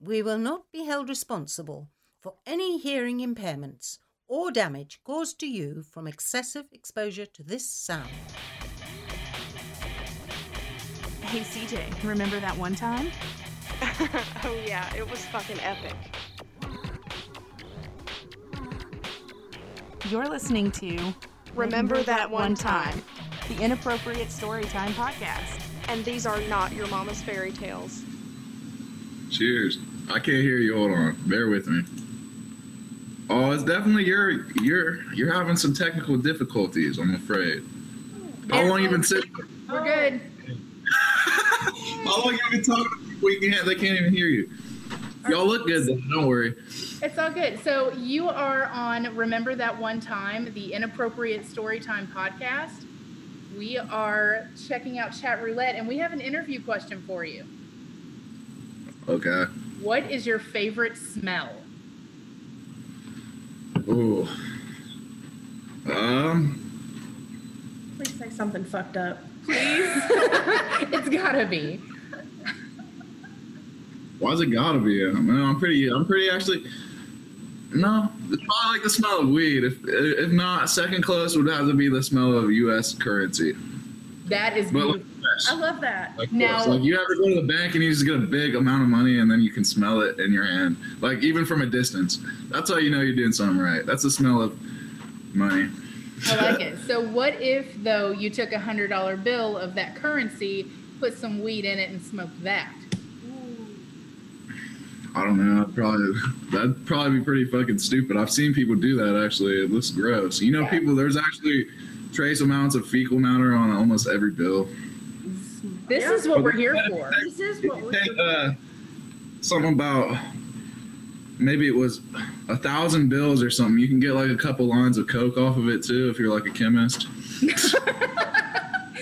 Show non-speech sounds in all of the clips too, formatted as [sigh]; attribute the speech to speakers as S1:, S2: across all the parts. S1: We will not be held responsible for any hearing impairments or damage caused to you from excessive exposure to this sound.
S2: Hey CJ, remember that one time?
S3: oh yeah, it was fucking epic.
S2: You're listening to
S3: Remember, that, one, time.
S2: the Inappropriate Storytime podcast.
S3: And these are not your mama's fairy tales.
S4: Cheers. I can't hear you. Hold on. Bear with me. Oh, it's definitely you're you're you're having some technical difficulties. I'm afraid. How long you been sitting?
S3: We're good.
S4: How long you been talking? to people You can't. They can't even hear you. Y'all look good. Though. Don't worry.
S5: It's all good. So you are on Remember That One Time, the Inappropriate Storytime podcast. We are checking out Chat Roulette and we have an interview question for you.
S4: Okay.
S5: What is your favorite smell? [laughs]
S4: Ooh. Um.
S6: Please say something fucked up.
S5: it's gotta be.
S4: Why's it gotta be? I mean, I'm pretty. I'm pretty actually. No, it's probably like the smell of weed. If if not, second close would have to be the smell of U.S. currency.
S5: That is
S4: But like,
S5: beautiful.
S4: fresh.
S6: I love that.
S4: Like,
S5: Now-
S4: this. like you ever go to the bank and you just get a big amount of money and then you can smell it in your hand, like even from a distance. That's how you know you're doing something right. That's the smell of money.
S5: I like it. So what if though you took a hundred dollar bill of that currency, put some weed in it and smoked that?
S4: I don't know. I'd probably [laughs] that'd probably be pretty fucking stupid. I've seen people do that actually. It looks gross. You know, people there's actually trace amounts of fecal matter on almost every bill.
S5: This
S6: Yeah.
S5: is what we're here for.
S6: This is
S4: If
S6: what
S4: you
S6: we're
S4: take uh, something about maybe it was a thousand bills or something, you can get like a couple lines of coke off of it too if you're like a chemist. [laughs]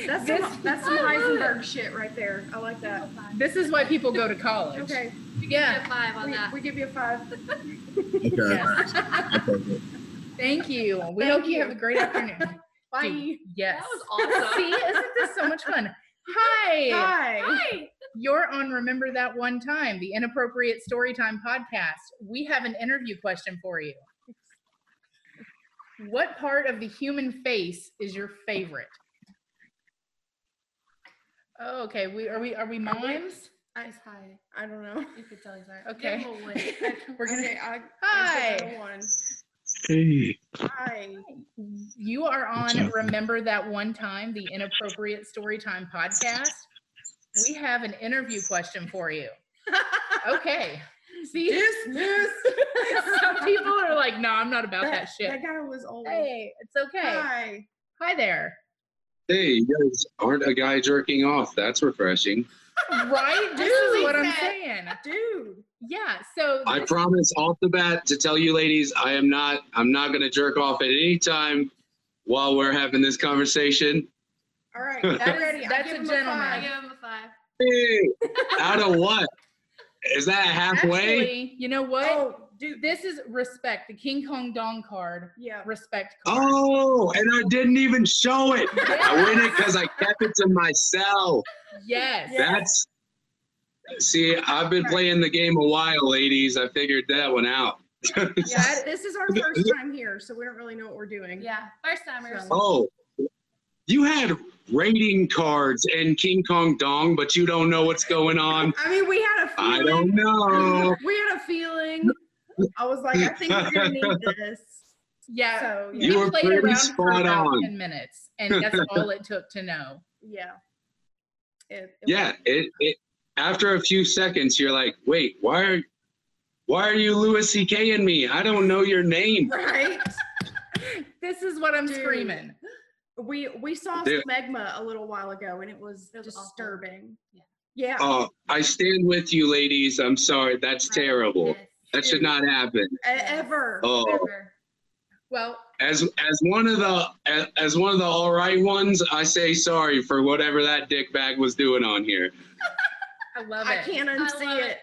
S6: That's
S5: This-
S6: some, that's some
S7: I love
S6: Heisenberg shit right there. I like that.
S5: This is why people go to college.
S6: Okay.
S5: Yeah.
S7: five on
S6: We,
S7: that.
S6: we give you a five.
S4: Okay.
S5: Yes.
S4: I'll take it.
S5: Thank you. We
S6: Thank
S5: hope you
S6: you.
S5: have a great afternoon.
S6: Bye.
S5: Dude, Yes.
S7: That
S5: [laughs]
S7: was awesome.
S5: See, isn't this so much fun? Hi.
S6: Hi.
S7: Hi.
S5: You're on Remember That One Time, the Inappropriate Storytime podcast. We have an interview question for you. What part of the human face is your favorite? Oh, okay. We are we are we mimes?
S6: I,
S7: Hi.
S6: I don't know.
S7: You could tell he's high.
S5: Okay.
S7: Give him a win.
S5: We're gonna
S6: [laughs] Okay, I, I said
S5: Hi.
S6: no one.
S4: Hey.
S6: Hi.
S5: You are
S4: What's
S5: on
S4: up?
S5: Remember That One Time, the Inappropriate Storytime podcast. We have an interview question for [laughs] you. Okay. See,
S6: [laughs] Dismiss.
S5: [laughs] some people are like, no, I'm not about that,
S6: That,
S5: shit.
S6: that guy was old.
S5: hey, it's okay. Hi,
S6: Hi.
S5: [laughs] there.
S8: Hey, you guys aren't a guy jerking off. That's refreshing.
S5: Right? This
S6: This
S5: is
S6: is
S5: what I'm
S6: that-
S5: saying.
S6: Dude.
S5: Yeah. So
S8: I
S5: this-
S8: promise off the bat to tell you ladies, I am not I'm not gonna jerk off at any time while we're having this conversation.
S6: All
S8: [laughs]
S6: right.
S8: That
S6: I'm
S5: is-
S6: ready. I
S5: that's
S6: give
S5: a
S6: him
S5: gentleman.
S7: I
S6: five.
S7: give him a five.
S8: Hey, out of what? Is that halfway?
S5: actually, you know what?
S6: Oh, dude.
S5: This is respect, the King Kong Dong card.
S6: Yeah.
S5: Respect card.
S8: oh, and I didn't even show it. I win it
S5: Yes.
S8: because I kept it to myself.
S5: Yes.
S6: Yeah.
S8: That's see, I've been playing the game a while, ladies. I figured that one out. [laughs]
S6: Yeah, this is our first time here, so we don't really know what we're doing.
S7: Yeah. First timers.
S6: So-
S8: Oh, you had rating cards and King Kong Dong, but you don't know what's going on.
S6: I mean, we had a feeling.
S8: I don't know.
S6: We had a feeling. I was like, I think we're gonna need
S8: [laughs]
S6: this.
S5: Yeah.
S6: So yeah,
S8: You
S5: we
S8: were
S5: played
S8: pretty
S5: around for
S8: spot
S5: about
S8: on.
S5: 10 minutes, and
S8: [laughs]
S5: that's all it took to know.
S6: yeah. It- it
S8: Yeah, it, it after a few seconds, you're like, wait, why are why are you Louis C.K. and me? I don't know your
S6: was-
S8: name.
S6: Right. [laughs]
S5: This is what I'm
S6: Dude.
S5: screaming.
S6: We we saw
S8: Dude.
S6: smegma a little while ago, and it was
S7: It was awful.
S6: disturbing.
S7: Yeah.
S6: Yeah.
S8: Oh, I stand with you, ladies. I'm sorry, that's
S7: Right.
S8: terrible.
S7: Yes.
S8: That should not happen.
S6: E- Ever.
S8: Oh,
S7: Ever.
S5: Well,
S8: as as one of the as, as one of the all right ones, I say sorry for whatever that dick bag was doing on here.
S5: I love it.
S6: I can't unsee
S7: love
S6: it.
S7: it.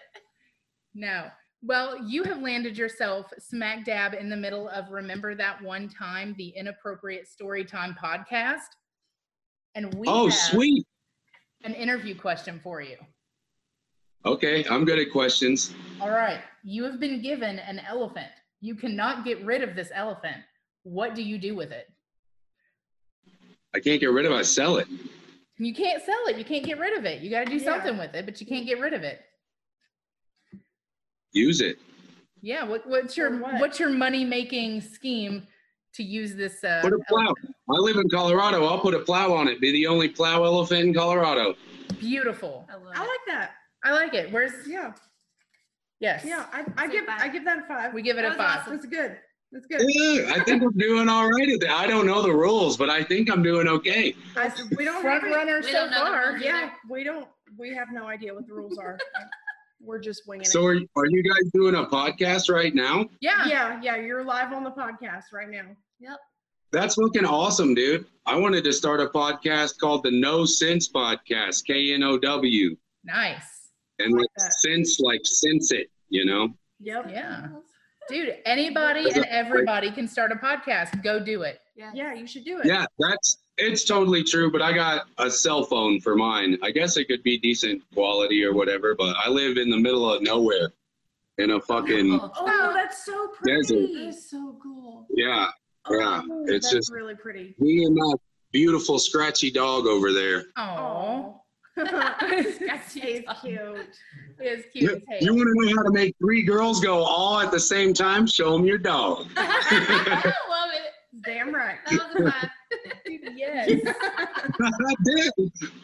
S5: No. Well, you have landed yourself smack dab in the middle of Remember That One Time, the Inappropriate Storytime podcast. And we
S8: Oh,
S5: have
S8: sweet.
S5: an interview question for you.
S8: Okay, I'm good at questions.
S5: All right. You have been given an elephant. You cannot get rid of this elephant. What do you do with it?
S8: I can't get rid of it. I sell it.
S5: You can't sell it. You can't get rid of it. You got to do
S6: Yeah.
S5: something with it, but you can't get rid of it.
S8: Use it.
S5: Yeah. What, what's your
S6: For what?
S5: what's your money making scheme to use this? Uh,
S8: Put a plow. I live in Colorado. I'll put a plow on it. Be the only plow elephant in Colorado.
S5: elephant? Beautiful.
S7: I love
S6: I
S7: it.
S6: like that.
S5: I like it. Where's
S6: Yeah,
S5: yes?
S6: yeah. I, I
S7: So
S6: give I
S7: five.
S6: give that a five.
S5: We give it a
S7: That was
S5: five.
S7: awesome.
S6: That's good. That's good.
S8: Yeah, I think I'm doing all right at that. I don't know the rules, but I think I'm doing okay.
S6: I, we don't
S5: Front
S6: have any-
S5: runner
S7: We
S5: so
S7: don't know the
S5: far.
S7: rules
S6: Yeah,
S7: either.
S6: we don't. We have no idea what the
S5: [laughs]
S6: rules are. We're just winging
S8: So
S6: it.
S8: are, are you guys doing a podcast right now?
S5: Yeah.
S6: Yeah, yeah. You're live on the podcast right now.
S8: That's fucking awesome, dude. I wanted to start a podcast called the No Sense Podcast, K N O W,
S5: Nice.
S8: and like
S6: that.
S8: sense, like sense it, you know?
S6: Yep.
S5: Yeah. Dude, anybody and everybody can start a podcast. Go do it.
S7: Yeah.
S6: Yeah, you should do it.
S8: Yeah, that's it's totally true. But I got a cell phone for mine. I guess it could be decent quality or whatever. But I live in the middle of nowhere, in a fucking
S6: Oh, that's so
S8: There's a-
S6: pretty.
S7: That is
S6: so cool.
S8: yeah. Yeah, it's
S6: Oh, that's
S8: just-
S6: really pretty.
S8: Me and my beautiful scratchy dog over there.
S5: [laughs]
S6: [laughs]
S5: Oh,
S6: Oh, it's
S7: Scratchy
S6: cute.
S7: dog.
S5: it's
S8: You,
S5: cute. as hell.
S8: you want to know how to make three girls go all at the same time? Show them your dog.
S7: [laughs]
S8: [laughs]
S7: I love it.
S6: Damn right.
S7: That was a five.
S5: Yes.
S7: [laughs]
S8: I did.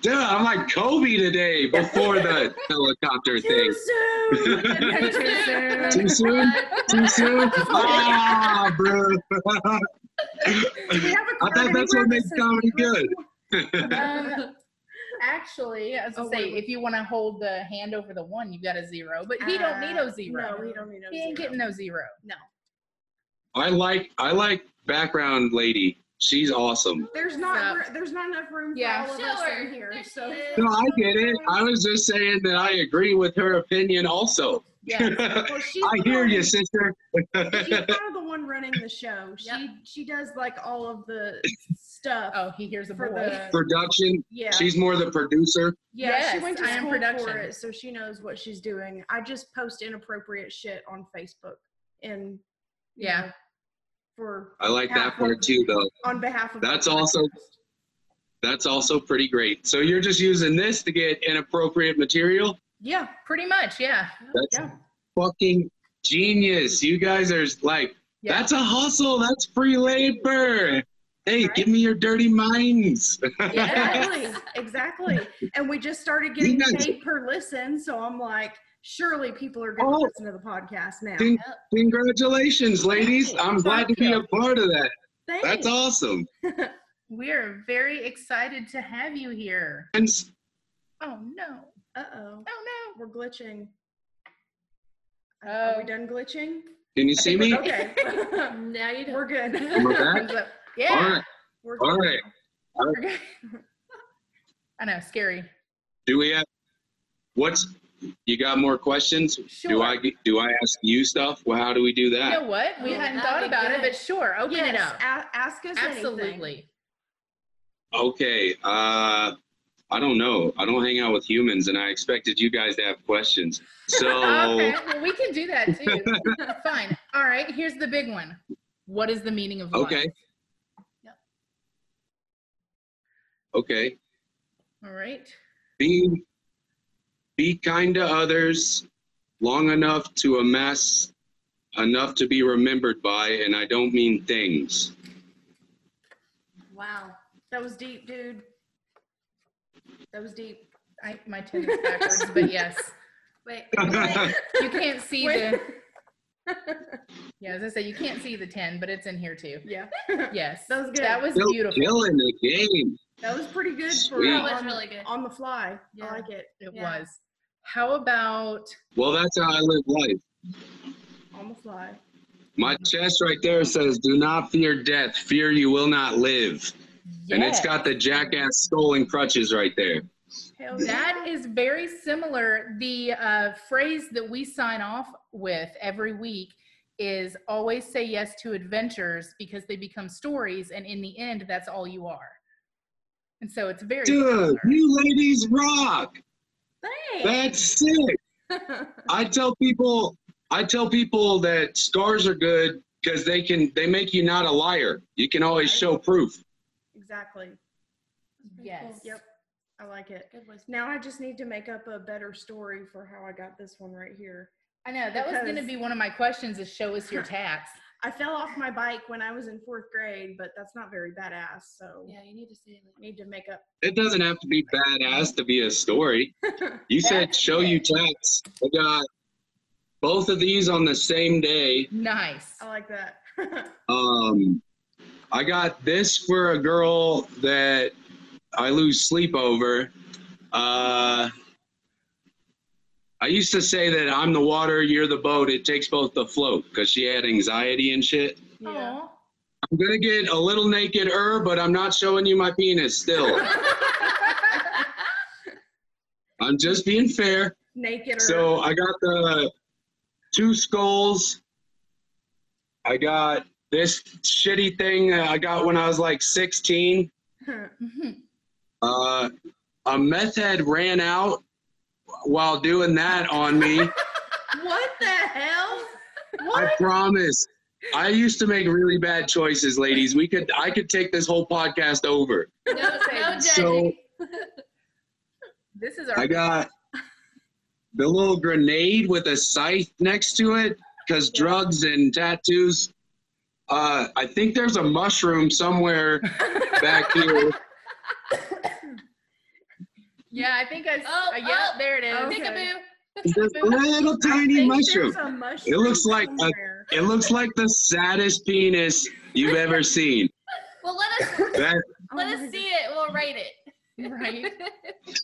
S8: Dude, I'm like Kobe today
S6: [laughs]
S8: before the helicopter thing.
S6: Too [laughs] soon.
S8: Too soon? Too soon? Ah, bro. [laughs]
S6: We have a
S8: I
S6: card
S8: thought that's
S6: anywhere
S8: what
S6: that
S8: makes
S6: says
S8: comedy
S6: zero.
S8: good.
S5: um,
S6: [laughs]
S5: actually, as I
S6: Oh,
S5: was gonna say,
S6: wait, wait.
S5: if you want to hold the hand over the one, you've got a zero. But he don't need
S6: Uh,
S5: no zero.
S6: No, we don't need no
S5: he ain't
S6: zero.
S5: getting no zero.
S8: [laughs] [laughs] I like I like background lady. She's awesome.
S6: There's
S5: So-
S6: not ro- there's not enough room for
S5: Yeah.
S6: all of us
S7: Sure.
S6: in here.
S7: There she
S6: So
S7: is.
S8: No, I get it. I was just saying that I agree with her opinion also.
S5: Yeah.
S6: well, she's
S8: [laughs] I
S6: the
S8: hear
S6: one-
S8: you, sister. [laughs]
S6: She's kind [laughs] of the one running the show. She
S7: Yep.
S6: she does like all of [laughs] the stuff
S5: oh, he hears a
S6: for
S5: boy.
S6: the
S8: Production.
S6: yeah.
S8: She's more the producer.
S6: Yeah, she
S5: Yes,
S6: went to
S5: I am
S6: school
S5: production.
S6: for it, so she knows what she's doing. I just post inappropriate shit on Facebook and you
S5: Yeah.
S6: know, for
S8: I like that part too though.
S6: on behalf of
S8: That's
S6: the
S8: also-
S6: podcast.
S8: That's also pretty great. So you're just using this to get inappropriate material?
S6: yeah
S5: Pretty much, yeah.
S8: That's
S6: yeah
S8: fucking genius. You guys are like
S5: Yeah.
S8: That's a hustle. That's free labor. Hey,
S6: Right?
S8: give me your dirty minds.
S5: Yeah. [laughs]
S6: exactly exactly. And we just started getting
S8: guys-
S6: paid per listen, so I'm like, surely people are going to
S8: Oh.
S6: listen to the podcast now.
S8: Con- [laughs] Congratulations, ladies. I'm glad to be a part of that.
S6: Thanks.
S8: That's awesome.
S5: We're very excited to have you here.
S8: And
S5: Oh no.
S6: Uh oh,
S5: Oh
S6: we're glitching. Are we
S5: Oh.
S6: done glitching?
S8: can you see me?
S6: Okay,
S7: Now you
S6: [laughs] we're
S7: don't.
S6: good.
S8: Am I
S5: [laughs] no.
S8: back? All
S5: yeah.
S8: right.
S6: We're
S8: All
S6: good.
S8: right.
S5: we're good. I know, scary.
S8: Do we have what's you got more questions?
S5: Sure.
S8: Do I get- do I ask you stuff? Well, how do we do
S5: you
S8: that?
S5: know what? We
S7: Oh,
S5: hadn't
S7: that'd
S5: thought
S7: be
S5: about it,
S7: good.
S5: but sure, open it
S6: Yes,
S5: up.
S6: a- ask us anything.
S5: Absolutely.
S8: Okay. Uh I don't know. I don't hang out with humans and I expected you guys to have questions. So
S5: [laughs]
S8: Oh.
S5: Okay, well, we can do that too.
S8: [laughs]
S5: Fine. All right, here's the big one. What is the meaning of life?
S8: Okay. okay.
S5: All right.
S8: be be kind to others long enough to amass enough to be remembered by and i don't mean things
S7: Wow.
S6: That was deep, dude. That was deep.
S5: I, my tongue is backwards, but yes.
S7: Wait.
S8: [laughs]
S5: You can't see
S6: Wait.
S5: the. Yeah, as I say, you can't see the 10, but it's in here too.
S6: Yeah,
S5: Yes.
S6: That was good.
S5: That was
S8: Still
S5: beautiful.
S8: killing the game
S6: that was pretty good for
S8: Sweet.
S7: That
S6: on,
S7: was really good.
S6: on the fly.
S7: Yeah.
S6: I like it.
S5: It
S7: Yeah.
S5: was. How about
S8: well that's how i live life
S6: On the fly.
S5: [laughs]
S8: my chest right there says do not fear death fear you will not live and it's got the jackass stolen crutches right there
S6: Hell
S5: That is very similar. The uh, phrase that we sign off with every week is always say yes to adventures because they become stories, and in the end, that's all you are. And so it's very
S8: dude
S5: similar.
S8: you ladies rock
S6: Thanks.
S8: that's sick I tell people, I tell people that scars are good because they can, they make you not a liar. You can always show proof.
S6: Exactly.
S5: Yes.
S6: Yep. I like it.
S7: Good wisdom.
S6: Now I just need to make up a better story for how I got this one right here.
S5: I know that was going to
S6: Because-
S5: be one of my questions: is show
S6: [laughs]
S5: us your tats.
S6: I fell off my bike when I was in fourth grade, but that's not very badass. So
S7: Yeah, you need to say like.
S6: I [laughs] need to make up.
S8: It doesn't have to be badass to be a story. You said show you tats. I got both of these on the same day.
S5: Nice.
S6: I
S5: [laughs]
S6: like that.
S8: Um, I got this for a girl that I lose sleep over. Uh, I used to say that I'm the water, you're the boat. It takes both to float because she had anxiety and shit.
S6: yeah.
S5: Aw.
S8: I'm gonna get a little naked, er, but I'm not showing you my
S6: [laughs]
S8: penis still. I'm just being fair.
S6: Naked or [laughs]
S8: So I got the two skulls. I got this shitty thing I got when I was like 16.
S5: Mhm.
S8: Uh, a meth head ran out while doing that
S6: [laughs]
S8: on me.
S7: what the hell?
S8: I promise. I used to make really bad choices, ladies. We could I could take this whole podcast over.
S7: No, no judging.
S8: So-
S5: This is our.
S8: I got the little grenade with a scythe next to it because drugs and tattoos. Uh, I think there's a mushroom somewhere
S6: [laughs]
S8: back here.
S5: yeah, I think I. s-
S7: Oh,
S5: uh, yeah,
S7: oh,
S5: there it is.
S6: okay.
S7: Peekaboo.
S8: There's a little
S6: I
S8: tiny
S6: think
S8: mushroom.
S6: there's a mushroom.
S8: It looks like a-
S6: somewhere.
S8: It looks like the saddest penis you've ever seen.
S7: Well, let us
S8: That
S6: Oh
S7: let
S6: my
S7: us
S6: God.
S7: see it. We'll rate it.
S6: Oh.
S5: [laughs] Right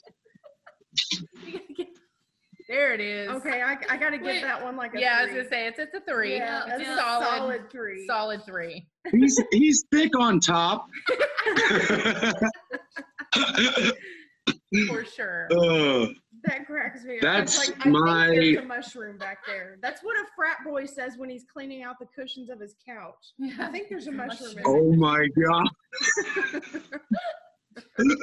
S5: there, it is.
S6: Okay, I, I gotta give
S7: Wait.
S6: that one like a
S5: Yeah, I was
S6: three.
S5: gonna say it's it's a three.
S6: Yeah,
S5: it's
S6: that's
S5: a
S6: a
S5: solid,
S6: solid three.
S5: solid three.
S8: he's he's thick
S5: [laughs]
S8: on top.
S6: [clears throat]
S5: for sure.
S8: Uh,
S6: That cracks me. up.
S8: That's
S6: It's like, I
S8: my-
S6: Think there's a mushroom back there. That's what a frat boy says when he's cleaning out the cushions of his couch. I think
S5: [laughs]
S6: there's a mushroom. in
S8: oh my god.
S5: This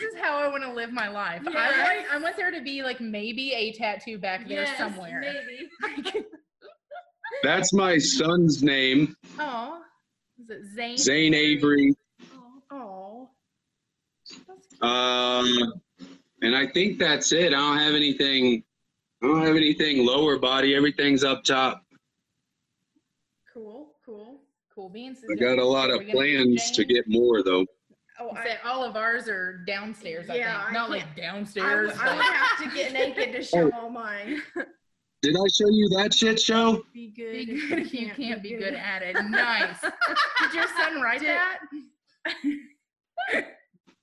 S5: is how I want to live my life. I,
S7: Yes.
S5: want, I want there to be like maybe a tattoo back there
S7: [laughs] Yes,
S5: somewhere.
S7: Maybe.
S8: That's my son's name,
S5: Oh, is it Zane?
S8: Zane Avery.
S6: Oh,
S8: Um, and I think that's it. I don't have anything. I don't have anything lower body. Everything's up top.
S6: cool, cool.
S5: Cool beans.
S8: I got a lot
S5: Are
S8: of
S5: we gonna do
S8: plans to
S5: Zane?
S8: get more though.
S6: Oh, I,
S5: Say all of ours are downstairs. I
S6: Yeah,
S5: think
S6: I
S5: not
S6: can't-
S5: like
S6: I, would,
S5: downstairs.
S6: I would
S5: like-
S6: have to get naked to show
S8: Oh.
S6: all mine.
S8: Did I show you that shit show?
S6: Be good.
S5: be good if you can't be good at it.
S6: [laughs]
S5: Nice. Did your son write
S6: Did-
S5: that?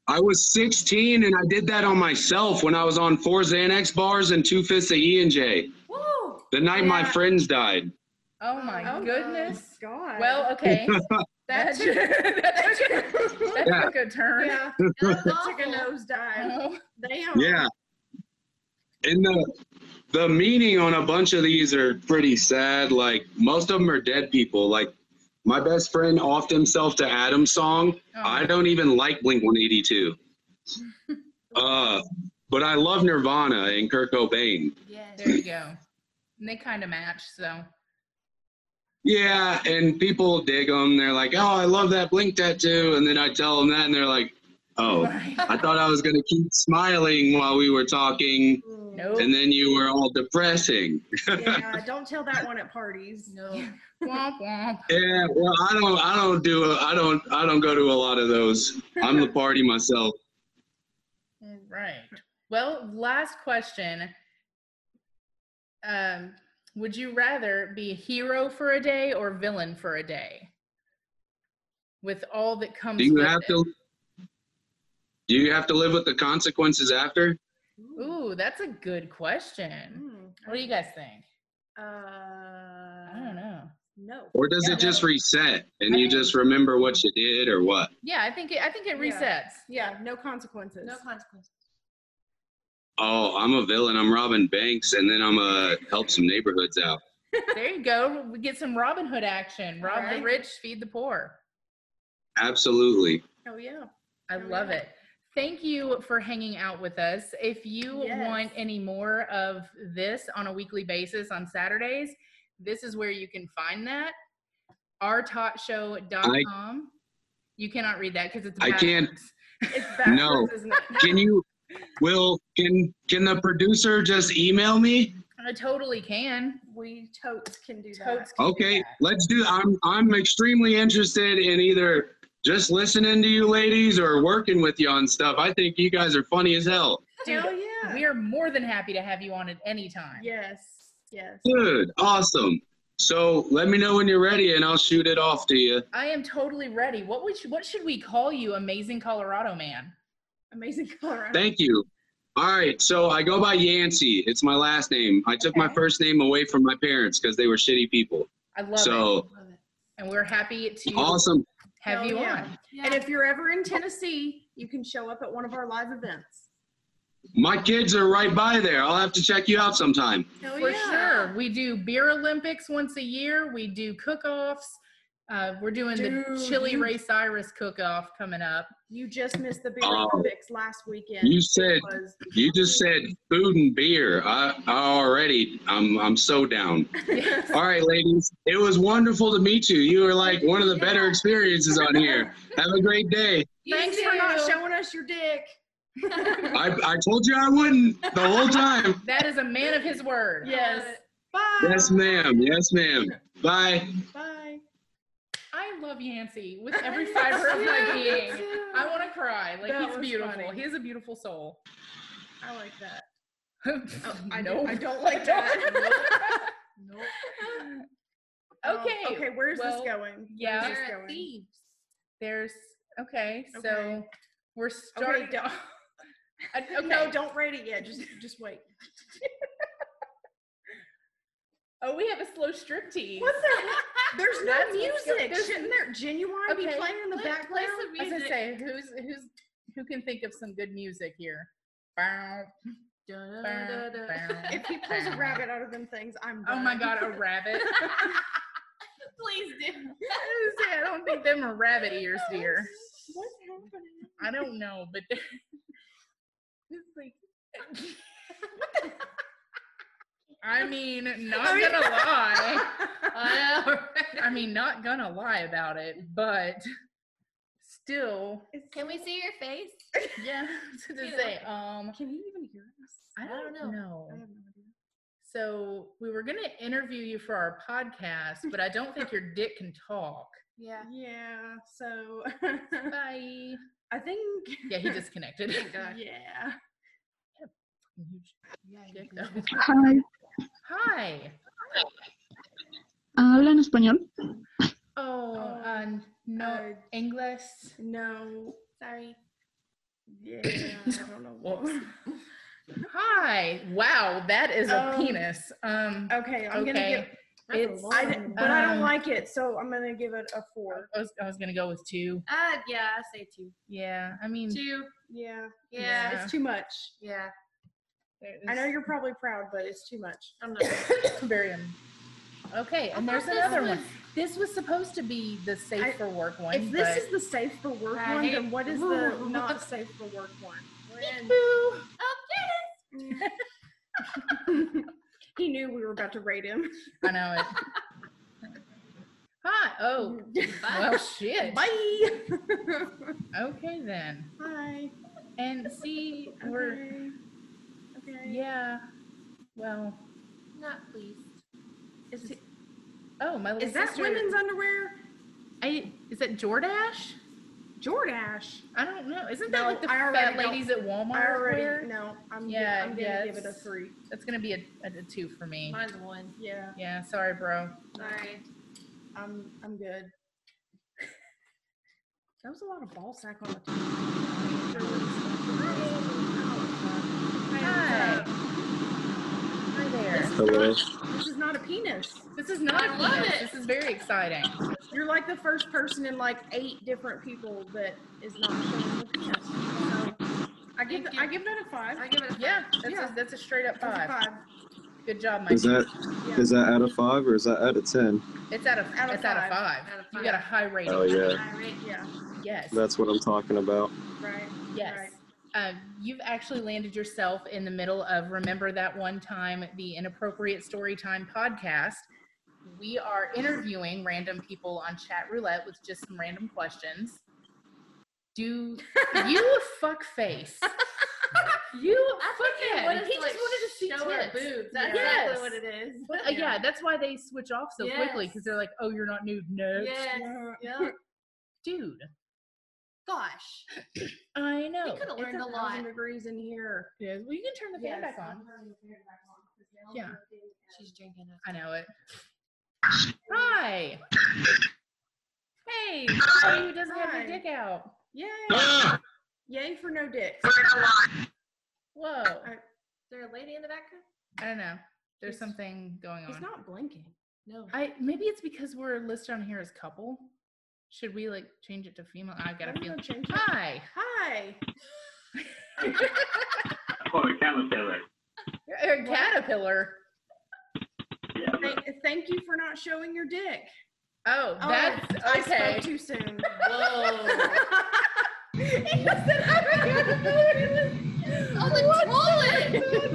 S8: I was 16 and I did that on myself when I was on four Xanax bars and two fists of E and J.
S7: Woo!
S8: The night my
S6: Yeah.
S8: friends died.
S5: Oh my
S6: Oh,
S5: goodness.
S6: God.
S5: Well,
S6: [laughs]
S8: [laughs]
S5: okay. That took, that took, that
S8: Yeah.
S5: took a turn. [laughs]
S6: yeah,
S7: That was
S6: took a
S7: awful.
S6: nosedive.
S5: Oh,
S6: Damn.
S8: Yeah. And the the meaning on a bunch of these are pretty sad. Like most of them are dead people. Like my best friend offed himself to Adam's song.
S5: Oh,
S8: I don't even like Blink 182. Uh, but I love Nirvana and Kurt Cobain.
S7: Yes.
S5: There you go. And they kind of match, so.
S8: Yeah, and people dig them. They're like, "Oh, I love that Blink tattoo," and then I tell them that, and they're like, "Oh, I thought I was gonna keep smiling while we were talking,
S6: Mm.
S5: [laughs] Nope.
S8: and then you were all depressing."
S6: yeah, don't tell that one at parties.
S7: No.
S5: Womp womp.
S8: Yeah, well, I don't, I don't do, a, I don't, I don't go to a lot of those. I'm the party myself.
S5: All right. Well, last question. Um, would you rather be a hero for a day or villain for a day? With all that comes
S8: Do you
S5: with
S8: have
S5: it.
S8: to? Do you have to live with the consequences after?
S5: Ooh, that's a good question.
S6: Mm,
S5: What do you guys think?
S6: Uh, I
S5: I don't know.
S6: No.
S8: Or does
S5: Yeah,
S8: it just reset and you
S5: I-
S8: just remember what you did or what?
S5: Yeah, I think it, I think it
S6: Yeah.
S5: resets.
S6: Yeah, no consequences.
S7: No consequences.
S8: Oh, I'm a villain. I'm robbing banks, and then I'm uh help some neighborhoods out.
S5: There you go. We get some Robin Hood action.
S6: All
S5: Rob the
S6: right.
S5: rich, feed the poor.
S8: Absolutely.
S6: oh yeah.
S5: I
S6: Oh,
S5: love
S6: yeah.
S5: it. Thank you for hanging out with us. If you
S6: Yes.
S5: want any more of this on a weekly basis on Saturdays, this is where you can find that. rtaughtshow.com. You cannot read that because it's
S8: I can't.
S5: backwards.
S8: [laughs]
S6: It's backwards,
S8: No.
S6: isn't it?
S8: Can you, Will, can, can the producer just email me?
S5: I totally can.
S6: We totes can do that.
S5: Totes can do
S8: Okay,
S5: that.
S8: let's do, I'm, I'm extremely interested in either just listening to you ladies or working with you on stuff. I think you guys are funny as hell.
S6: Hell yeah.
S5: We are more than happy to have you on at any time.
S6: Yes. Yes.
S8: Good, awesome. So let me know when you're ready and I'll shoot it off to you.
S5: I am totally ready. What would you, what should we call you, Amazing Colorado Man?
S6: Amazing Colorado.
S8: Thank you. All right, so I go by Yancey. It's my last name. I took my
S5: Okay.
S8: first name away from my parents because they were shitty people.
S5: I love it,
S8: so
S5: and we're happy to
S8: awesome.
S5: have
S6: Hell
S5: you
S6: Oh, yeah.
S5: on.
S6: And if you're ever in Tennessee, you can show up at one of our live events.
S8: My kids are right by there. I'll have to check you out sometime.
S6: Hell
S5: For sure, we do beer Olympics once a year. We do cook-offs. Uh, we're doing the
S6: Dude,
S5: Chili
S6: you-
S5: Ray Cyrus cook-off coming up.
S6: You just missed the Big
S8: Oh.
S6: Olympics last weekend.
S8: You said
S6: [laughs] Was-
S8: you just said food and beer. I, I already I'm I'm so down. All right, ladies. It was wonderful to meet you. You were like one of the better experiences on here. Have a great day.
S7: You
S6: Thanks for not
S7: too.
S6: showing us your dick.
S8: I, I told you I wouldn't the whole time.
S5: That is a man of his word.
S6: Yes.
S7: [laughs]
S6: Bye.
S8: Yes, ma'am. Yes, ma'am. Bye.
S6: Bye.
S5: I love Yancey with every fiber of my
S6: [laughs]
S5: being. I want to cry. Like
S6: That
S5: he's
S6: was
S5: beautiful.
S6: funny.
S5: He has a beautiful soul.
S6: I like
S5: [laughs]
S6: that.
S5: oh,
S6: I don't- I don't like that. Nope. Um,
S5: [laughs] okay.
S6: [laughs] okay, where's
S5: well,
S6: this going?
S5: yeah.
S6: Where's this
S7: They're
S6: going?
S7: thieves.
S5: There's okay. So
S6: Okay.
S5: we're starting.
S6: don't-
S5: Uh, okay.
S6: No, don't rate it yet. Just just wait.
S5: oh, we have a slow striptease.
S6: What's that? There's no
S5: That's what's go-
S6: music.
S5: there's-
S6: Shouldn't there genuine be
S5: Okay,
S6: playing in the
S7: play- play
S6: background?
S7: some
S5: I was gonna
S7: music.
S5: say who's who's who can think of some good music here. Bow, bow,
S7: Dun, dun, dun, dun. [laughs]
S5: bow,
S6: if he pulls a
S5: bow.
S6: rabbit out of them things, I'm
S5: Oh
S6: done.
S5: my god, a rabbit.
S7: [laughs] Please do.
S5: I don't think them are rabbit ears,
S7: [laughs]
S5: dear.
S6: What's happening?
S5: I don't know, but they're- [laughs] it's like. I mean, not
S6: I mean-
S5: gonna lie.
S7: I know.
S5: I mean, not gonna lie about it, but still,
S7: Can we see your face?
S5: yeah. [laughs] To
S7: You know.
S5: say, um,
S6: Can you even hear us?
S5: I don't,
S7: don't
S5: know.
S6: I have no idea.
S5: So we were gonna interview you for our podcast, but I don't think your dick can talk.
S7: Yeah.
S6: Yeah. So
S5: Bye.
S6: I think.
S5: Yeah, he disconnected.
S6: [laughs]
S5: [laughs]
S6: Yeah.
S5: Dick, though. Hi.
S9: ¿Hablan español?
S5: Oh, uh, no
S6: uh,
S5: English.
S6: No.
S7: Sorry.
S6: Yeah. I don't know. what-
S5: Whoops. Hi. Wow, that is a
S6: Um,
S5: penis. Um,
S6: Okay, I'm gonna
S5: Okay.
S6: give.
S5: it's.
S6: I di- but I
S5: Um,
S6: don't like it, so I'm gonna give it a four.
S5: I was, I was gonna go with two.
S7: Uh, yeah, I say two.
S5: Yeah, I mean,
S7: Two.
S6: Yeah.
S7: Yeah.
S5: Yeah.
S6: It's too much.
S7: Yeah.
S6: I know you're probably proud, but it's too much.
S7: I'm not.
S5: very. un- Okay, and there's another one. This was supposed to be the safe
S6: I-
S5: for work one.
S6: [laughs] If this is the safe for work
S7: I
S6: one,
S7: hate-
S6: then what is the
S5: [laughs]
S6: not safe for work one?
S7: Oh, Dennis!
S6: he knew we were about to
S5: [laughs]
S6: rate him.
S5: but I know
S6: [laughs]
S5: it. Hi. Oh. Well, shit. [laughs]
S6: Bye.
S5: Okay then.
S6: Hi.
S5: And see, we're
S6: Okay. Okay.
S5: yeah. Well.
S7: Not pleased.
S6: Is, it-
S5: Oh, my little
S6: is that
S5: sister.
S6: women's underwear?
S5: I, is that Jordash?
S6: Jordash.
S5: I don't know. Isn't
S6: No,
S5: that like the
S6: I
S5: fat
S6: already don't-
S5: ladies at Walmart
S6: I already
S5: wear?
S6: no. I'm
S5: Yeah,
S6: yeah, I'm gonna
S5: yeah,
S6: give it a
S5: it's-
S6: three.
S5: That's gonna be a, a, a two for me.
S7: Mine's a one.
S6: Yeah,
S5: Yeah, sorry, bro.
S7: Sorry.
S6: I'm I'm good. [laughs] That was a lot of ball sack on the top.
S5: Hi. Hi there.
S8: Hello.
S6: This is not a penis.
S5: This is not
S7: I
S5: a
S7: love
S5: penis.
S7: it.
S5: This is very exciting.
S6: You're like the first person in like eight different people that is not showing a penis. So I give
S7: Thank you.
S6: I give that a five.
S7: I give it a
S5: Yeah, that's,
S6: Yeah.
S5: A, that's a straight up
S6: That's a
S5: five. Good job, Mike.
S10: Is that
S6: five. Yeah.
S10: is that out of five or is that out of ten?
S5: it's out of
S6: out of
S5: it's out of
S6: five.
S5: five.
S7: Out of
S5: You
S7: five.
S5: got a high rating.
S10: Oh yeah,
S7: All right.
S6: yeah.
S5: Yes.
S10: that's what I'm talking about.
S6: Right.
S5: yes.
S6: right.
S5: uh, you've actually landed yourself in the middle of Remember That One Time, the Inappropriate Storytime podcast. We are interviewing random people on chat roulette with just some random questions.
S7: [laughs]
S5: Do you fuck face? You
S7: I
S5: fuck
S7: think they
S5: yeah. He
S7: wanted to,
S5: just
S7: like,
S5: wanted to see
S7: show her
S5: tits.
S7: boobs. That's
S5: Yes.
S7: exactly what it is.
S5: But, uh, yeah, that's why they switch off so quickly because they're like, "Oh, you're not nude, no,
S7: Yes. Yeah.
S5: dude."
S7: Gosh.
S5: I know.
S7: coulda
S5: It's
S7: learned a lot.
S6: Thousand degrees in here.
S5: Yes. Well, you can turn the fan back on. Yeah.
S7: She's drinking.
S5: I know it. Hi. Hey, somebody who doesn't have
S6: Hi.
S5: their dick out.
S6: Yay!
S11: Ah!
S6: Yay for no dicks.
S5: Whoa.
S7: Is there a lady in the background?
S5: I don't know. There's
S6: He's-
S5: something going
S6: He's
S5: on.
S6: not blinking.
S7: No.
S5: I maybe it's because we're listed on here as couple. Should we like change it to female? I've got
S6: I
S5: a
S6: don't know,
S5: feeling.
S6: change it.
S5: Hi.
S6: Hi.
S9: Oh, a caterpillar.
S5: You're a caterpillar.
S6: Thank, thank you for not showing your dick.
S5: Oh,
S6: Oh,
S5: that's
S6: I
S5: okay.
S6: spoke too soon.
S5: Whoa.
S7: Oh, the toilet!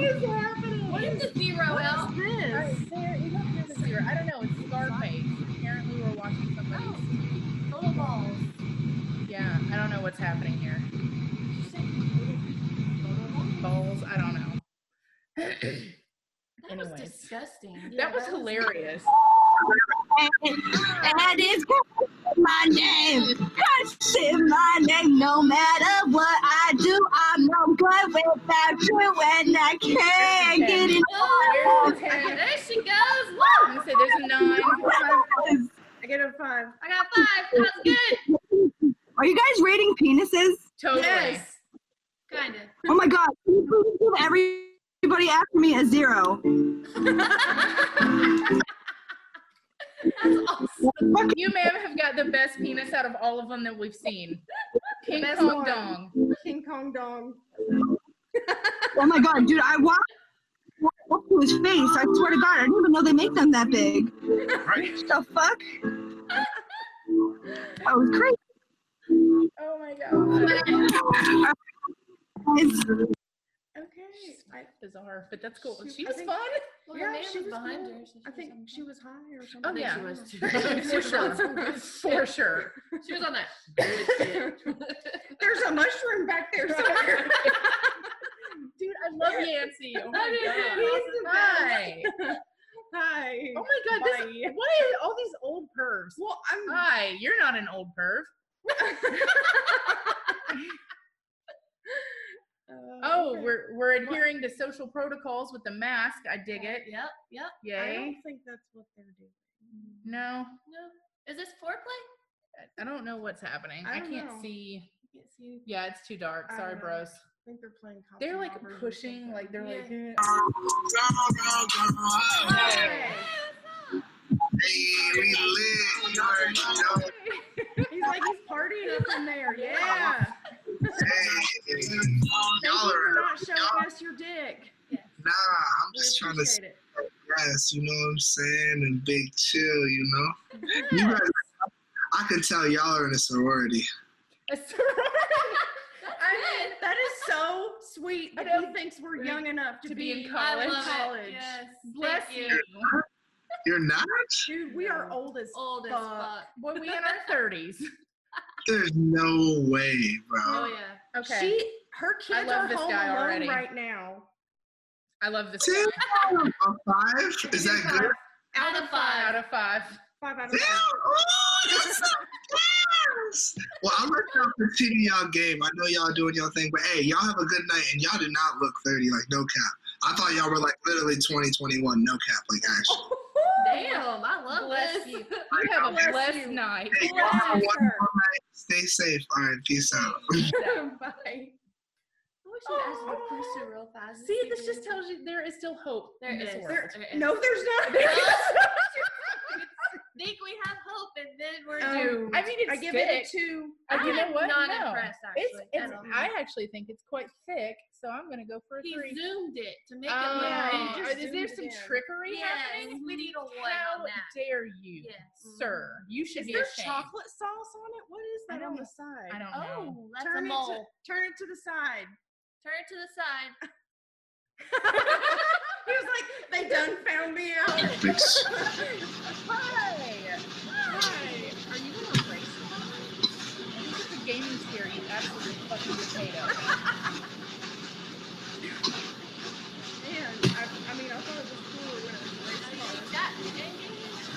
S7: What is the
S5: Oh,
S7: zero out?
S5: Alright, Sarah, you don't have a zero. I don't know. It's Scarface. Apparently, we're watching somebody.
S7: Total balls.
S5: Yeah, I don't know what's happening here. Balls. I don't know.
S7: That was
S5: Anyways.
S7: disgusting.
S5: that was hilarious.
S3: And it's my name. Cursing my name. No matter what I do, I'm no good without you. And I can't get it.
S5: Where's the
S7: Okay,
S5: ten?
S7: there she goes. Woo!
S5: Let me say there's a nine.
S6: I get a five.
S7: I got five. That's good.
S3: Are you guys rating penises?
S5: Totally.
S6: Yes.
S7: Kinda.
S3: Oh my god. Can you please give Everybody after me a zero.
S7: That's awesome.
S3: Fuck
S5: You, ma'am, have got the best penis out of all of them that we've seen. King
S6: Best
S5: Kong
S6: one.
S5: Dong.
S6: King Kong Dong.
S3: Oh my god, dude, I walked walked to his face. I swear to God, I didn't even know they make them that big. The fuck? I was crazy.
S5: Oh my god.
S6: Okay. I,
S5: Bizarre, but that's cool.
S6: Shoot,
S5: She
S6: I
S5: was
S6: think-
S5: fun.
S7: Well,
S6: Yeah,
S7: her man
S6: she
S7: was
S6: was
S7: behind
S6: cool.
S7: her. So she
S6: I
S7: was
S6: think
S7: on
S6: she was high or
S7: I
S6: something.
S5: Oh,
S7: think
S5: yeah.
S7: she
S5: [laughs]
S7: was too.
S5: For sure. For sure.
S7: She was on that. good shit.
S6: There's a mushroom back there [laughs] somewhere.
S5: Dude, I love Yancy. Oh
S7: I do
S5: my
S7: too.
S5: god.
S6: He's the best.
S5: Hi.
S6: Hi.
S5: Oh my god, this,
S6: Bye.
S5: what is all these old Uh, pervs?
S6: Well, I'm
S5: Hi, you're not an old perv.
S6: Uh,
S5: Oh,
S6: okay.
S5: we're we're adhering to social protocols with the mask. I dig it.
S7: Yep, yep.
S6: I
S5: Yay.
S6: don't think that's what they're doing.
S5: No,
S7: No. Is this foreplay?
S5: I- I don't know what's happening.
S6: I
S5: I,
S6: don't
S5: can't
S6: know.
S5: see.
S6: You can't see.
S5: Yeah, it's too dark.
S6: I
S5: Sorry,
S6: don't know.
S5: bros.
S6: I think they're playing. cops
S5: They're
S6: and
S5: like
S6: robbers or
S5: pushing, like they're like. [laughs] eh.
S6: something. he's like he's partying up in there. [laughs] Yeah. Thank you for not showing us your dick.
S9: Nah, I'm
S6: We appreciate it.
S9: stress, you know what I'm saying? And big chill, you know? You guys, I can tell y'all are in a sorority.
S5: A sorority
S6: I mean, that is so sweet
S5: I
S6: that
S5: know.
S6: he thinks we're young enough to,
S5: to
S6: be.
S5: be in
S7: I
S5: college.
S7: love it.
S6: College.
S7: Yes.
S5: Bless
S7: Thank
S5: you.
S9: You're not?
S6: Dude, we are old as
S5: Oh,
S7: Old as
S6: Fuck.
S7: fuck.
S5: When we in our thirties.
S9: There's no way, bro.
S7: Oh yeah.
S5: Okay.
S6: She, her kids
S5: love
S6: are
S5: this
S6: home
S5: guy
S6: alone
S5: already.
S6: right now.
S5: I love this.
S9: Damn, a five? Is that good?
S7: Out of
S5: Out
S7: five.
S5: of five.
S6: Five
S9: Damn!
S6: out of five.
S9: Ooh, that's not yes! Well, I'm gonna stop continue y'all game. I know y'all doing y'all thing, but hey, y'all have a good night. And y'all do not look 30, like no cap. I thought y'all were like literally 20, 21, no cap, like actually.
S7: Damn. I love
S5: Bless
S7: this.
S5: you. You have a blessed night.
S9: Hey, y'all have a wonderful night. Stay safe. All right, peace
S7: [laughs]
S9: out.
S5: Bye.
S7: I wish you'd ask one question real fast.
S5: See, this just tells you there is still hope.
S7: There
S5: in this
S7: is.
S5: world.
S7: There is. [laughs]
S6: [laughs] No, there's not.
S7: think we have hope, and then we're
S6: [laughs] Um,
S7: doomed.
S5: I mean, it's
S6: I give
S5: thick.
S6: it a two.
S5: [laughs] Uh, you know
S7: I'm
S5: what?
S7: Not
S5: No.
S7: impressed. Actually,
S5: It's, it's,
S7: at all.
S5: I actually think it's quite thick, so I'm gonna go for a
S7: he
S5: three.
S7: zoomed it to make it
S5: Oh,
S7: look.
S6: Yeah, he
S5: are-
S6: just
S5: is there
S6: zoomed
S5: some
S6: it in.
S5: trickery
S7: yes,
S5: happening?
S7: we need a one
S5: How
S7: on that.
S5: dare you,
S7: Yes. Mm-hmm.
S5: sir? You should
S6: Is
S5: be
S6: there
S5: ashamed.
S6: chocolate sauce on it? What is
S5: I
S6: that on
S5: don't-
S6: the side?
S5: I don't know.
S7: Oh, that's
S6: turn
S7: a
S6: it
S7: mole.
S5: [laughs]
S6: To, turn it to the side.
S7: Turn it to the side.
S6: He was like, they done found me out.
S11: Thanks.
S5: Hi. Hi. Are you gonna race tomorrow? You get the gaming chair, you absolute fucking potato.
S6: Man, I, I mean, I thought it was cooler when it was racing on it.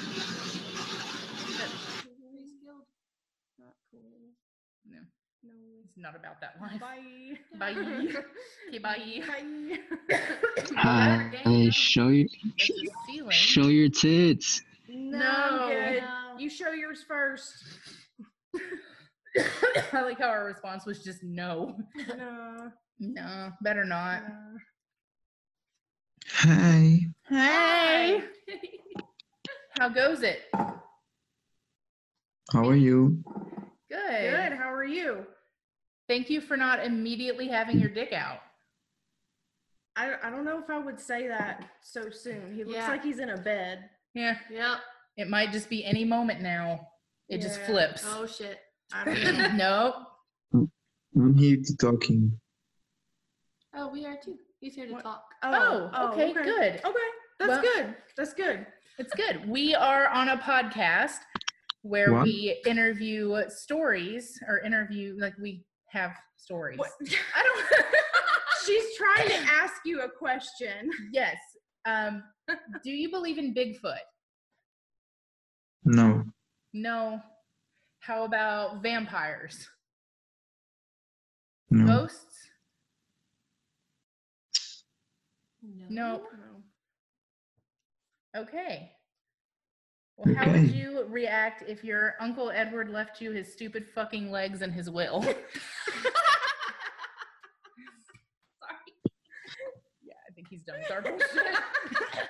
S6: Not cool.
S5: No,
S6: No.
S5: it's not about that life.
S6: Bye.
S5: Bye. Okay, bye.
S12: Uh, uh, show your
S5: That's a ceiling.
S12: show your tits.
S6: [laughs] No,
S5: No.
S6: I'm good. You show yours
S5: [laughs]
S6: first.
S5: I like how our response was just no.
S6: No.
S5: No, better not.
S12: Hi.
S5: Hey. How goes it?
S12: How are you?
S5: Good.
S6: Good. How are you?
S5: Thank you for not immediately having your dick out.
S6: I, I don't know if I would say that so soon. He looks
S5: Yeah.
S6: like he's in a bed.
S5: Yeah.
S7: Yep.
S5: It might just be any moment now. It just
S6: Yeah.
S5: flips. [laughs]
S7: Oh shit.
S6: I don't know.
S5: nope.
S12: I'm here to talking.
S7: Oh, we are too. He's here to
S6: What?
S7: talk.
S5: Oh, okay, good.
S6: Okay, that's
S5: Well-
S6: good. That's good.
S5: It's good. We are on a podcast where
S12: What?
S5: we interview stories or interview like we have stories.
S6: What?
S5: I don't
S6: [laughs] She's trying to ask you a question.
S5: [laughs] Yes. Um, do you believe in Bigfoot?
S12: No.
S5: No. How about vampires?
S12: No.
S5: Ghosts? No.
S7: Oh, [laughs]
S5: Okay. Well, how would
S12: Okay.
S5: you react if your Uncle Edward left you his stupid fucking legs and his will? Yeah, I think he's done with our
S7: [laughs]
S5: bullshit.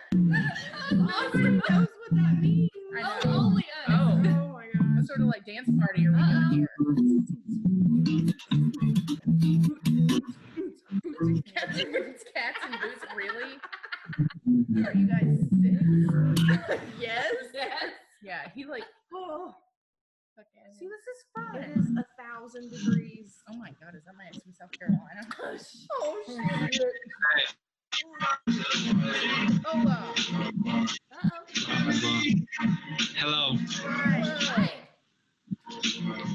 S6: Nobody knows what that means.
S5: I
S7: [laughs] Oh,
S5: know.
S7: only us.
S5: Oh,
S6: Oh my
S5: it's sort of like dance party or
S7: Uh-oh.
S5: doing here.
S6: gosh.
S5: Cats and boots, cats and boots, really? Are you guys sick?
S7: Yes. Yes. [laughs]
S5: Yeah, he like,
S6: Oh,
S5: see, this is
S6: it
S5: fun.
S6: is a thousand degrees.
S5: Oh my god, is that my ex from South
S7: [laughs]
S5: Carolina?
S6: Oh shit.
S5: Oh, wow.
S4: Hello.
S6: Hi.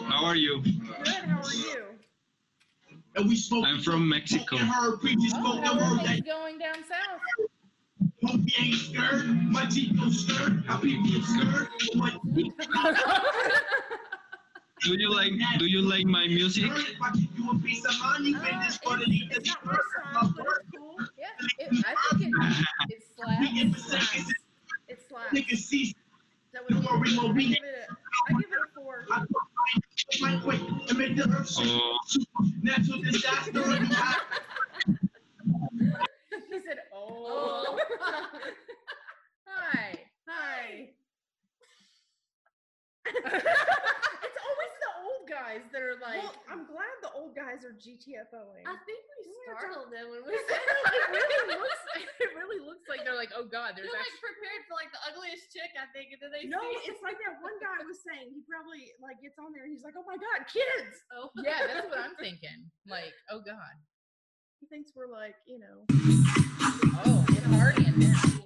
S4: How are you?
S6: Good. How are you?
S4: I'm from Mexico.
S5: Oh, how are things going down south? [laughs]
S6: Oh,
S4: Do you like do you like my music?
S6: Uh, it's, it's not my style, but it's cool.
S5: Yeah, it, I think it, it slaps.
S6: It slaps. That would be- I give it a, I give it a four.
S4: Oh,
S5: He said, oh.
S7: Oh. [laughs]
S5: Hi.
S6: Hi.
S5: it's
S6: [laughs]
S5: always the old guys that are like,
S6: Well, I'm glad the old guys are GTFOing.
S7: I think we
S6: We were
S7: startled them when we said
S5: [laughs] it really looks, [laughs]
S7: [laughs]
S5: it really looks like they're like, oh god,
S7: They're
S5: there's
S7: like
S5: actually.
S7: prepared for like the ugliest chick, I think, and then they
S6: No,
S7: see [laughs]
S6: it's like that one guy was saying. He probably like gets on there and he's like, "Oh my god, kids!"
S7: Oh.
S5: Yeah, that's what I'm thinking. Like, oh god.
S6: He thinks we're like, you know.
S5: Oh, it's partying now.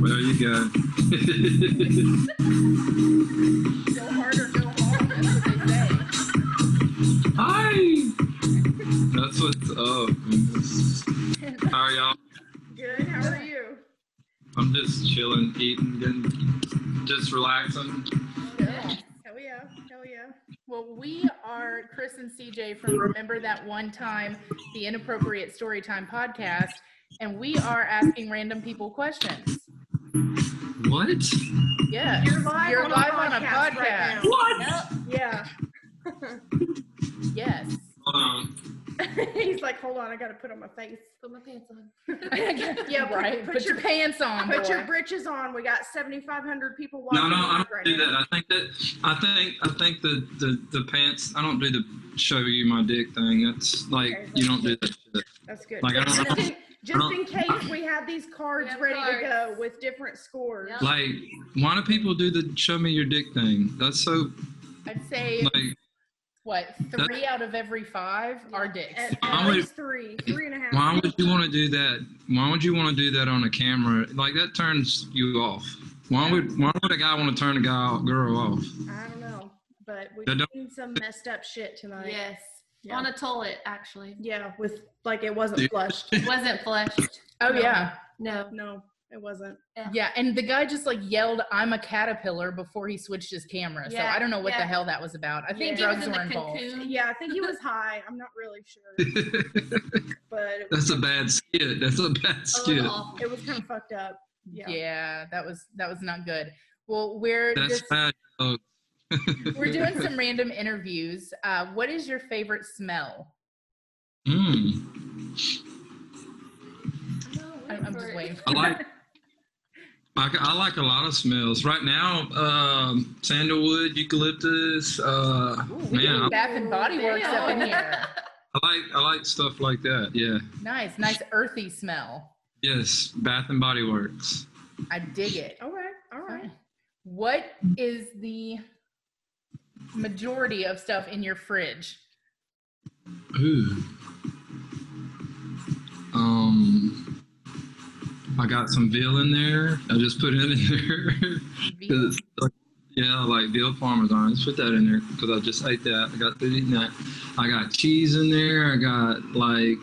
S11: Well, you got
S5: Go hard or go home. That's what they say.
S11: [laughs] Hi. That's what's up. How are y'all?
S6: Good. How are you?
S11: I'm just chilling, eating, and just relaxing.
S5: Yeah.
S6: Hell yeah! Hell yeah!
S5: Well, we are Chris and CJ from Remember That One Time, the Inappropriate Storytime podcast, and we are asking random people questions.
S11: What?
S5: Yeah.
S6: You're live on a podcast right now.
S11: What?
S6: Yeah.
S5: Yes.
S11: Um,
S6: [laughs] he's like, "Hold on, I gotta put on my face.
S7: Put my pants on.
S5: [laughs] yeah, [laughs]
S6: put-
S5: right. Put,
S6: put
S5: your,
S6: your-
S5: pants on.
S6: Put your
S5: boy.
S6: britches on. We got 7,500 people watching."
S4: no, no, I
S6: live
S4: don't
S6: right
S4: do that.
S6: now.
S4: I think that I think I think the the, the pants. I don't do the show you my dick thing. That's like
S6: Okay,
S4: you don't do that shit.
S6: That's good.
S4: Like, I don't-
S6: just, in, just in
S4: I don't-
S6: case we have these cards
S7: have
S6: ready to go
S7: cards.
S6: with different scores.
S7: Yeah.
S4: Like, why do people do the show me your dick thing? That's so
S5: I'd say
S4: like
S5: what three out of every five are dicks.
S4: Why would-
S6: three, three and a half.
S4: Why would you want to do that? Why would you want to do that on a camera? Like that turns you off. Why would why would a guy want to turn a guy girl off?
S6: I don't know, but we've
S4: They don't-
S6: seen some messed up shit tonight.
S7: Yes. On a toilet, actually.
S6: Yeah, with like it wasn't
S4: Dude.
S6: flushed.
S7: It wasn't flushed.
S5: Oh
S6: No.
S5: yeah,
S7: No.
S6: No, it wasn't.
S5: yeah. And the guy just like yelled, "I'm a caterpillar" before he switched his camera.
S7: Yeah,
S5: So I don't know what the
S7: yeah.
S5: hell that was about. I think
S7: Yeah. He was
S5: drugs
S7: in
S5: were
S7: the
S5: involved.
S7: cocoon.
S6: Yeah, I think he was high. I'm not really sure, but it was,
S4: [laughs] That's a bad skit. That's a bad skit.
S6: it was kind of fucked up.
S5: Yeah. that was that was not good. Well, we're
S4: That's
S5: just,
S4: bad. jokes.
S5: [laughs] we're
S4: [laughs]
S5: doing some random interviews. Uh, what is your favorite smell?
S4: Mm,
S5: I'm, I'm just waiting.
S4: I like. I, ca- I like a lot of smells right now. Um, sandalwood, eucalyptus. Uh,
S5: We
S4: man,
S5: need
S4: I,
S5: Bath and Body Works up in here.
S4: I like I like stuff like that. Yeah.
S5: Nice, nice earthy smell.
S4: Yes, Bath and Body Works.
S5: I dig it.
S6: All right, all right.
S5: What is the majority of stuff in your fridge?
S4: Ooh. Um, I got some veal in there. I just put it in there. 'Cause it's like- yeah, like veal parmesan. Just put that in there because I just ate that. I got through eating that. I got cheese in there. I got like.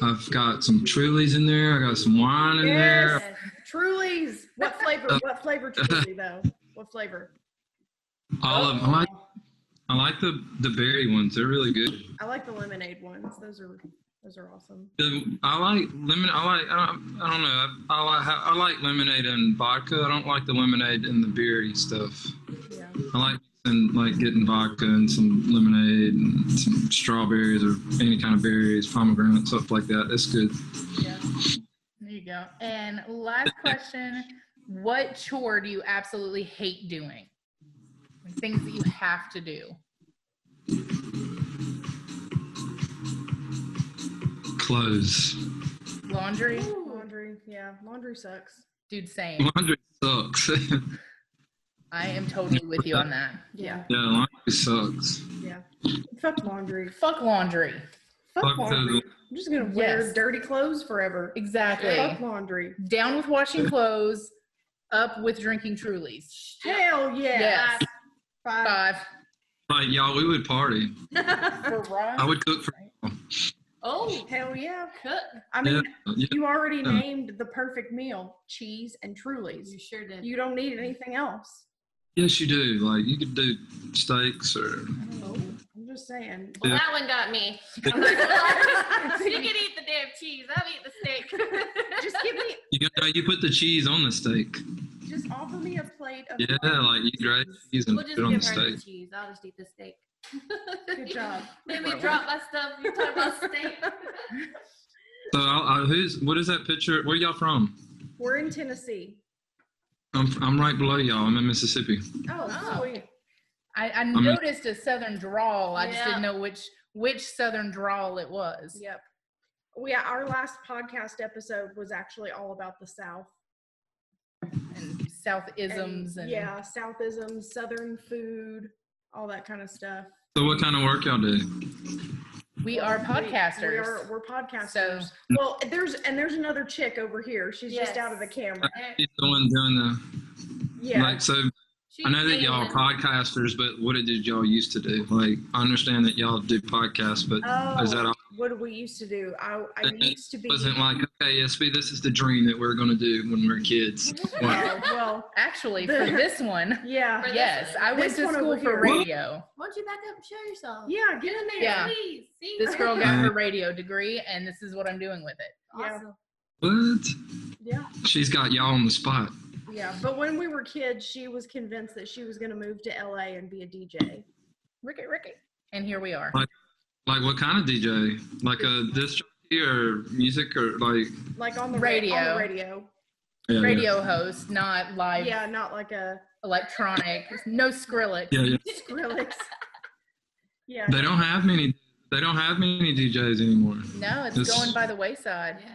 S4: I've got some Trulies in there. I got some wine in
S6: Yes,
S4: there.
S6: Truly's. What flavor?
S4: [laughs]
S6: What flavor Truly though? What flavor?
S4: All of I like, I like the the berry ones. They're really good.
S6: I like the lemonade ones. Those are those are awesome.
S4: The- I like lemon. I like. I don't, I don't know. I, I like. I like lemonade and vodka. I don't like the lemonade and the beery stuff. I like and like getting vodka and some lemonade and some strawberries or any kind of berries, pomegranate stuff like that. That's good.
S5: There you go. And last question What chore do you absolutely hate doing? Like, Things that you have to do.
S4: Clothes.
S5: Laundry?
S6: Laundry. Yeah, laundry sucks.
S5: Dude, same.
S4: Laundry sucks. [laughs] yeah,
S5: I am totally with you on that.
S6: Yeah.
S4: laundry sucks.
S6: Yeah. Fuck laundry.
S5: Fuck laundry.
S6: Fuck
S4: Fuck
S6: laundry.
S4: the-
S6: I'm just gonna wear
S5: Yes.
S6: dirty clothes forever.
S5: Exactly.
S6: Fuck laundry.
S5: Down with washing clothes, up with drinking Trulies.
S6: Hell yeah.
S5: Yes. Five.
S4: Like y'all, we would party. I would cook for.
S7: Oh,
S6: Hell yeah.
S7: cook.
S6: I mean,
S4: yeah, yeah.
S6: you already
S4: Yeah.
S6: named the perfect meal: cheese and Truly's.
S7: You sure did.
S6: You don't need anything else.
S4: Yes, you do. Like you could do steaks or.
S6: I'm just saying.
S7: Well,
S4: Yeah.
S7: that one got me. I'm like, [laughs] "Oh, you
S5: [laughs]
S7: can eat the damn cheese. I'll eat the steak.
S6: Just
S4: [laughs]
S6: give me,
S4: You know, you put the cheese on the steak.
S6: just offer me a plate of.
S4: Yeah, like you grate cheese and
S7: We'll
S4: put
S7: just
S4: it on the
S7: give her
S4: steak.
S7: the cheese. I'll just eat the steak.
S6: Good job.
S7: [laughs] Let me drop my stuff. You're talking about steak.
S4: So, I, I, who's what is that picture? Where y'all from?
S6: We're in Tennessee.
S4: I'm I'm right below y'all. I'm in Mississippi.
S6: Oh,
S5: Oh.
S6: sweet.
S5: I, I
S4: mean-
S5: noticed a southern drawl. I just
S7: Yeah.
S5: didn't know which which southern drawl it was.
S6: Yep. We our last podcast episode was actually all about the South.
S5: And South isms and,
S6: yeah, Southism, Southern food, all that kind of stuff.
S4: So what kind of work y'all do?
S5: we are podcasters.
S6: We, are we're podcasters. Well, there's and there's another chick over here. She's
S7: Yes.
S6: just out of the camera.
S4: She's the one doing the
S6: Yeah.
S4: like. So [laughs] I know that y'all are podcasters, but what did y'all used to do? Like I understand that y'all do podcasts, but
S6: oh,
S4: is that all?
S6: what did we used to do? I I
S4: It
S6: used to be. uh,
S4: wasn't like okay, SB, this is the dream that we're gonna do when we're kids. Like,
S6: Oh,
S4: [laughs]
S6: well,
S5: Actually, for
S6: The-
S5: this one,
S6: yeah.
S7: For this
S5: yes,
S7: one.
S5: I went
S6: This
S5: to
S6: one
S5: school
S6: over
S5: for
S6: here.
S5: radio.
S7: Why don't you back up and show yourself?
S6: Yeah,
S7: Get in there,
S5: Yeah.
S7: please. See?
S5: This girl got her radio degree, and this is what I'm doing with it.
S7: Awesome.
S4: what?
S6: Yeah.
S4: She's got y'all on the spot.
S6: Yeah, but when we were kids, she was convinced that she was going to move to LA and be a DJ.
S5: Ricky, Ricky, and here we are.
S4: Like what kind of DJ? Like a disc jockey or music or like
S6: Like on the ra- on the
S5: Radio.
S6: radio.
S4: yeah,
S5: Radio host, not live
S6: Yeah, not like a
S5: electronic. No Skrillex.
S4: Yeah, yeah.
S6: Skrillex. yeah.
S4: They don't have many. They don't have many DJs anymore.
S5: No, it's
S4: This-
S5: going by the wayside.
S7: Yes.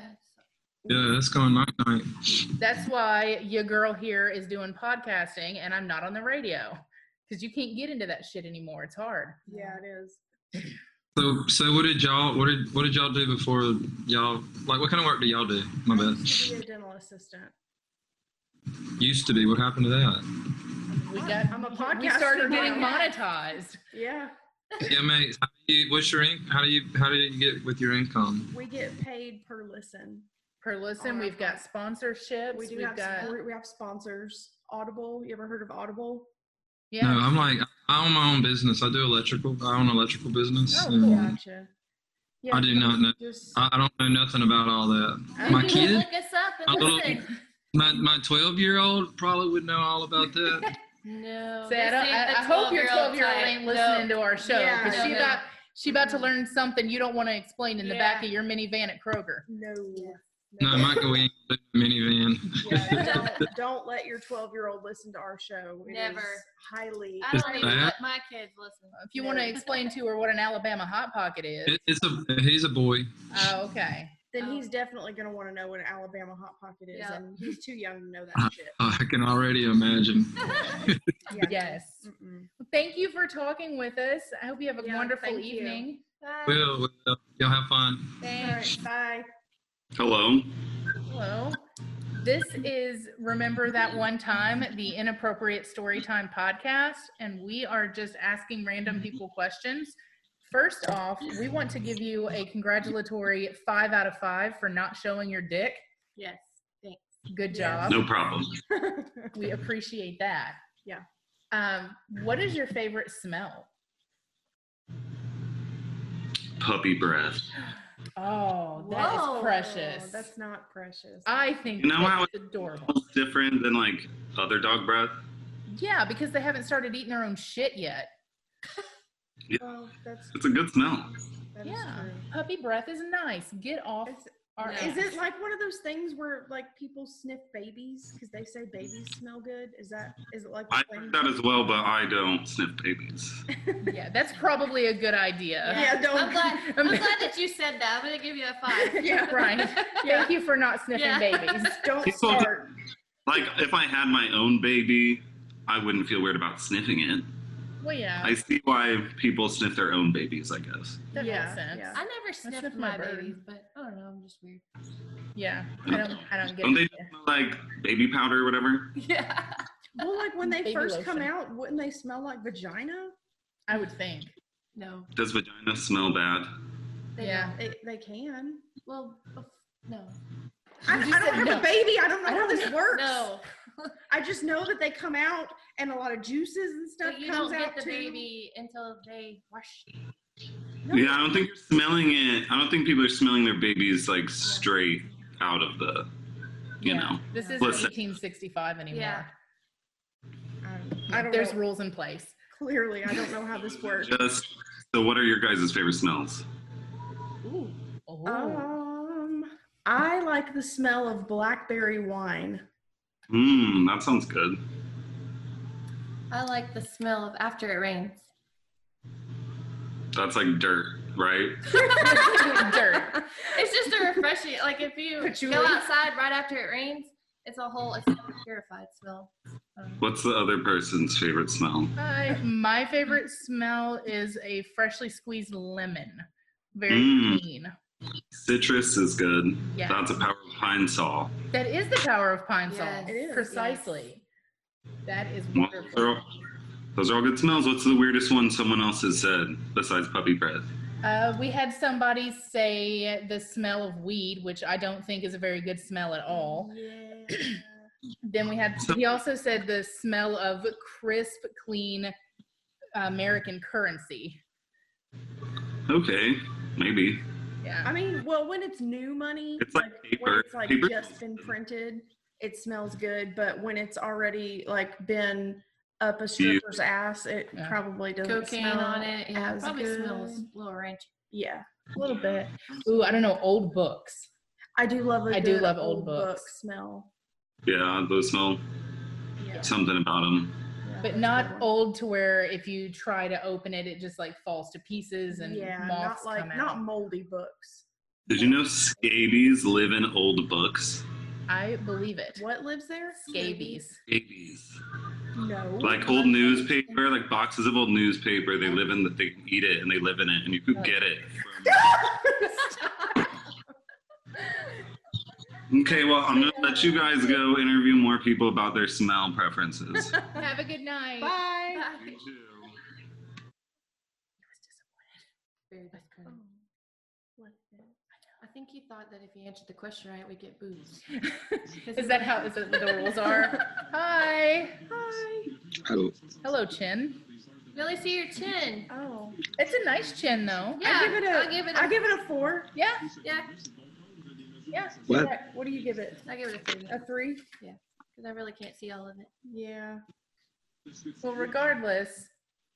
S4: Yeah, that's going night night.
S5: That's why your girl here is doing podcasting, and I'm not on the radio. because you can't get into that shit anymore. It's hard.
S6: Yeah, it is.
S4: So, so what did y'all what did what did y'all do before y'all like what kind of work do y'all do? My bad.
S6: Be a dental assistant.
S4: Used to be. What happened to that?
S5: We got.
S6: I'm a
S5: We
S6: podcaster
S5: started getting
S6: now.
S5: monetized.
S6: Yeah,
S4: Yeah, mate. How do you, what's your in- how do you how do you get with your income?
S6: we get paid per listen.
S5: Per listen, we've got sponsorships.
S6: Oh, We do
S5: we've
S6: have
S5: got.
S6: we- we have sponsors. Audible. You ever heard of Audible?
S5: Yeah.
S4: No,
S5: Oh,
S4: I'm like I own my own business. I do electrical. I own electrical business.
S6: Oh,
S4: and
S6: gotcha.
S4: I do not know.
S6: Just,
S4: I, I don't know nothing about all that. My kid,
S7: Look us up
S4: my
S7: and
S4: little,
S7: listen.
S4: my my twelve year old probably would know all about
S6: [laughs]
S4: that.
S7: No.
S5: Say, I,
S7: this
S5: don't,
S7: ain't
S5: I,
S7: the
S5: I hope your
S7: 12-year-old
S5: 12 year old
S7: type.
S5: ain't
S7: No.
S5: listening to our show
S7: Yeah.
S5: because she
S7: No, no.
S5: about she about to learn something you don't want to explain in the back of your minivan at Kroger.
S6: no.
S4: no, Michael, we ain't minivan.
S6: Yeah, don't, don't let your 12 year old listen to our show. It is
S7: Never.
S6: highly.
S7: [laughs] I don't even
S4: That-
S7: let my kids listen.
S5: If you want to explain to her what an Alabama hot pocket is,
S4: It, it's a he's a boy.
S5: oh okay.
S6: Then he's definitely going to want to know what an Alabama hot pocket is,
S7: Yeah.
S6: and he's too young to know
S4: I,
S6: that shit.
S5: [laughs]
S4: Uh, I can already imagine.
S5: Yes.
S6: Mm-mm.
S5: Well, Thank you for talking with us. I hope you have a
S6: Yeah,
S5: wonderful
S6: thank you.
S5: evening.
S4: Well, well, y'all have fun.
S5: Thanks.
S6: All right, bye.
S8: Hello.
S5: Hello. This is Remember That One Time, the Inappropriate Storytime podcast, and we are just asking random people questions. First off, we want to give you a congratulatory five out of five for not showing your dick.
S7: Yes. Thanks.
S5: Good job.
S8: No problem.
S5: We appreciate that.
S6: Mm-hmm. Yeah.
S5: Um, what is your favorite smell?
S8: Puppy breath.
S5: Oh, that is
S7: Whoa.
S5: precious.
S6: That's not precious.
S5: I think
S8: You know how
S5: that's adorable.
S8: It's different than like other dog breath.
S5: Yeah, because they haven't started eating their own shit yet.
S6: Oh, that's
S8: It's a good smell.
S6: that is
S5: Yeah, puppy breath is nice. Get off
S6: It's-
S5: our.
S6: true. Is it like one of those things where like people sniff babies because they say babies smell good? Is that is it like the
S8: I
S6: thing?
S8: like that as well, but I don't sniff babies.
S5: ass? Yeah, that's probably a good idea.
S6: Yeah, don't-
S5: [laughs]
S7: I'm glad, I'm glad that you said that. I'm going to give you a five.
S5: Yeah,
S7: [laughs]
S5: right. Thank you for not sniffing
S7: Yeah.
S6: [laughs]
S5: babies.
S6: Don't
S8: People-
S6: start.
S8: Like if I had my own baby, I wouldn't feel weird about sniffing it.
S5: Well, yeah,
S8: I see why people sniff their own babies, I guess.
S5: that
S6: Yeah,
S5: makes sense.
S6: yeah.
S7: I never
S5: sniffed
S7: sniffed
S5: my
S7: my
S5: bird.
S7: babies, but I don't know. I'm just
S5: [laughs]
S7: weird.
S5: Yeah, I don't. I don't get
S8: Don't they
S5: it.
S8: smell like baby powder or whatever?
S7: Yeah.
S6: Well, like when they
S5: Baby
S6: first come
S5: lotion.
S6: out, wouldn't they smell like vagina?
S5: I would think.
S7: No.
S8: Does vagina smell bad?
S7: They
S5: Yeah.
S7: don't.
S6: They, they can.
S7: Well, bef- no.
S6: I, I
S5: You
S6: don't
S5: just said
S6: have
S5: no.
S6: a baby. I don't know
S5: I
S6: how
S5: don't
S6: this works.
S7: No.
S6: I just know that they come out and a lot of juices and stuff
S7: But you
S6: comes
S7: don't
S6: out
S7: get the
S6: too.
S7: baby until they wash.
S6: No.
S8: Yeah, I don't think you're smelling it. I don't think people are smelling their babies like straight out of the, you
S5: Yeah.
S8: know.
S5: This isn't
S8: Listen.
S5: 1865 anymore.
S7: Yeah.
S6: I don't, Um, I don't
S5: There's
S6: know.
S5: rules in place.
S6: Clearly, I don't know how this works.
S8: Just so, what are your guys' favorite smells?
S5: Ooh. Oh.
S7: Uh-huh.
S6: Um, I like the smell of blackberry wine.
S8: Mmm, that sounds good.
S7: I like the smell of after it rains.
S8: That's like dirt, right?
S5: Dirt.
S7: It's just a refreshing. Like if you
S5: Patchouli.
S7: go outside right after it rains, it's a whole it's a purified smell. Um,
S8: What's the other person's favorite smell?
S5: Hi. My favorite smell is a freshly squeezed lemon. Very
S8: Mm.
S5: clean.
S8: Citrus is good.
S5: Yeah.
S8: That's a power of pine saw.
S5: That is the power of pine
S7: Yes,
S5: salt.
S7: it
S6: is,
S5: Precisely. That is
S8: Well, those are
S5: wonderful.
S8: all- those are all good smells. What's the weirdest one someone else has said besides puppy breath?
S5: Uh, we had somebody say the smell of weed, which I don't think is a very good smell at all.
S6: Yeah.
S5: Then we had, he also said the smell of crisp, clean American currency.
S8: Okay, maybe.
S5: Yeah.
S6: I mean, well, when it's new money,
S8: It's like
S6: when
S8: paper.
S6: it's like
S8: Paper-
S6: just been printed, it smells good. But when it's already like been up a stripper's ass, it
S5: Yeah.
S6: probably doesn't
S7: cocaine
S6: smell
S7: on it. Yeah, it
S6: as
S7: probably
S6: good.
S7: smells a little ranchy.
S6: Yeah,
S5: A little bit. Ooh, I don't know, old books.
S6: I do love. I
S5: I do love old
S6: book
S5: books.
S6: smell.
S8: Yeah, those smell
S6: Yeah.
S8: something about them.
S6: Yeah, that's
S5: But
S6: a
S5: not
S6: good one.
S5: old to where if you try to open it, it just like falls to pieces and
S6: Yeah,
S5: moths
S6: not like
S5: come out.
S6: not moldy books.
S8: Did you know scabies live in old books?
S5: I believe it.
S6: What lives there?
S5: Scabies.
S8: Scabies.
S6: No.
S13: Like old newspaper, like boxes of old newspaper. They live in the, they eat it and they live in it, and you
S5: Oh.
S13: could get it.
S5: [laughs]
S13: Okay, well, I'm gonna let you guys go interview more people about their smell
S5: [laughs]
S13: preferences.
S7: Have a good night.
S6: Bye.
S7: Bye.
S5: Very disappointed.
S7: Oh, I think you thought that if you answered the question right, we'd get booze.
S5: Is that how is that what the
S7: [laughs]
S5: rules are? Hi.
S7: Hi.
S12: Oh,
S5: Hello, chin.
S7: Really see your chin. Oh.
S5: It's a nice chin, though.
S7: Yeah,
S6: I give it a.
S7: I'll give it a-
S6: I give it a four.
S5: Yeah.
S7: Yeah,
S6: Yeah.
S5: What?
S6: What do you give it?
S7: I give it a three.
S6: A three?
S7: Yeah, because I really can't see all of it.
S6: [laughs] Yeah.
S5: Well, regardless.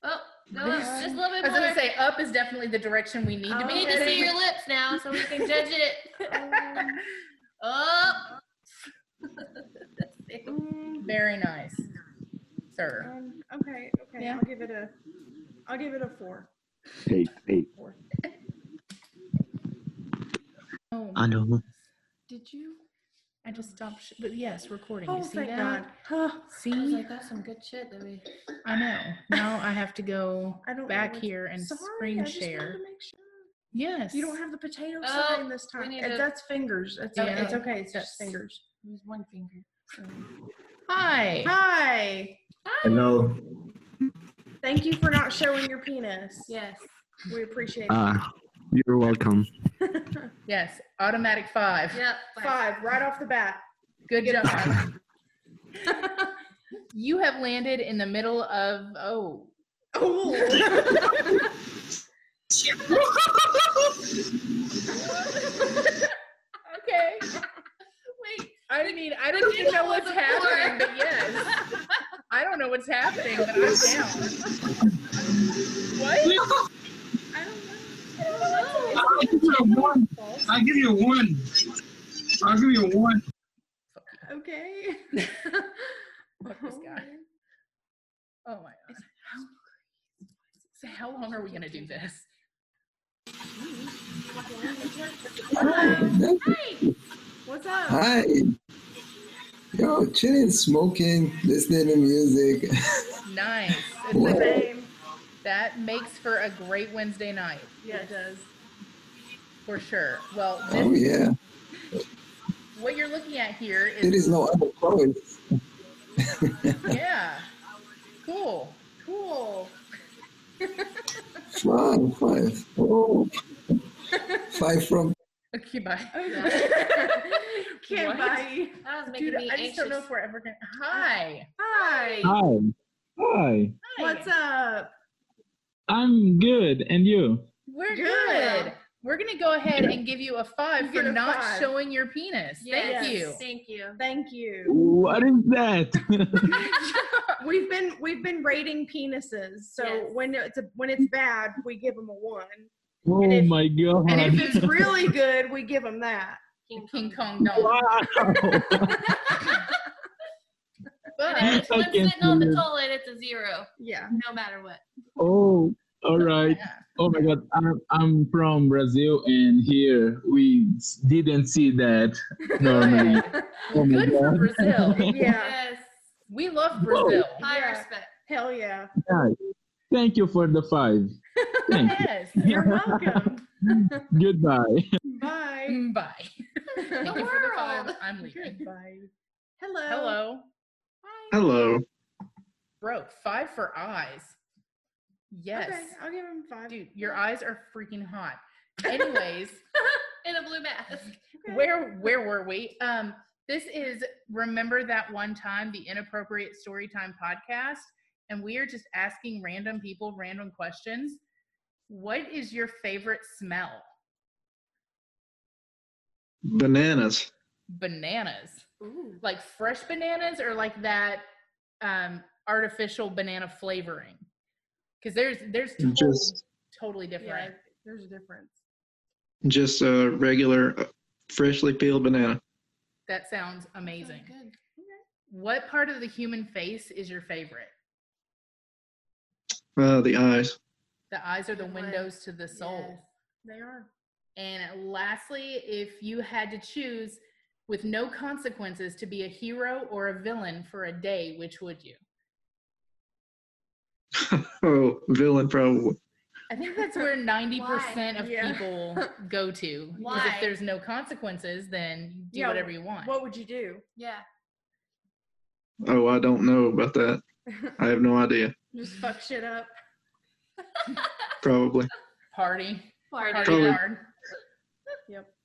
S7: Oh, go up.
S5: this-
S7: Just a little bit
S5: I was gonna
S7: more.
S5: say up is definitely the direction we need to
S7: we
S5: be.
S7: need to see your lips now so we can judge it.
S5: [laughs]
S6: Um,
S7: Oh.
S5: Very nice, sir.
S6: Um, okay. Okay. I'll give it a. I'll give it a four.
S14: Hey, hey,
S5: Oh,
S14: I know.
S5: did you? I just stopped. Sh- but yes, recording.
S7: Oh,
S5: you see
S7: thank
S5: that? See,
S7: I was like, that's some good shit that we.
S5: I know. Now I have to go
S7: I don't
S5: back
S7: know what-
S5: here and
S7: Sorry,
S5: screen
S7: I just wanted
S5: share.
S7: to
S6: make sure.
S5: Yes.
S6: You don't have the potato
S7: Oh,
S6: sign this
S7: we
S6: time.
S7: need
S6: Uh,
S7: to-
S6: That's fingers. It's,
S5: Yeah.
S6: okay. it's okay. It's just
S5: That's-
S6: fingers.
S7: Use one finger.
S5: Hi.
S6: Hi.
S7: Ah,
S14: Hello.
S6: Thank you for not showing your penis.
S7: Yes.
S6: We appreciate
S14: Ah, you're welcome.
S6: it.
S5: yes. Automatic five.
S7: Yep.
S6: Five right off the bat.
S5: Good job. [laughs] you have landed in the middle of oh. [laughs] okay.
S7: Wait.
S5: I mean, I don't even know what's happening, but yes.
S7: [laughs]
S5: I don't know what's happening, but I'm down. What?
S9: I'll give you a one. I'll give you a one. I'll give you a one.
S6: Okay.
S5: Fuck this guy. Oh my god. So how long are we gonna do this?
S6: What's up?
S12: Hi. Yo, chilling, smoking, listening to music.
S5: Nice. It's
S12: Wow.
S5: like- that makes for a great Wednesday night.
S6: Yeah, it does. [laughs]
S5: For sure. Well, this,
S14: Oh yeah,
S5: what you're looking at here is
S14: there is no other choice.
S5: yeah. Cool. Cool.
S12: Five, five. Oh. Five from.
S5: Okay, bye.
S6: Can't
S5: What?
S6: buy.
S7: That was making
S5: Dude,
S7: me
S5: I just don't know
S7: anxious.
S5: if we're ever gonna. Hi.
S6: Hi.
S15: Hi. Hi.
S6: What's up?
S15: I'm good. And you?
S5: We're
S6: Good.
S5: good. We're gonna go ahead and give you a five
S6: You
S5: for
S6: get a
S5: not
S6: five.
S5: showing your penis.
S6: Yes.
S5: Thank [laughs] you.
S7: Thank you.
S6: Thank you.
S15: What is that? [laughs]
S6: We've been we've been rating penises. So when it's a, when it's bad, we give them a one.
S5: [laughs]
S15: oh my god.
S6: And if it's really good, we give them that.
S7: King Kong,
S5: King
S15: [laughs]
S5: Kong doll. [laughs]
S7: [laughs] But
S15: I
S7: if it's one
S15: can't
S7: sitting on the
S15: believe-
S7: toilet, it's a zero.
S6: Yeah.
S7: No matter what.
S15: oh, all right. Oh my god. I'm, I'm from Brazil and here we s- didn't see that
S6: [laughs]
S15: normally. Oh my
S5: Good for
S15: God.
S5: Brazil.
S6: Yeah.
S7: Yes.
S5: We love
S15: Whoa.
S5: Brazil.
S7: [laughs] High
S6: Yeah.
S7: respect.
S6: Hell yeah.
S15: Yeah. Thank you for the five. Thank
S5: Yes.
S6: [laughs] You're welcome.
S15: you. [laughs] Goodbye.
S6: Bye.
S5: Bye. Thank you
S6: [laughs]
S5: for the five.
S7: world.
S5: I'm leaving.
S6: Bye. Hello.
S5: Hello.
S10: Hello.
S5: Bro, five for eyes. Yes.
S6: Okay, I'll give him five.
S5: Dude, your eyes are freaking hot. Anyways,
S7: In a blue mask.
S5: where where were we? Um, this is remember that one time the inappropriate storytime podcast, and we are just asking random people random questions. What is your favorite smell?
S10: Bananas.
S5: Bananas, like fresh bananas, or like that um, artificial banana flavoring? Because there's there's total,
S10: Just-
S5: totally different.
S6: There's a difference.
S10: Just a regular, uh, freshly peeled banana.
S5: That sounds amazing. What part of the human face is your favorite?
S10: Uh, the eyes. [laughs]
S5: The eyes are the windows to the soul.
S6: They are.
S5: And lastly, if you had to choose with no consequences to be a hero or a villain for a day, which would you?
S10: oh, villain probably.
S5: I think that's where 90% of
S6: Yeah.
S5: people go to. Because
S6: Why?
S5: if there's no consequences, then you do
S6: Yeah,
S5: whatever you want.
S6: What would you do? [laughs]
S7: Yeah.
S10: Oh, I don't know about that. I have no idea.
S6: Just fuck shit up.
S10: Probably
S5: Party. Party,
S10: Probably.
S5: hard.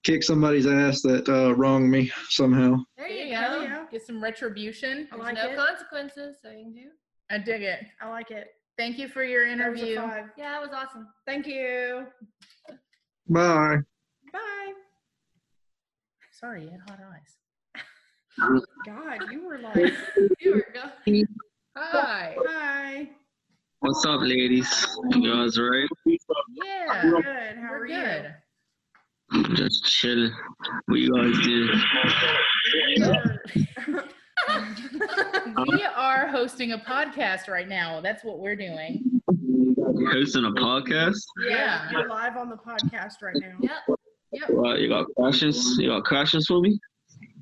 S10: kick somebody's ass that uh, wronged me somehow.
S5: There you, go. Get some retribution.
S7: There's no consequences, so you can do.
S5: I dig it.
S6: I like it.
S5: Thank you for your
S7: That was a
S5: interview.
S7: five. Yeah, that was awesome.
S6: Thank you.
S10: Bye.
S6: Bye.
S5: Sorry, you had hot eyes.
S6: God, you were like.
S7: you were go-
S5: Hi.
S6: Hi.
S16: What's up, ladies? You guys right?
S5: Yeah.
S6: We're good. How are you?
S16: Just chill. What you guys do?
S5: we are hosting a podcast right now. That's what we're doing.
S16: Hosting a podcast?
S5: Yeah.
S6: You're live on the podcast right now.
S5: Yep.
S16: What, you got questions? You got questions for me?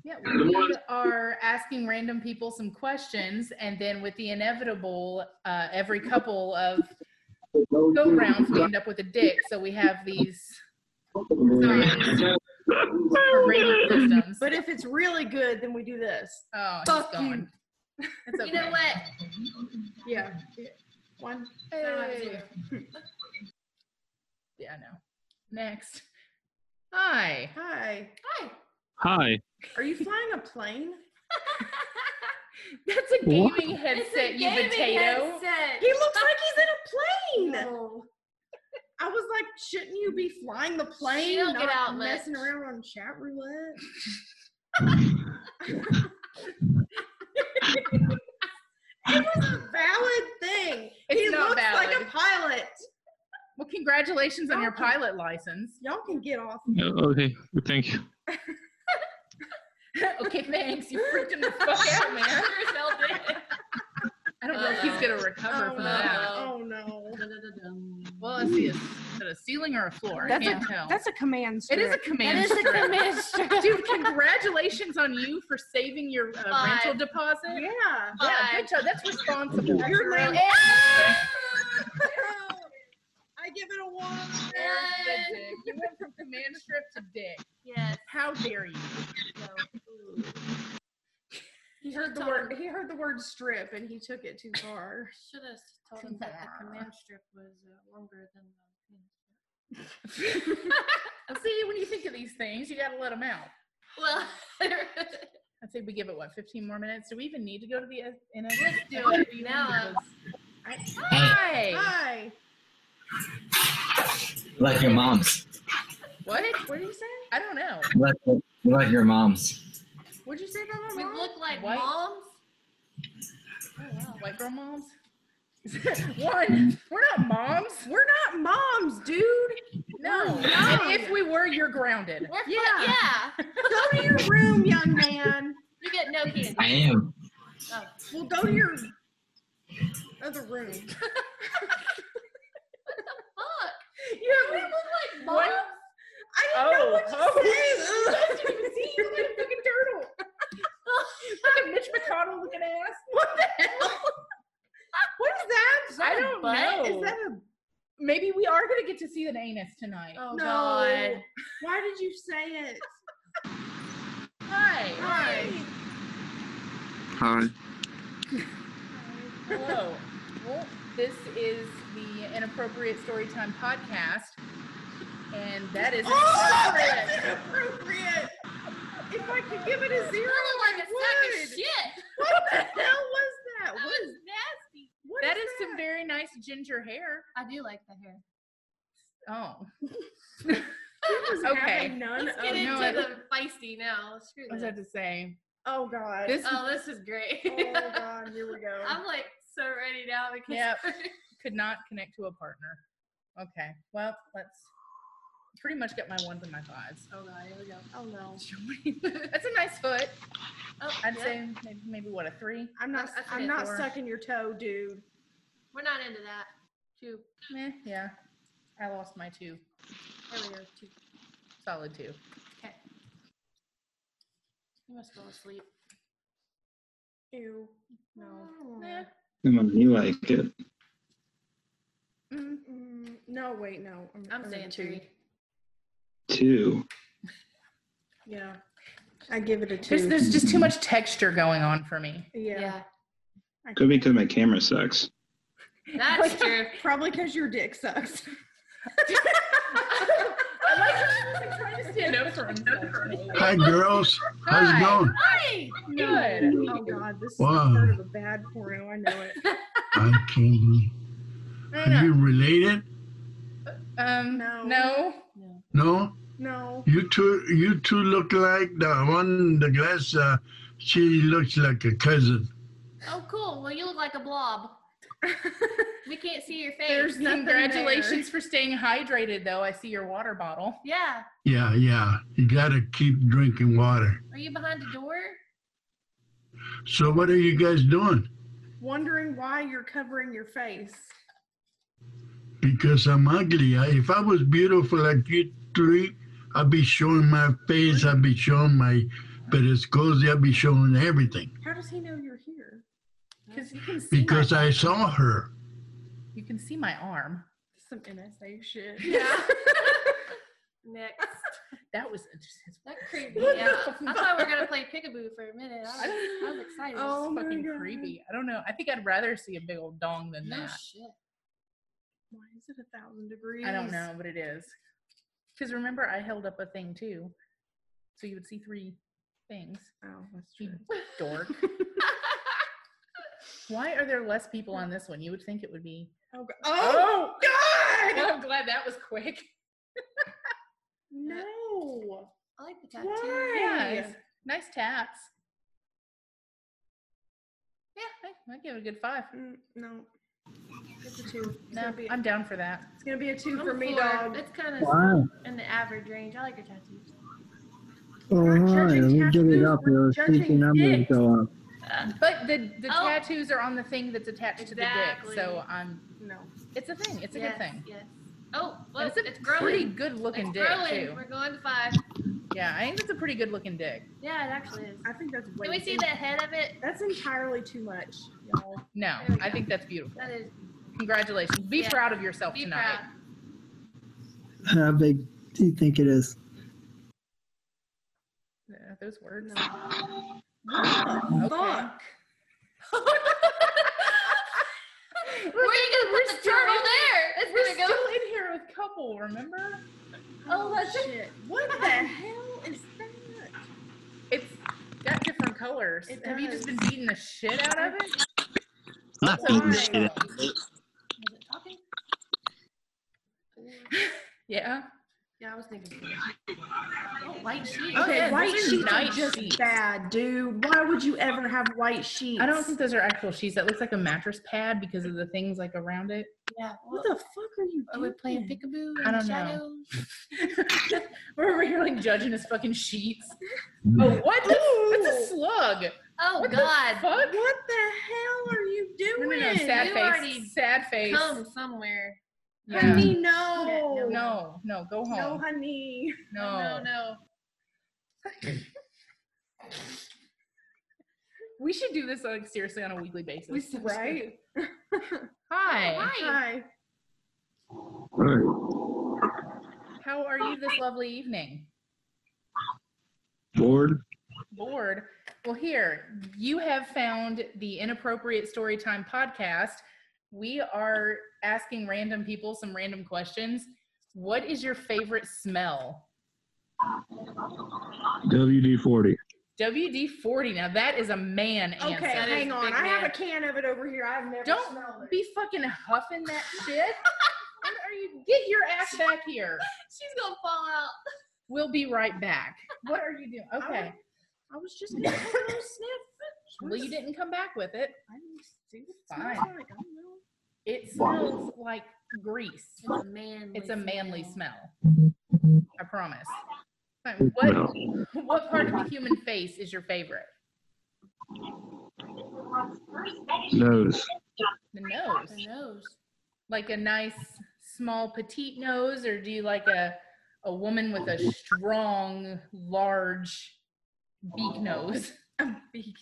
S5: Yeah, we are asking random people some questions, and then with the inevitable, uh, every couple of go rounds, we end up with a dick. So we have these.
S6: But if it's really good, then we do this.
S5: Oh,
S6: Fuck
S5: he's gone.
S6: You.
S7: You know what?
S6: Yeah. One.
S5: Hey. Yeah, I know. Next. Hi.
S6: Hi.
S7: Hi.
S17: Hi.
S6: Are you flying a plane?
S5: That's a
S17: What?
S5: gaming headset, you
S6: gaming
S5: potato.
S7: headset.
S6: He looks like
S7: [laughs]
S6: he's in a plane. I was like, shouldn't you be flying the plane?
S7: She'll
S6: not
S7: get out
S6: messing
S7: much.
S6: around on chat roulette. [laughs] it was a valid thing.
S5: It's
S6: he
S5: not
S6: looks like
S5: valid.
S6: a pilot.
S5: Well, congratulations on your pilot license.
S6: Y'all can get off.
S17: Yeah, okay. Thank you.
S5: [laughs] okay, thanks. You freaked him the [laughs] fuck out, man. I don't know if he's gonna recover
S6: Oh,
S5: from that.
S6: no. Oh no.
S5: Well, let's see. Is it a ceiling or a floor?
S6: That's
S5: I
S6: a-
S5: can't tell.
S6: that's a command
S5: It is a
S6: strip.
S5: command
S6: That is a
S5: strip.
S6: command
S5: [laughs]
S6: strip.
S5: Dude, congratulations on you for saving your uh,
S6: Five.
S5: rental deposit.
S6: Yeah.
S5: [laughs] Yeah, good job. That's responsible.
S6: That's You're really- like- I give it a one.
S5: There's the dick. You went from command strip to dick.
S7: Yes.
S5: How dare you?
S6: He heard the word. He heard the word strip, and he took it too far.
S7: Should have told him that the command strip was uh, longer than the penis.
S5: See, when you think of these things, you gotta let them out. [laughs]
S7: Well,
S5: I think we give it what 15 more minutes. Do we even need to go to the uh, in a
S7: Let's do it now.
S5: Hi.
S6: Hi.
S18: Like your moms.
S5: What?
S6: What did you say?
S5: I don't know.
S18: Like, like your moms.
S6: What'd you say about my
S7: We
S6: mom?
S7: look like
S5: White.
S7: moms.
S5: White girl [laughs] moms. One, we're not moms.
S6: We're not moms, dude.
S5: No.
S6: We're
S5: And
S6: young.
S5: if we were, you're grounded.
S7: We're fu-
S6: Yeah.
S7: yeah.
S6: Go to your room, young man.
S7: You get no candy.
S18: I am.
S7: Oh.
S6: Well, go to your other room.
S7: Fuck.
S5: You
S7: We look like moms.
S5: What?
S6: I didn't know
S5: Oh,
S6: what you
S5: oh.
S6: said.
S5: I didn't even see you like a fucking turtle. like a Mitch McConnell looking ass. What the hell?
S6: What is that? Is that
S5: I
S6: a
S5: don't
S6: butt?
S5: know.
S6: Is that a
S5: Maybe we are gonna get to see an anus tonight.
S7: Oh
S6: no?
S7: god.
S6: Why did you say it?
S5: Hi.
S6: Hi.
S18: Hi.
S5: Hello. Well, this is the Inappropriate Storytime podcast, and that [laughs] is
S6: Oh,
S5: inappropriate.
S6: that's inappropriate. If I could give it a
S7: You
S6: zero,
S7: look like a
S6: I
S7: sack of
S6: would.
S7: shit.
S6: What the hell was that?
S7: That
S6: What
S7: was
S6: is-
S7: nasty.
S6: what
S5: That
S6: is
S5: is some very nice ginger hair.
S7: I do like the hair.
S5: [laughs] Oh,
S7: [laughs]
S6: He was Oh,
S5: Okay.
S6: having none
S7: Let's
S6: of
S7: get
S5: no,
S7: into
S5: I-
S7: the feisty now. Screw
S5: what was I
S7: that.
S5: to say?
S6: Oh god.
S5: This-
S7: Oh, this is great.
S6: [laughs] oh god, here we go.
S7: [laughs] I'm like so ready now because
S5: Yep. Could not connect to a partner. Okay. Well, let's pretty much get my ones and my fives.
S7: Oh god, here we go.
S5: [laughs]
S6: oh no.
S5: That's a nice foot.
S7: [laughs] Oh,
S5: I'd
S7: yeah.
S5: say maybe, maybe what a three.
S6: I'm not
S7: I- I
S6: I'm
S7: said
S6: not
S5: four.
S6: sucking your toe, dude.
S7: we're not into that. Two.
S5: Meh, yeah. I lost my two.
S7: There we go. Two.
S5: Solid two.
S7: Okay. You must fall asleep.
S6: Ew. No.
S7: Yeah. Oh,
S10: Come on, you like it.
S6: Mm, mm, no, wait, no. I'm,
S7: I'm
S6: gonna
S7: saying
S6: two.
S7: three.
S10: Two.
S6: Yeah, I give it a two.
S5: There's, there's just too much texture going on for me.
S6: [laughs] Yeah.
S10: Could be because my camera sucks.
S6: That's true. Probably because your
S7: [laughs]
S6: dick sucks. [laughs]
S5: I like how she's like trying to stand up for himself.
S19: Hi, girls. How's it going?
S5: Hi. Good.
S6: Oh God, this
S19: Wow.
S6: is the start of a bad porno. I know it.
S19: [laughs] I can't. Are you related?
S5: Um, no. No.
S19: No.
S6: No.
S19: You two, you two look like the one, the glass. Uh, she looks like a cousin.
S7: Oh, cool. Well, you look like a blob. we can't see your face.
S5: There's Congratulations for staying hydrated, though. I see your water bottle.
S7: Yeah.
S19: Yeah, yeah. You gotta keep drinking water.
S7: Are you behind the door?
S19: So, what are you guys doing?
S6: Wondering why you're covering your face.
S19: Because I'm ugly. I, if I was beautiful like you three, I'd be showing my face. I'd be showing my periscope. I'd be showing everything.
S6: How does he know you're here?
S5: Because you can see
S19: Because
S5: my,
S19: I saw her.
S5: you can see my arm.
S6: Some NSA shit.
S5: [laughs] Yeah.
S7: Next.
S5: that was interesting.
S7: That creeped me
S5: What the [laughs]
S7: out. I thought we were gonna play peekaboo for a minute. I was, I was excited.
S5: Oh, fucking creepy. I don't know. I think I'd rather see a big old dong than
S7: No
S5: that.
S7: shit.
S5: [laughs]
S6: Why is it a thousand degrees?
S5: I don't know, but it is. Because remember, I held up a thing too, so you would see three things.
S6: Oh, that's
S5: true. Dork. Why are there less people on this one? You would think it would be.
S6: Oh, go- oh, God!
S5: Well, I'm glad that was quick. [laughs]
S6: No.
S7: I like the tattoo.
S6: Why?
S5: Yes. Nice tats. Yeah, I, I give it a good five.
S6: Mm, no. It's a two. It's
S5: No,
S6: gonna be a-
S5: I'm down for that.
S6: It's gonna be a two
S7: I'm
S6: for me,
S7: four.
S6: dog.
S7: It's kind of
S14: Wow.
S7: in the average range. I like your tattoos.
S14: All right, Oh, let me get it up. We're
S5: Judging
S14: thinking numbers go up.
S5: But the the tattoos are on the thing that's attached to the dick, so
S7: Oh. Exactly.
S5: I'm
S6: no.
S5: It's a thing. It's a
S7: yes,
S5: good thing.
S7: Yes. Oh, well,
S5: And
S7: it's,
S5: it's a
S7: growing.
S5: pretty good looking
S7: It's
S5: dick
S7: growing.
S5: too.
S7: We're going to five.
S5: Yeah, I think that's a pretty good looking dick.
S7: Yeah, it actually is.
S6: I think that's. Way
S7: Can we
S6: too
S7: see the
S6: much.
S7: head of it?
S6: That's entirely too much, y'all.
S5: No,
S7: There we
S5: I
S7: go.
S5: think that's beautiful.
S7: That is.
S5: Congratulations. Be
S7: Yeah.
S5: proud of yourself
S7: Be
S5: tonight.
S7: proud.
S14: How big do you think it is?
S5: Yeah, those words.
S6: Fuck.
S5: We're,
S7: Where are you gonna put the
S5: still
S7: turtle
S5: in-
S7: there? It's
S5: we're
S7: gonna go-
S5: still in here with couple. Remember?
S6: Oh, that's shit. What the hell is that?
S5: It's got different colors.
S6: It
S5: Have you just been
S6: does.
S5: beating the shit out of it?
S14: Not
S5: beating the
S14: shit out
S7: Was it talking?
S5: Yeah.
S7: Yeah, I was thinking. Oh, white sheet.
S5: Oh,
S6: Okay,
S5: yeah,
S6: white
S5: those are
S6: sheets are
S5: nice
S6: just
S5: sheets.
S6: bad, dude. Why would you ever have white sheets?
S5: I don't think those are actual sheets. That looks like a mattress pad because of the things like around it.
S7: Yeah.
S6: What the fuck are you
S5: Oh,
S7: Are
S6: doing?
S7: we Oh, playing peekaboo?
S5: I
S7: and
S5: don't know.
S7: shadows?
S5: We're over here like judging his fucking sheets. Oh, what? That's, that's a slug.
S7: Oh
S5: What the
S7: God.
S5: fuck?
S6: What the hell are you
S5: No,
S6: doing?
S5: no, no, sad
S7: You
S5: face.
S7: already
S5: sad face.
S7: Come somewhere.
S5: Yeah.
S6: Honey, no.
S7: No,
S5: No, no, go home.
S6: No, honey.
S5: No.
S7: No, no.
S5: We should do this like seriously on a weekly basis.
S6: Right?
S5: Hi.
S6: Hi.
S5: How are you this lovely evening?
S10: Bored?
S5: Bored. Well, here, you have found the Inappropriate Storytime podcast. We are asking random people some random questions. What is your favorite smell?
S10: WD 40.
S5: WD 40. Now, that is a man
S6: Okay,
S5: answer.
S7: is
S6: hang
S7: a
S6: on.
S7: big
S6: I have a
S7: man.
S6: can of it over here. I've never
S5: Don't
S6: smelled it.
S5: be fucking huffing
S6: [laughs]
S5: that shit. When are you? Get your ass back here.
S7: She's gonna fall out.
S5: We'll be right back. What are you
S6: [laughs]
S5: doing? Okay.
S6: I was just gonna have a little sniff.
S5: Well, you didn't come back with it.
S6: I didn't see what it
S5: Fine.
S6: smells like. I don't know.
S5: It smells like grease.
S7: It's a manly.
S5: It's a manly
S7: smell.
S5: smell. I promise. Fine, What what part of the human face is your favorite?
S10: Nose.
S5: The nose.
S7: The nose.
S5: Like a nice small petite nose, or do you like a a woman with a strong, large [laughs] beak nose? [laughs]
S6: A beak.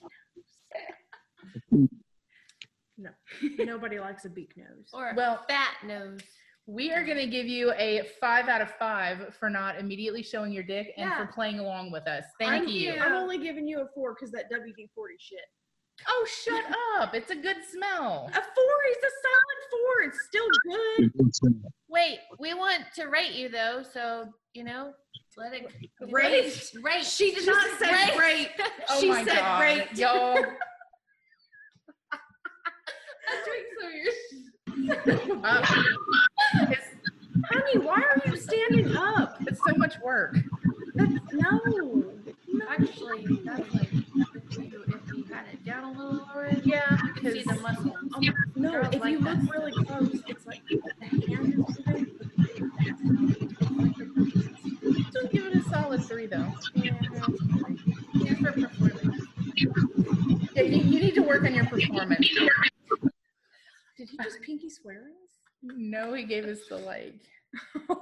S6: No, nobody likes a beak nose.
S7: Or
S5: Well-
S7: fat nose.
S5: We are going to give you a five out of five for not immediately showing your dick and
S6: Yeah.
S5: for playing along with us. Thank
S6: I'm,
S5: you.
S6: I'm only giving you a four because that WD forty shit.
S5: Oh, shut up. It's a good smell.
S6: A four is a solid four. It's still good.
S20: Mm-hmm.
S7: Wait, we want to rate you though, so you know, let it
S6: Rate.
S7: Rate.
S6: She did not say rate.
S7: [laughs]
S5: Oh
S7: she
S5: my
S7: said
S5: God.
S7: rate. [laughs]
S5: Y'all.
S6: [laughs]
S5: Uh, it's-
S6: Honey, why are you standing up?
S5: It's so much work.
S6: No.
S7: Actually, that's like if we had it down a little already.
S6: Yeah,
S7: you can see the
S6: because-
S7: muscles.
S5: [laughs]
S6: No,
S7: Girls
S6: if
S7: like
S6: you
S7: that.
S6: look really close, it's like the hand is moving.
S5: Still give it a solid three though.
S7: Just for performance.
S5: Yeah, you, you need to work on your performance.
S6: Did he just pinky swear us?
S5: No, he gave us the like. [laughs]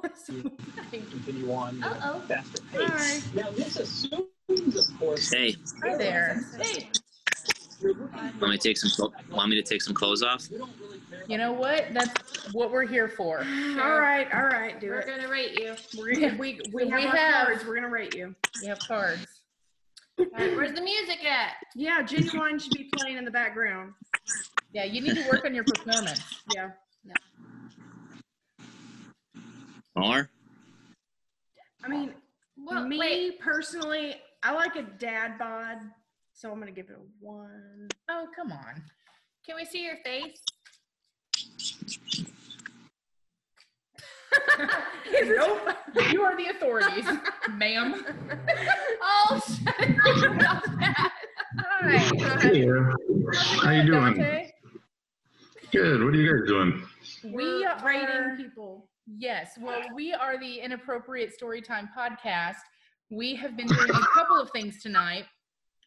S21: continue on at a
S5: Uh-oh.
S21: faster
S5: Hi.
S6: [sighs]
S21: pace. Now, this assumes, of course,
S22: Hey,
S5: Hi there.
S22: want me to take some? clo- Want me to take some clothes off?
S5: You know what? That's what we're here for.
S6: All right, all right, do
S7: We're
S6: it.
S7: gonna rate you.
S6: We're gonna, we we
S5: We
S6: have, our
S5: have-
S6: cards. We're gonna rate you.
S5: We have cards.
S7: All right, where's the music at?
S6: Yeah, genuine should be playing in the background.
S5: Yeah, you need to work on your performance.
S6: Yeah.
S22: Or
S6: I mean, me personally, I like a dad bod, so I'm gonna give it a one.
S5: Oh come on.
S7: Can we see your [laughs] face?
S5: nope. You are the authorities, ma'am.
S7: Oh, shut up.
S5: Hi.
S18: Hey, uh, how you doing?
S5: Dante,
S18: Good. What are you guys
S5: [laughs]
S18: doing?
S5: We are
S6: rating people.
S5: Yes. Well, we are the Inappropriate Storytime podcast. We have been doing a couple of things tonight.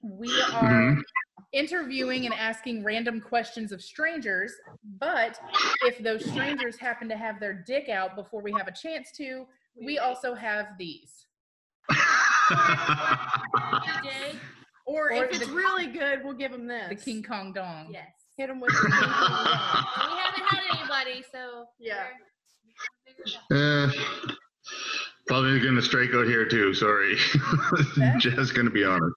S5: We are
S18: Mhm.
S5: interviewing and asking random questions of strangers, but if those strangers happen to have their dick out before we have a chance to, we also have these.
S6: Or,
S5: Or
S6: if it's
S5: the-
S6: really good, we'll give them this.
S5: The King Kong Dong.
S7: Yes.
S6: Hit them with. The King Kong dong.
S7: We haven't had anybody, so
S6: yeah.
S20: Uh, probably going to strike out here too. Sorry, just going to be honest.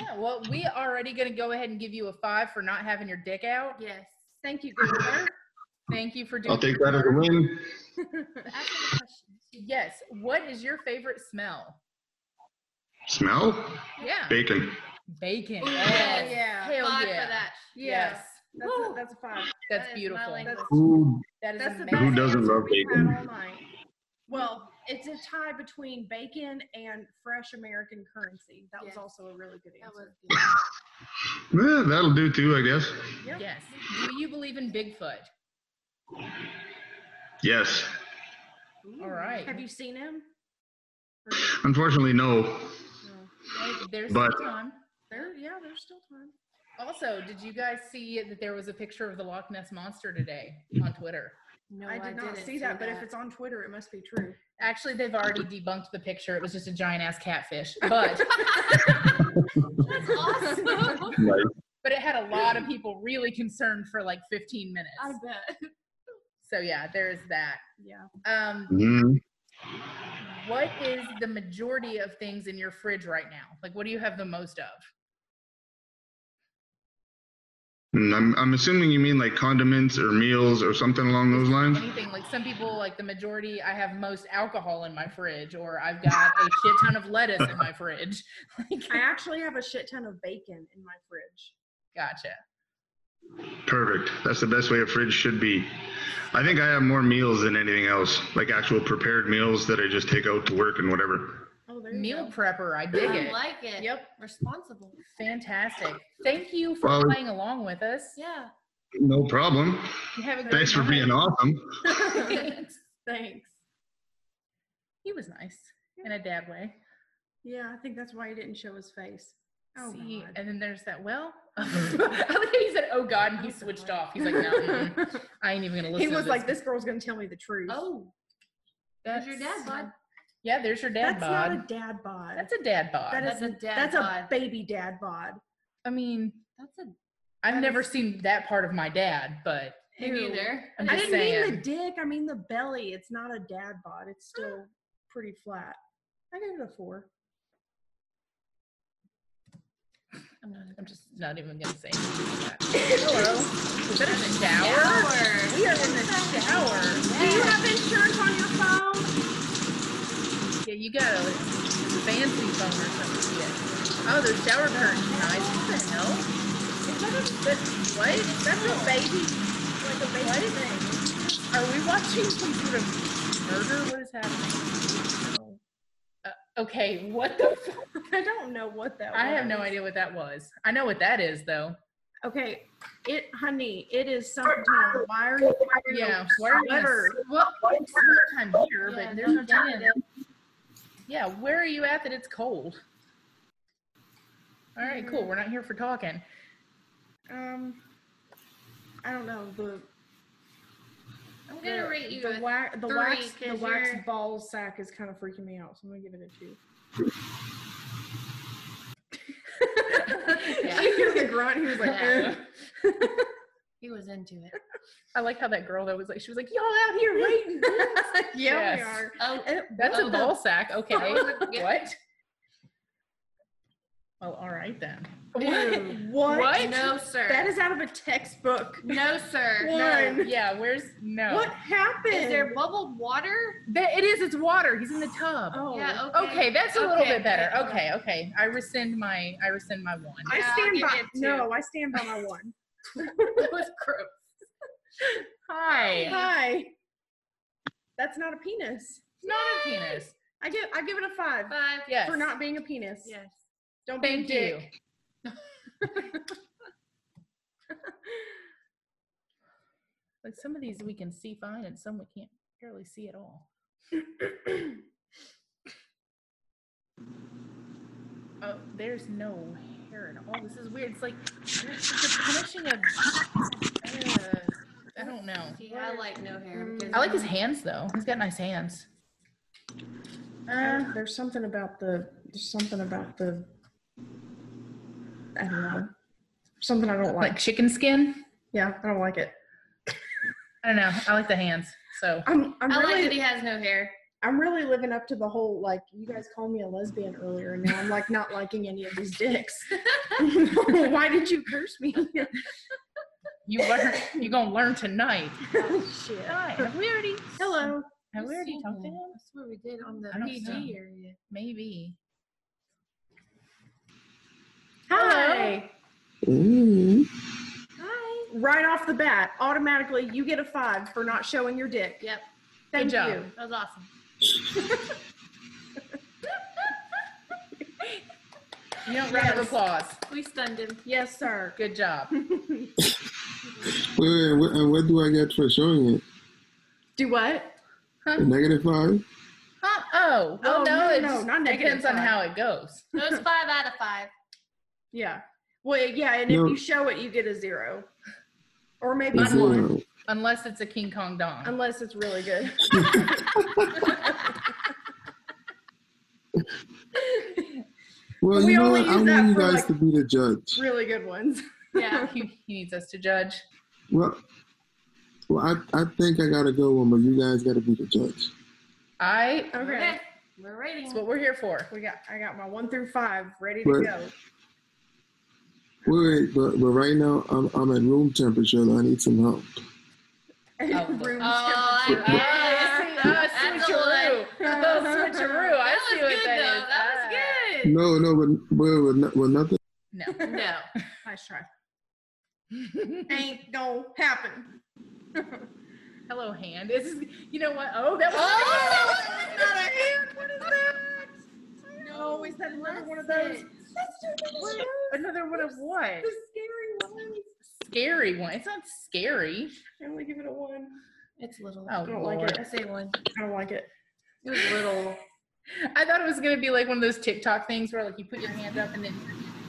S5: Yeah, well, we are already going to go ahead and give you a five for not having your dick out.
S7: Yes.
S5: Thank you, Gilbert. Thank you for doing
S20: I'll take that as a win.
S5: Yes. What is your favorite smell?
S20: Smell
S5: Yeah.
S20: bacon.
S5: Bacon.
S7: Yes.
S6: Yeah.
S5: Hell
S7: Five
S5: yeah.
S7: for that.
S5: Yes.
S6: That's a, that's a five.
S5: That's
S7: That is
S5: beautiful.
S7: my language.
S20: Who,
S5: That is
S6: That's the
S5: amazing.
S6: best
S20: who doesn't
S6: answer
S20: love
S6: we've had
S20: bacon?
S6: all night. Well, it's a tie between bacon and fresh American currency. That was also a really good answer.
S20: Yeah, that'll do too, I guess.
S5: Yes. Do you believe in Bigfoot?
S20: Yes.
S5: All right.
S6: Have you seen him?
S20: Unfortunately, no.
S5: Hey, There's
S20: But-
S5: still time.
S6: There, yeah, there's still time.
S5: Also, did you guys see that there was a picture of the Loch Ness monster today on Twitter?
S6: No, I did not
S7: didn't
S6: see
S7: see
S6: that, but if
S7: that.
S6: it's on Twitter, it must be true.
S5: Actually, they've already debunked the picture. It was just a giant ass catfish. But
S7: That's awesome.
S5: but it had a lot of people really concerned for like 15 minutes.
S7: I bet.
S5: So yeah, there's that.
S6: Yeah.
S5: Um,
S20: Mhm.
S5: what is the majority of things in your fridge right now? Like, what do you have the most of?
S20: Mm, I'm, I'm assuming you mean like condiments or meals or something along those lines.
S5: Anything like some people like the majority. I have most alcohol in my fridge, or I've got a shit ton of lettuce in my fridge. [laughs]
S6: I actually have a shit ton of bacon in my fridge.
S5: Gotcha.
S20: Perfect. That's the best way a fridge should be. I think I have more meals than anything else, like actual prepared meals that I just take out to work and whatever.
S6: Oh, there
S5: Meal prepper. I dig
S7: I
S5: it.
S7: like it. Yep. Responsible.
S5: Fantastic. Thank you for
S20: Well-
S5: playing along with us.
S7: Yeah.
S20: No problem.
S5: You have a great
S20: Thanks for
S5: night.
S20: being awesome.
S5: [laughs]
S6: [laughs]
S5: Thanks.
S6: Thanks.
S5: He was nice in a dad way.
S6: Yeah, I think that's why he didn't show his face. Oh,
S5: See, and then therere's that.
S6: [laughs]
S5: Well, [laughs] I like how he said, "Oh God," and he switched off. He's like, "No,
S6: [laughs]
S5: mm-mm. I ain't even gonna
S6: he
S5: listen."
S6: was
S5: to
S6: like, "This girl's gonna tell me the truth."
S7: Oh,
S5: That's
S7: your dad bod.
S5: Yeah, there's your dad
S6: that's
S5: bod.
S6: not a dad bod.
S5: that's a dad bod.
S6: That is
S7: That's a
S6: a
S7: dad
S6: that's a
S7: bod.
S6: baby dad bod.
S5: I mean,
S7: That's a
S5: I've never seen that part of my dad, but
S7: Me neither.
S5: I'm
S6: I
S5: just
S6: didn't
S5: saying.
S6: mean the dick. I mean the belly. It's not a dad bod. It's still pretty flat. I gave it a four. [laughs]
S5: I'm, not, I'm just not even gonna say anything about that. Hello. Is that a shower? We are in the shower.
S6: Do you have insurance on your phone?
S5: Yeah, you got a fancy phone or something. Yeah. Oh, those shower curtains are nice. What the hell? That, what? That's a baby. Like a baby thing. Are we watching some sort of murder? What is happening? Uh, okay, what the? Fuck?
S6: I don't know what that.
S5: I have no
S6: was.
S5: idea what that was. I know what that is though.
S6: Okay, it, honey, it is summertime. Why are you wearing
S5: Yeah,
S6: a
S5: why are you in a
S6: sweater?
S5: s- Well, it's summertime here,
S6: Yeah,
S5: but there's no
S6: no
S5: time.
S6: kidding.
S5: Yeah, where are you at that it's cold? All right, cool. We're not here for talking.
S6: Um, I don't know the.
S7: I'm gonna
S6: the-
S7: rate you
S6: the,
S7: a
S6: wa- the
S7: three,
S6: wax. The
S7: 'cause
S6: wax
S7: you're-
S6: ball sack is kind of freaking me out, so I'm gonna give it a two.
S7: Yeah.
S6: I hear the grunt. [laughs] He was like,
S7: Yeah.
S6: "Eh."
S7: He was into
S6: [laughs]
S7: it.
S5: I like how that girl that was like, she was like, y'all out here waiting.
S6: [laughs] "Yeah,
S5: Yes.
S6: we are."
S7: Oh,
S5: That's a
S7: Oh.
S5: ball sack. Okay.
S6: [laughs]
S7: Yeah.
S5: What? Well, all right then.
S6: Dude, what?
S5: What?
S7: No, sir.
S6: That is out of a textbook.
S7: No, sir.
S6: One.
S5: No. Yeah, where's no?
S6: What happened?
S7: Is there bubbled water?
S5: That, it is. It's water. He's in the tub.
S6: Oh.
S7: Yeah. Okay.
S5: Okay, that's a little
S7: Okay,
S5: bit better.
S7: okay.
S5: Okay, okay. I rescind my I rescind my one. [laughs]
S6: I
S7: Yeah, I'll
S6: stand
S7: give
S6: by.
S7: it two.
S6: No, I stand by my
S7: [laughs]
S6: one.
S5: That was gross. Hi.
S6: Hi. That's not a penis.
S5: Not a penis.
S6: I give I give it a five
S7: Five.
S5: Yes.
S6: for not being a penis.
S7: Yes.
S6: Don't be a
S5: Thank you.
S6: dick.
S5: Like some of these we can see fine and some we can't barely see at all. Oh, there's no hair at all. This is weird. It's like it's a punishing of. Uh, I don't know.
S7: See, I like no hair.
S6: Mm.
S7: because
S5: I like his hands though. He's got nice hands. Uh,
S6: Uh, there's something about the there's something about the I don't know. Something I don't like.
S5: like chicken skin.
S6: Yeah, I don't like it.
S5: I don't know. I like the hands. So
S6: I'm I'm
S7: I like
S6: really
S7: that he has no hair.
S6: I'm really living up to the whole like you guys called me a lesbian earlier and now I'm like not liking any of these
S5: [laughs]
S6: dicks. [laughs] Why did you curse me? [laughs]
S5: you learn. You're gonna learn tonight.
S6: Shit.
S5: Hi, Have we already?
S6: Hello.
S5: Have we already talked to him?
S7: That's what we did on the
S5: I don't
S7: PG
S5: know.
S7: area.
S5: Maybe.
S6: Hi.
S12: Ooh.
S7: Hi.
S6: Right off the bat, automatically you get a five for not showing your dick.
S7: Yep.
S6: Thank
S5: job.
S6: you.
S7: That was awesome.
S5: You know, round of
S6: Yes.
S5: applause.
S7: We stunned him. [laughs]
S6: Yes, sir.
S5: Good job.
S12: Wait, wait, wait, and what do I get for showing it?
S6: Do what?
S12: A negative five?
S5: Huh? Oh, well,
S6: Oh,
S5: no,
S6: no, no,
S5: it
S6: no,
S5: just
S6: not negative
S5: depends on
S6: five.
S5: how it goes.
S7: It was five out of five.
S6: Yeah. Well, yeah, and
S12: No.
S6: if you show it, you get a zero, or maybe
S12: A
S6: a one,
S12: zero.
S5: Unless it's a King Kong Dong.
S6: unless it's really good.
S12: Well,
S6: We
S12: you know
S6: only
S12: what? I
S6: use that
S12: want you
S6: for,
S12: guys
S6: like-
S12: to be the judge.
S6: really good ones. [laughs]
S7: [laughs]
S5: [laughs]
S7: Yeah.
S5: he, he needs us to judge.
S12: Well, well, I, I think I got to go one, but you guys got to be the judge.
S5: I.
S6: Okay.
S7: Okay. We're rating.
S5: That's
S7: him.
S5: what we're here for.
S6: We got. I got my one through five ready to
S12: Right.
S6: go.
S12: Wait, wait, but, but right now I'm, I'm at room temperature. though. I need some
S6: [laughs]
S12: help.
S5: Oh,
S7: Oh,
S6: Room
S7: I
S6: temperature.
S7: get it.
S5: Ah,
S7: That's a
S5: switcheroo.
S7: one.
S5: Oh, switcheroo. I
S7: That was
S5: see what
S7: good,
S5: that is. Ah.
S7: though. That was good.
S12: No, no, but, but, but, but nothing.
S5: No.
S7: [laughs] No,
S6: Nice try. Ain't gonna happen.
S5: Hello, hand. This is, you know what? Oh, that was. [laughs]
S6: Oh, not a hand. What is that? No, is that another one of those?
S5: What? Another one of what?
S6: The scary ones.
S5: Scary one. It's not scary.
S6: I only give it a one.
S7: it's little.
S5: Oh,
S6: I don't
S5: Lord.
S6: like it.
S7: I say one.
S6: I don't like it.
S7: It was little.
S5: I thought it was gonna be like one of those TikTok things where like you put your hand up and then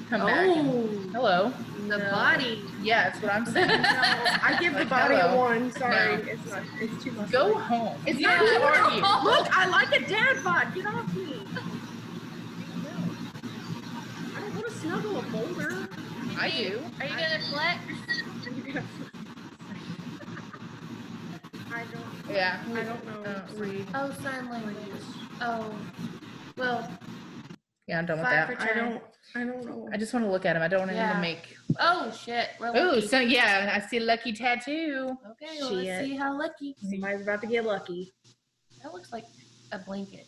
S5: come back. and-
S7: Oh,
S5: Hello.
S7: the body.
S5: Yeah, that's what I'm saying.
S6: [laughs] I give the body
S5: Hello.
S6: a one. Sorry,
S5: No.
S6: it's not. It's too much.
S5: Go home.
S6: It's
S5: You
S6: not
S5: know,
S6: too
S5: who are you?
S6: much. Look, I like a dad bod. Get off me. I don't want to snuggle a boulder.
S5: I do.
S7: Are you gonna flex?
S6: I don't.
S5: Yeah.
S6: I don't know. read.
S7: Oh, sign language. Oh, well.
S5: Yeah, I'm done with
S7: Five
S5: that.
S7: for
S5: I don't.
S6: I don't know.
S5: I just want to look at him. I don't want him
S7: Yeah.
S5: to make.
S7: Oh shit. we're
S5: Oh,
S7: lucky.
S5: so yeah, I see a lucky tattoo.
S7: Okay, well, let's
S5: Shit.
S7: see how lucky.
S6: Somebody's about to get lucky.
S7: That looks like a blanket.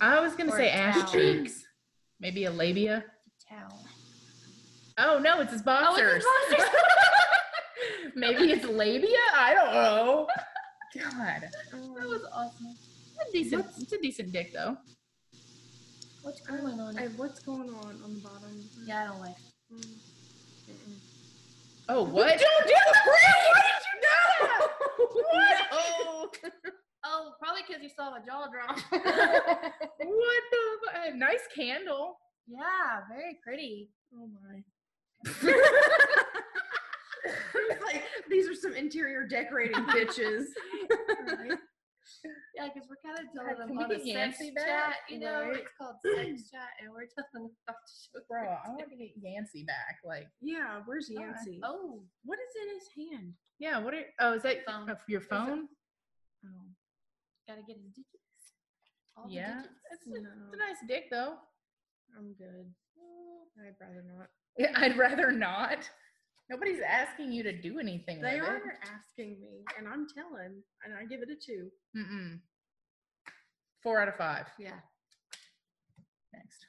S5: I was gonna
S7: Or
S5: say
S7: a
S5: ass
S7: towel.
S5: cheeks, maybe a labia.
S7: Towel.
S5: Oh no, it's his boxers.
S7: [laughs]
S5: [laughs]
S7: boxers.
S5: maybe it's labia. I don't know. God,
S7: That was awesome.
S5: It's a decent. It's a decent dick though.
S7: What's going on?
S6: Hey, what's going on on the [laughs] bottom?
S7: Yeah, I don't like.
S5: Oh what?
S6: don't do it,
S5: Brad. What did you do? What?
S7: Oh. oh, probably because you saw my jaw drop.
S5: What the? fu- uh, Nice candle.
S7: [laughs] yeah, very pretty.
S6: Oh my. It's like, these are some interior decorating [laughs] bitches.
S7: [laughs] Yeah, because we're kind of
S5: God,
S7: telling them
S5: can we
S7: about a
S5: get
S7: sex
S5: Yancy back?
S7: chat, you know,
S5: Right.
S7: it's [clears throat] called sex chat, and we're telling [laughs] them about the show.
S5: Bro, I want to get Yancy back. Like,
S6: Yeah, where's
S5: Alright.
S6: Yancy?
S7: Oh,
S6: What is in his hand?
S5: yeah, what are, oh, is that uh, your phone?
S7: Oh. gotta get his digits. All the
S5: Yeah.
S7: digits.
S5: It's
S6: No,
S5: a- it's a nice dick, though.
S6: I'm good. I'd rather not.
S5: Yeah, [laughs] I'd rather not. Nobody's asking you to do anything
S6: They
S5: with
S6: are asking me, and I'm telling, and I give it a two.
S5: it. Mm-mm. Four out of five.
S6: Yeah.
S5: Next.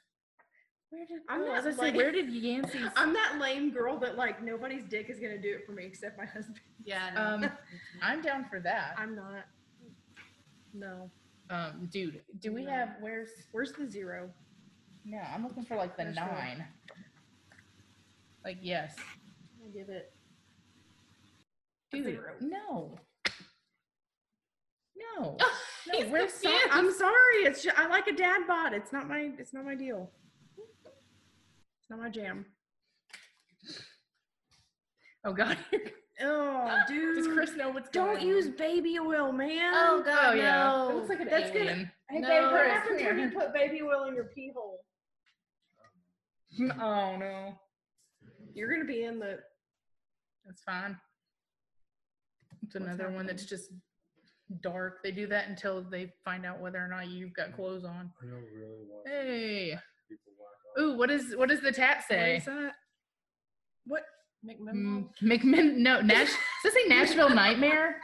S5: Where did,
S6: I'm
S5: oh,
S6: not
S5: as I
S6: like-
S5: said, where did Yancy's?
S6: [laughs] I'm that lame girl that like nobody's dick is gonna do it for me except my husband.
S7: Yeah. I know.
S6: [laughs]
S5: um, I'm down for that.
S6: I'm not. No.
S5: Um, dude, do we
S6: No.
S5: have, where's,
S6: Where's the zero?
S5: no, I'm looking for like the
S6: There's one.
S5: nine. Like, yes.
S6: I give it.
S5: Dude,
S6: Zero.
S5: no.
S6: [laughs]
S5: No. no,
S6: He's
S5: we're
S6: confused.
S5: sorry.
S6: I'm sorry. It's ju- I like a dad bod. It's not my. It's not my deal. It's not my jam.
S5: Oh God. [laughs]
S7: [gasps]
S6: Oh, dude.
S5: Does Chris know what's going
S6: Don't
S5: on?
S6: use baby oil, man.
S7: Oh
S5: Oh,
S7: god,
S5: yeah.
S7: no.
S5: It looks like an
S6: That's
S5: alien.
S6: gonna. Hey,
S7: No,
S6: babe, what
S5: Chris,
S6: happens when you
S5: here.
S6: put baby oil in your pee hole?
S5: Oh no,
S6: You're gonna be in the.
S5: that's fine. It's
S6: What's
S5: another one that's just dark. They do that until they find out whether or not you've got clothes on.
S1: I don't really want
S5: Hey.
S1: people walk
S5: Ooh, what is what does the tat
S6: What
S5: say?
S6: is that? What? McMinnville?
S5: Mm, McMinn? No, Nash. Does it say Nashville Nightmare?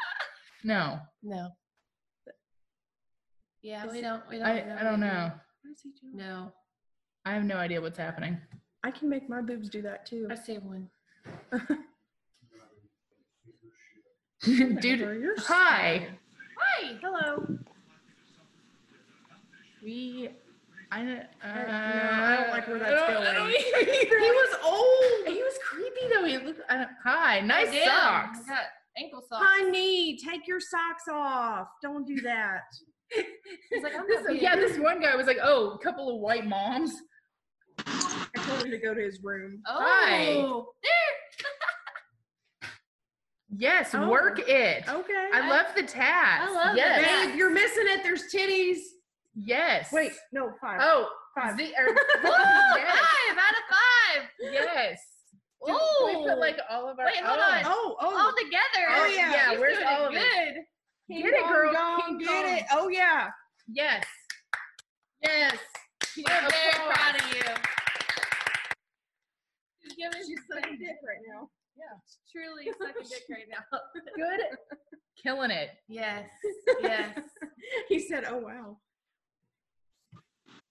S5: No,
S6: No.
S7: Yeah, we don't. We don't.
S5: I
S7: know
S5: I don't
S7: what
S5: know.
S6: What is he doing?
S7: we do. No,
S5: I have no idea what's happening.
S6: I can make my boobs do that too.
S7: I see one.
S5: Dude,
S6: You're
S5: hi.
S7: Hi.
S6: Hello.
S5: We. I don't, uh,
S6: don't- no, I don't like where that's
S5: I don't- I [laughs]
S6: going.
S5: don't either.
S6: He was old.
S5: He was creepy though. He looked. I don't, hi, nice
S7: Oh, damn, I
S5: socks.
S7: got ankle socks.
S6: Honey, take your socks off. Don't do that.
S7: He's like, I'm
S5: This,
S7: not
S5: yeah,
S7: being-
S5: this one guy was like, "Oh, a couple of white moms."
S6: I told him to go to his room.
S7: Oh,
S5: Yes,
S6: Oh.
S5: work it.
S6: Okay.
S5: I love the tats.
S7: I love the
S5: yes.
S7: tats.
S6: Babe, you're missing it. There's titties.
S5: Yes.
S6: Wait, no, five.
S5: Oh,
S6: Five.
S5: Z,
S7: [laughs]
S5: or,
S7: Woo,
S5: yes.
S7: five out of five.
S5: Yes. Dude,
S7: Ooh.
S5: we put like all of our.
S7: Oh. Wait, hold
S5: oh.
S7: on.
S6: Oh,
S7: all
S6: oh.
S7: together.
S5: Oh, yeah. Yeah,
S7: She's
S5: where's
S7: doing
S5: all of it?
S7: good.
S6: King
S5: Get it,
S6: Kong
S5: girl.
S6: Kong,
S5: King
S6: get
S5: Kong.
S6: it. Oh, yeah.
S5: Yes. Yes.
S7: We're very
S5: Applause.
S7: proud of you. She's giving you
S6: Sucking
S7: sucking
S6: dick
S7: dick.
S6: right now.
S7: Truly sucking dick right now.
S5: [laughs] Good. Killing it.
S7: [laughs] Yes. Yes.
S6: He said, oh, wow.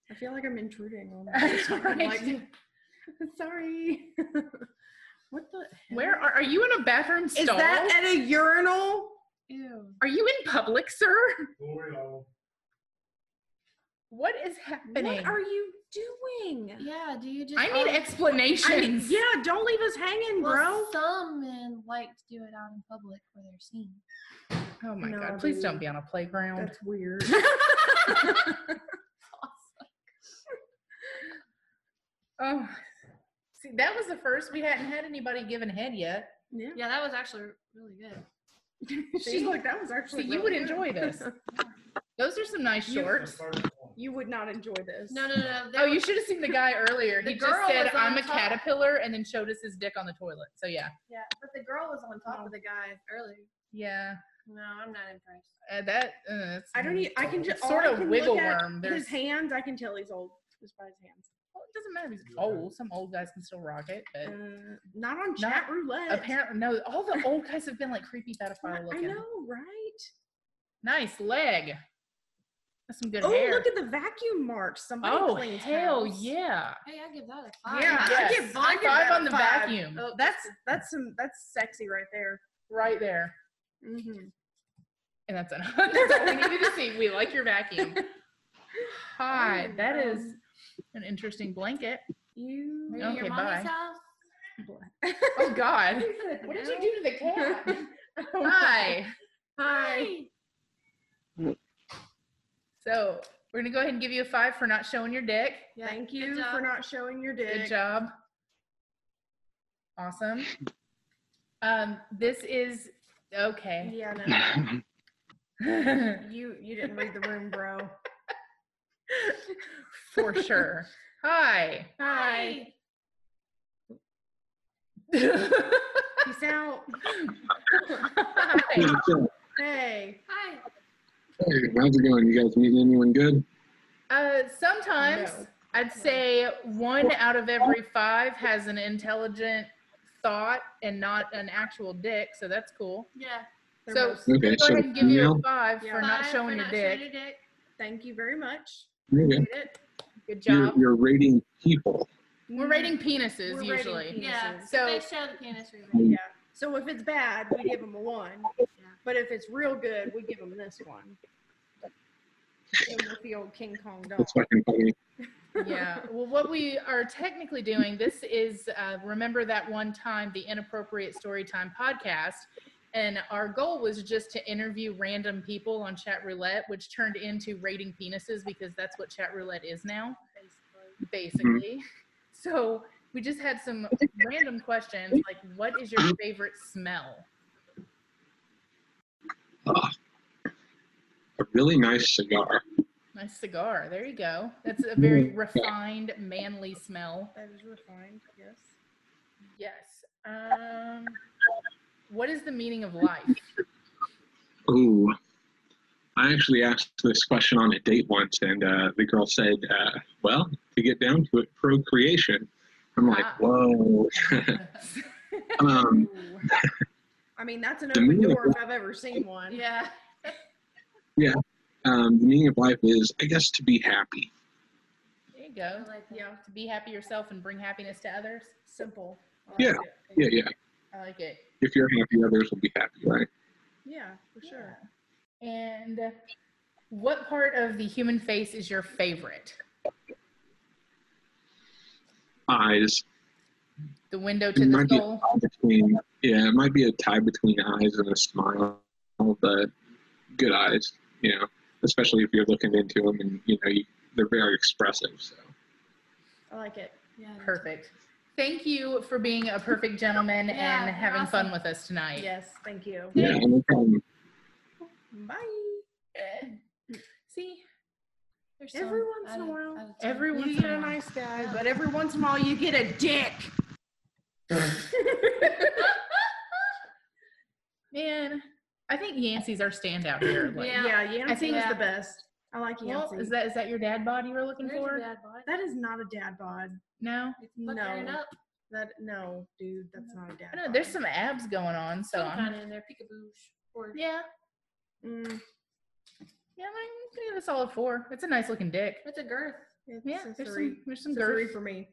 S6: I feel like I'm intruding on
S5: Right.
S6: like, [laughs] Sorry. [laughs] what the? heck?
S5: Where are, are you in a bathroom stall?
S6: Is that at a urinal?
S7: Ew.
S5: are you in public, sir?
S1: off.
S5: What is happening?
S6: What are you doing?
S7: Yeah. Do you just?
S5: I need
S7: oh,
S5: explanations.
S6: I mean, Um, yeah, don't leave us hanging, bro.
S7: well, Some men like to do it out in public where they're seen.
S5: Oh my
S6: No,
S5: god, please don't
S6: dude.
S5: be on a playground.
S6: That's weird.
S5: Oh, see, that was the first. We hadn't had anybody giving head yet.
S6: yeah.
S7: Yeah, that was actually really good.
S6: She's like, that was
S5: See,
S6: [laughs] actually.
S5: you would enjoy this. Those are some nice shorts.
S6: You would not enjoy this.
S7: No, no, no.
S5: Oh, you should have seen the guy earlier.
S6: [laughs]
S7: The
S5: He just
S7: girl
S5: said,
S7: was on
S5: "I'm a
S7: top."
S5: caterpillar," and then showed us his dick on the toilet. So yeah,
S7: Yeah, but the girl was on top of the guy earlier.
S5: yeah,
S7: No, I'm not impressed.
S5: uh, that. Uh, it's-
S6: I don't. e- I can just
S5: sort of wiggle worm.
S6: His
S5: There's,
S6: hands. I can tell he's old just by his hands.
S5: well, it doesn't matter. if He's old. Some old guys can still rock it, but
S6: Uh, not on
S5: chat
S6: roulette.
S5: Apparently, no. All the old guys have been like creepy pedophile
S6: I
S5: looking.
S6: know, right?
S5: Nice leg. That's some good
S6: oh,
S5: hair.
S6: look at the vacuum marks. Somebody
S5: Oh,
S6: cleans
S5: hell
S6: house.
S5: yeah.
S7: Hey, I give that a
S6: Yeah,
S7: five.
S6: I give I give
S5: Five
S6: that
S5: on
S6: a
S5: the
S6: five.
S5: vacuum.
S6: Oh, that's that's some that's sexy right there.
S5: Right there.
S6: hmm
S5: And that's enough. [laughs] That's all we needed to see. We like your vacuum. Hi,
S6: Oh,
S5: that
S6: wow.
S5: is an interesting blanket.
S6: You
S7: Were you at
S5: okay,
S7: your
S5: bye.
S7: mommy's
S5: [laughs]
S7: house?
S5: Oh God.
S7: [laughs] What
S5: did you do [laughs] to the
S7: [laughs]
S5: cat? Hi.
S6: Hi. Hi.
S5: So we're gonna go ahead and give you a five for not showing your dick.
S6: Thank you for not showing your dick.
S5: Good job. Awesome. Um, this is okay. [laughs]
S6: Yeah,
S5: no.
S6: you you didn't read the room, bro.
S5: for sure. Hi.
S6: Hi. Peace out.
S5: Hi.
S6: Hey.
S7: Hi.
S2: Hey, how's it going? You guys meeting anyone good?
S5: Uh, sometimes I'd say one out of every five has an intelligent thought and not an actual dick, so that's cool.
S7: Yeah.
S5: So
S2: both- Okay,
S5: we'll go
S2: so
S5: ahead and give you a
S2: female?
S5: five for not
S7: Five
S5: showing your
S7: not
S5: dick.
S6: Thank you very much.
S2: Okay.
S5: Good
S2: You're,
S5: job.
S2: you're rating people.
S5: We're rating penises
S6: We're rating
S5: usually.
S6: penises.
S7: Yeah.
S5: So-
S7: So they show the penis ring.
S6: Yeah. So if it's bad, we give them a one. But if it's real good, we give them this one. Give 'em with the old King Kong dog.
S2: That's fucking funny.
S5: yeah. Well, what we are technically doing, this is uh, remember that one time the inappropriate storytime podcast, and our goal was just to interview random people on chat roulette, which turned into rating penises because that's what chat roulette is now, basically. [laughs] So we just had some random questions like, what is your favorite smell?
S2: A really nice cigar.
S5: Nice cigar. There you go. That's a very
S2: Mm.
S5: refined, manly smell. That is refined, yes. Yes. Um, what is the meaning of life?
S2: Ooh. I actually asked this question on a date once, and uh, the girl said, uh, well, to get down to it, procreation. I'm like,
S6: Ah.
S2: whoa.
S5: [laughs]
S2: um,
S6: I mean, that's an
S2: The
S6: open
S2: meaning of
S6: door if
S2: life-
S6: I've ever seen one.
S5: Yeah.
S2: yeah. Um, the meaning of life is, I guess, to be happy.
S5: There you go. yeah. To be happy yourself and bring happiness to others. Simple.
S2: Yeah. Yeah, yeah.
S5: I like it.
S2: If you're happy, others will be happy, right?
S5: Yeah, for sure. And what part of the human face is your favorite?
S2: Eyes.
S5: The window to
S2: It
S5: the
S13: might be-
S5: soul?
S2: between yeah, it might be a tie between eyes and a smile, but good eyes, you know, especially if you're looking into them and you know you, they're very expressive. So
S5: I like it. Yeah. Perfect. Thank you for being a perfect gentleman
S6: Yeah,
S5: and
S6: you're
S5: having fun
S6: awesome.
S5: with us tonight.
S6: Yes, thank you.
S2: yeah, no problem.
S6: Bye.
S5: See?
S6: Every once in a while,
S5: every
S6: you
S5: once in
S6: get
S5: a
S6: a
S5: while. [laughs]
S6: nice guy, but every once in a while you get a dick.
S5: Man, I think Yancey's our standout here. Like,
S6: yeah, yeah, Yancey
S5: I think
S6: is the best. I like
S5: Well,
S6: Yancey.
S5: is that is that your dad bod you were looking for?
S6: That is not a dad bod.
S5: No,
S6: no,
S5: puckering up.
S6: that no, dude, that's not a dad.
S5: I know there's some abs going on, so I'm-
S7: kind of in there, peekaboo. Or
S5: yeah.
S6: Mm,
S5: yeah, I'm gonna give it a solid four. It's a nice looking dick.
S7: It's a girth.
S5: yeah, there's
S6: three.
S5: some there's some
S6: It's a three
S5: girth.
S6: for me.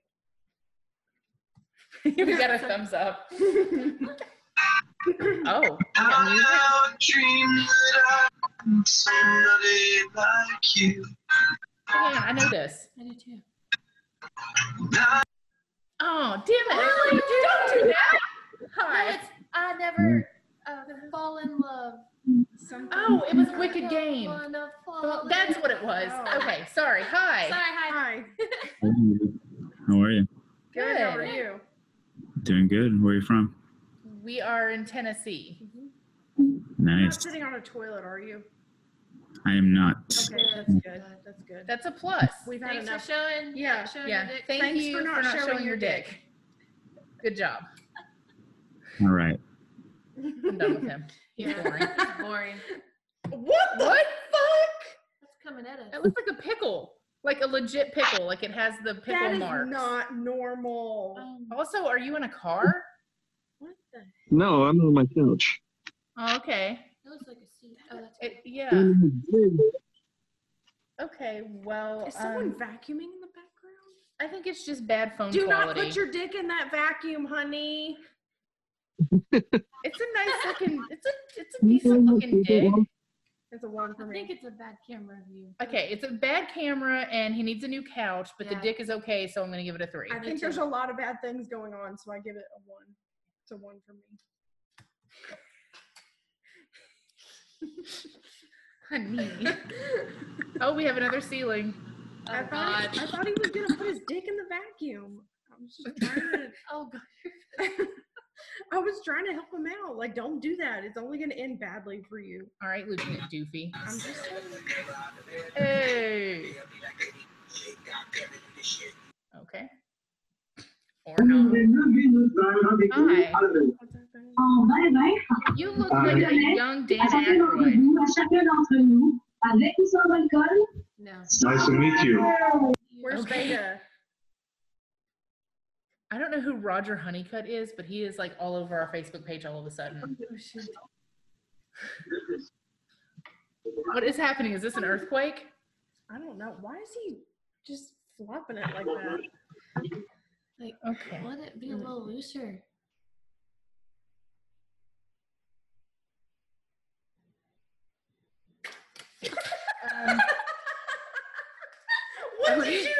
S5: [laughs] we got a thumbs up. oh, we got music? Oh, yeah, I know this.
S7: I do too.
S5: Oh, damn it!
S7: Really?
S5: Don't do that. Hi.
S7: No, it's I never
S2: Mm.
S7: uh, fall in love.
S5: Oh, it was a wicked game.
S7: Wanna fall
S5: Well,
S7: in
S5: that's what it was.
S7: love.
S5: Okay, sorry. Hi.
S7: Sorry,
S6: [laughs]
S7: hi.
S23: How are you?
S5: Good.
S6: How are you?
S23: Doing good. Where are you from?
S5: We are in Tennessee.
S6: You're Not
S23: Nice.
S6: sitting on a toilet, are you?
S23: I am not. Mm.
S6: Okay, that's good. That's good.
S5: That's a plus.
S6: We've
S7: Thanks
S6: had
S7: for
S6: enough.
S7: showing. [laughs]
S6: Yeah,
S7: showing
S5: yeah.
S7: Your dick.
S5: Thank
S6: Thanks
S5: you
S6: for not showing
S5: showing
S6: your
S5: your dick. Good job.
S23: All right.
S5: I'm done with
S6: [laughs]
S5: him. [laughs] He's
S7: Yeah.
S5: boring.
S7: It's boring.
S5: What the what fuck?
S7: That's coming at us.
S5: It looks like a pickle, like a legit pickle. Like it has the pickle
S6: That is
S5: marks.
S6: not normal.
S5: also, are you in a car?
S11: No, I'm on my couch.
S5: Oh, okay.
S7: It looks like a seat. Oh, that's
S5: It, yeah.
S11: In the bed.
S5: Okay. Well,
S6: Is someone
S5: um,
S6: vacuuming in the background?
S5: I think it's just bad phone
S6: Do
S5: quality.
S6: not put your dick in that vacuum, honey.
S5: It's a nice looking. It's a.
S11: [laughs]
S5: It's a decent looking dick.
S6: It's a one for
S7: I think
S6: me.
S7: it's a bad camera view.
S5: Okay, it's a bad camera, and he needs a new couch, but
S7: Yeah.
S5: the dick is okay, so I'm gonna give it a three.
S6: I think there's a lot of bad things going on, so I give it a one. It's a one for me. [laughs]
S5: Honey. oh, we have another ceiling.
S7: Oh
S6: I thought
S7: God.
S6: I thought he was gonna put his dick in the vacuum. I was just trying to
S7: Oh God.
S6: [laughs] I was trying to help him out. Like, don't do that. It's only gonna end badly for you.
S5: All right, Lieutenant Doofy.
S6: I'm just saying.
S5: Hey. Okay. Or no. Hi. [laughs] You look like a young Dan Aykroyd.
S7: [laughs] No.
S20: Nice to meet you.
S6: Where's
S5: Okay.
S6: Vega?
S5: I don't know who Roger Honeycutt is, but he is like all over our Facebook page all of a sudden.
S7: Oh,
S5: What is happening? Is this an earthquake?
S6: I don't know. Why is he just flopping it like that? [laughs]
S7: Like
S5: Okay.
S7: let it be a little looser.
S5: Um,
S6: What did you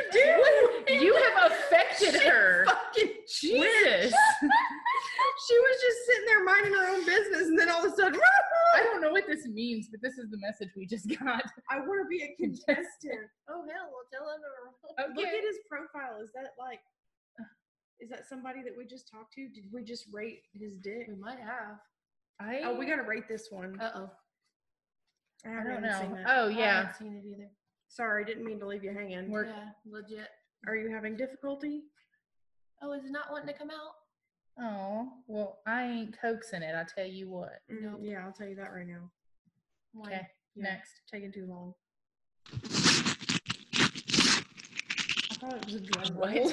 S6: do? [laughs]
S5: you have affected
S6: She
S5: her.
S6: Fucking
S5: Witness.
S6: Jesus. she was just sitting there minding her own business, and then all of a sudden, [laughs]
S5: [laughs] I don't know what this means, but this is the message we just [laughs] got.
S6: I want to be a contestant. Oh hell, well tell him to
S5: Okay.
S6: look at his profile. Is that like, is that somebody that we just talked to? Did we just rate his dick?
S7: We might have.
S5: I
S6: Oh, we gotta rate this one.
S7: Uh oh.
S5: I don't
S6: haven't seen
S5: know.
S6: that.
S5: Oh
S7: I
S5: yeah.
S7: haven't seen it either.
S6: Sorry, didn't mean to leave you hanging.
S5: We're-
S7: Yeah, legit.
S6: Are you having difficulty?
S7: Oh, is it not wanting to come out?
S5: Oh well, I ain't coaxing it. I tell you what.
S6: Mm,
S7: Nope.
S6: Yeah, I'll tell you that right now.
S7: One. [laughs]
S5: Okay,
S6: Yeah,
S5: next.
S6: Taking too long. I thought it was a drum
S5: What?
S6: roll.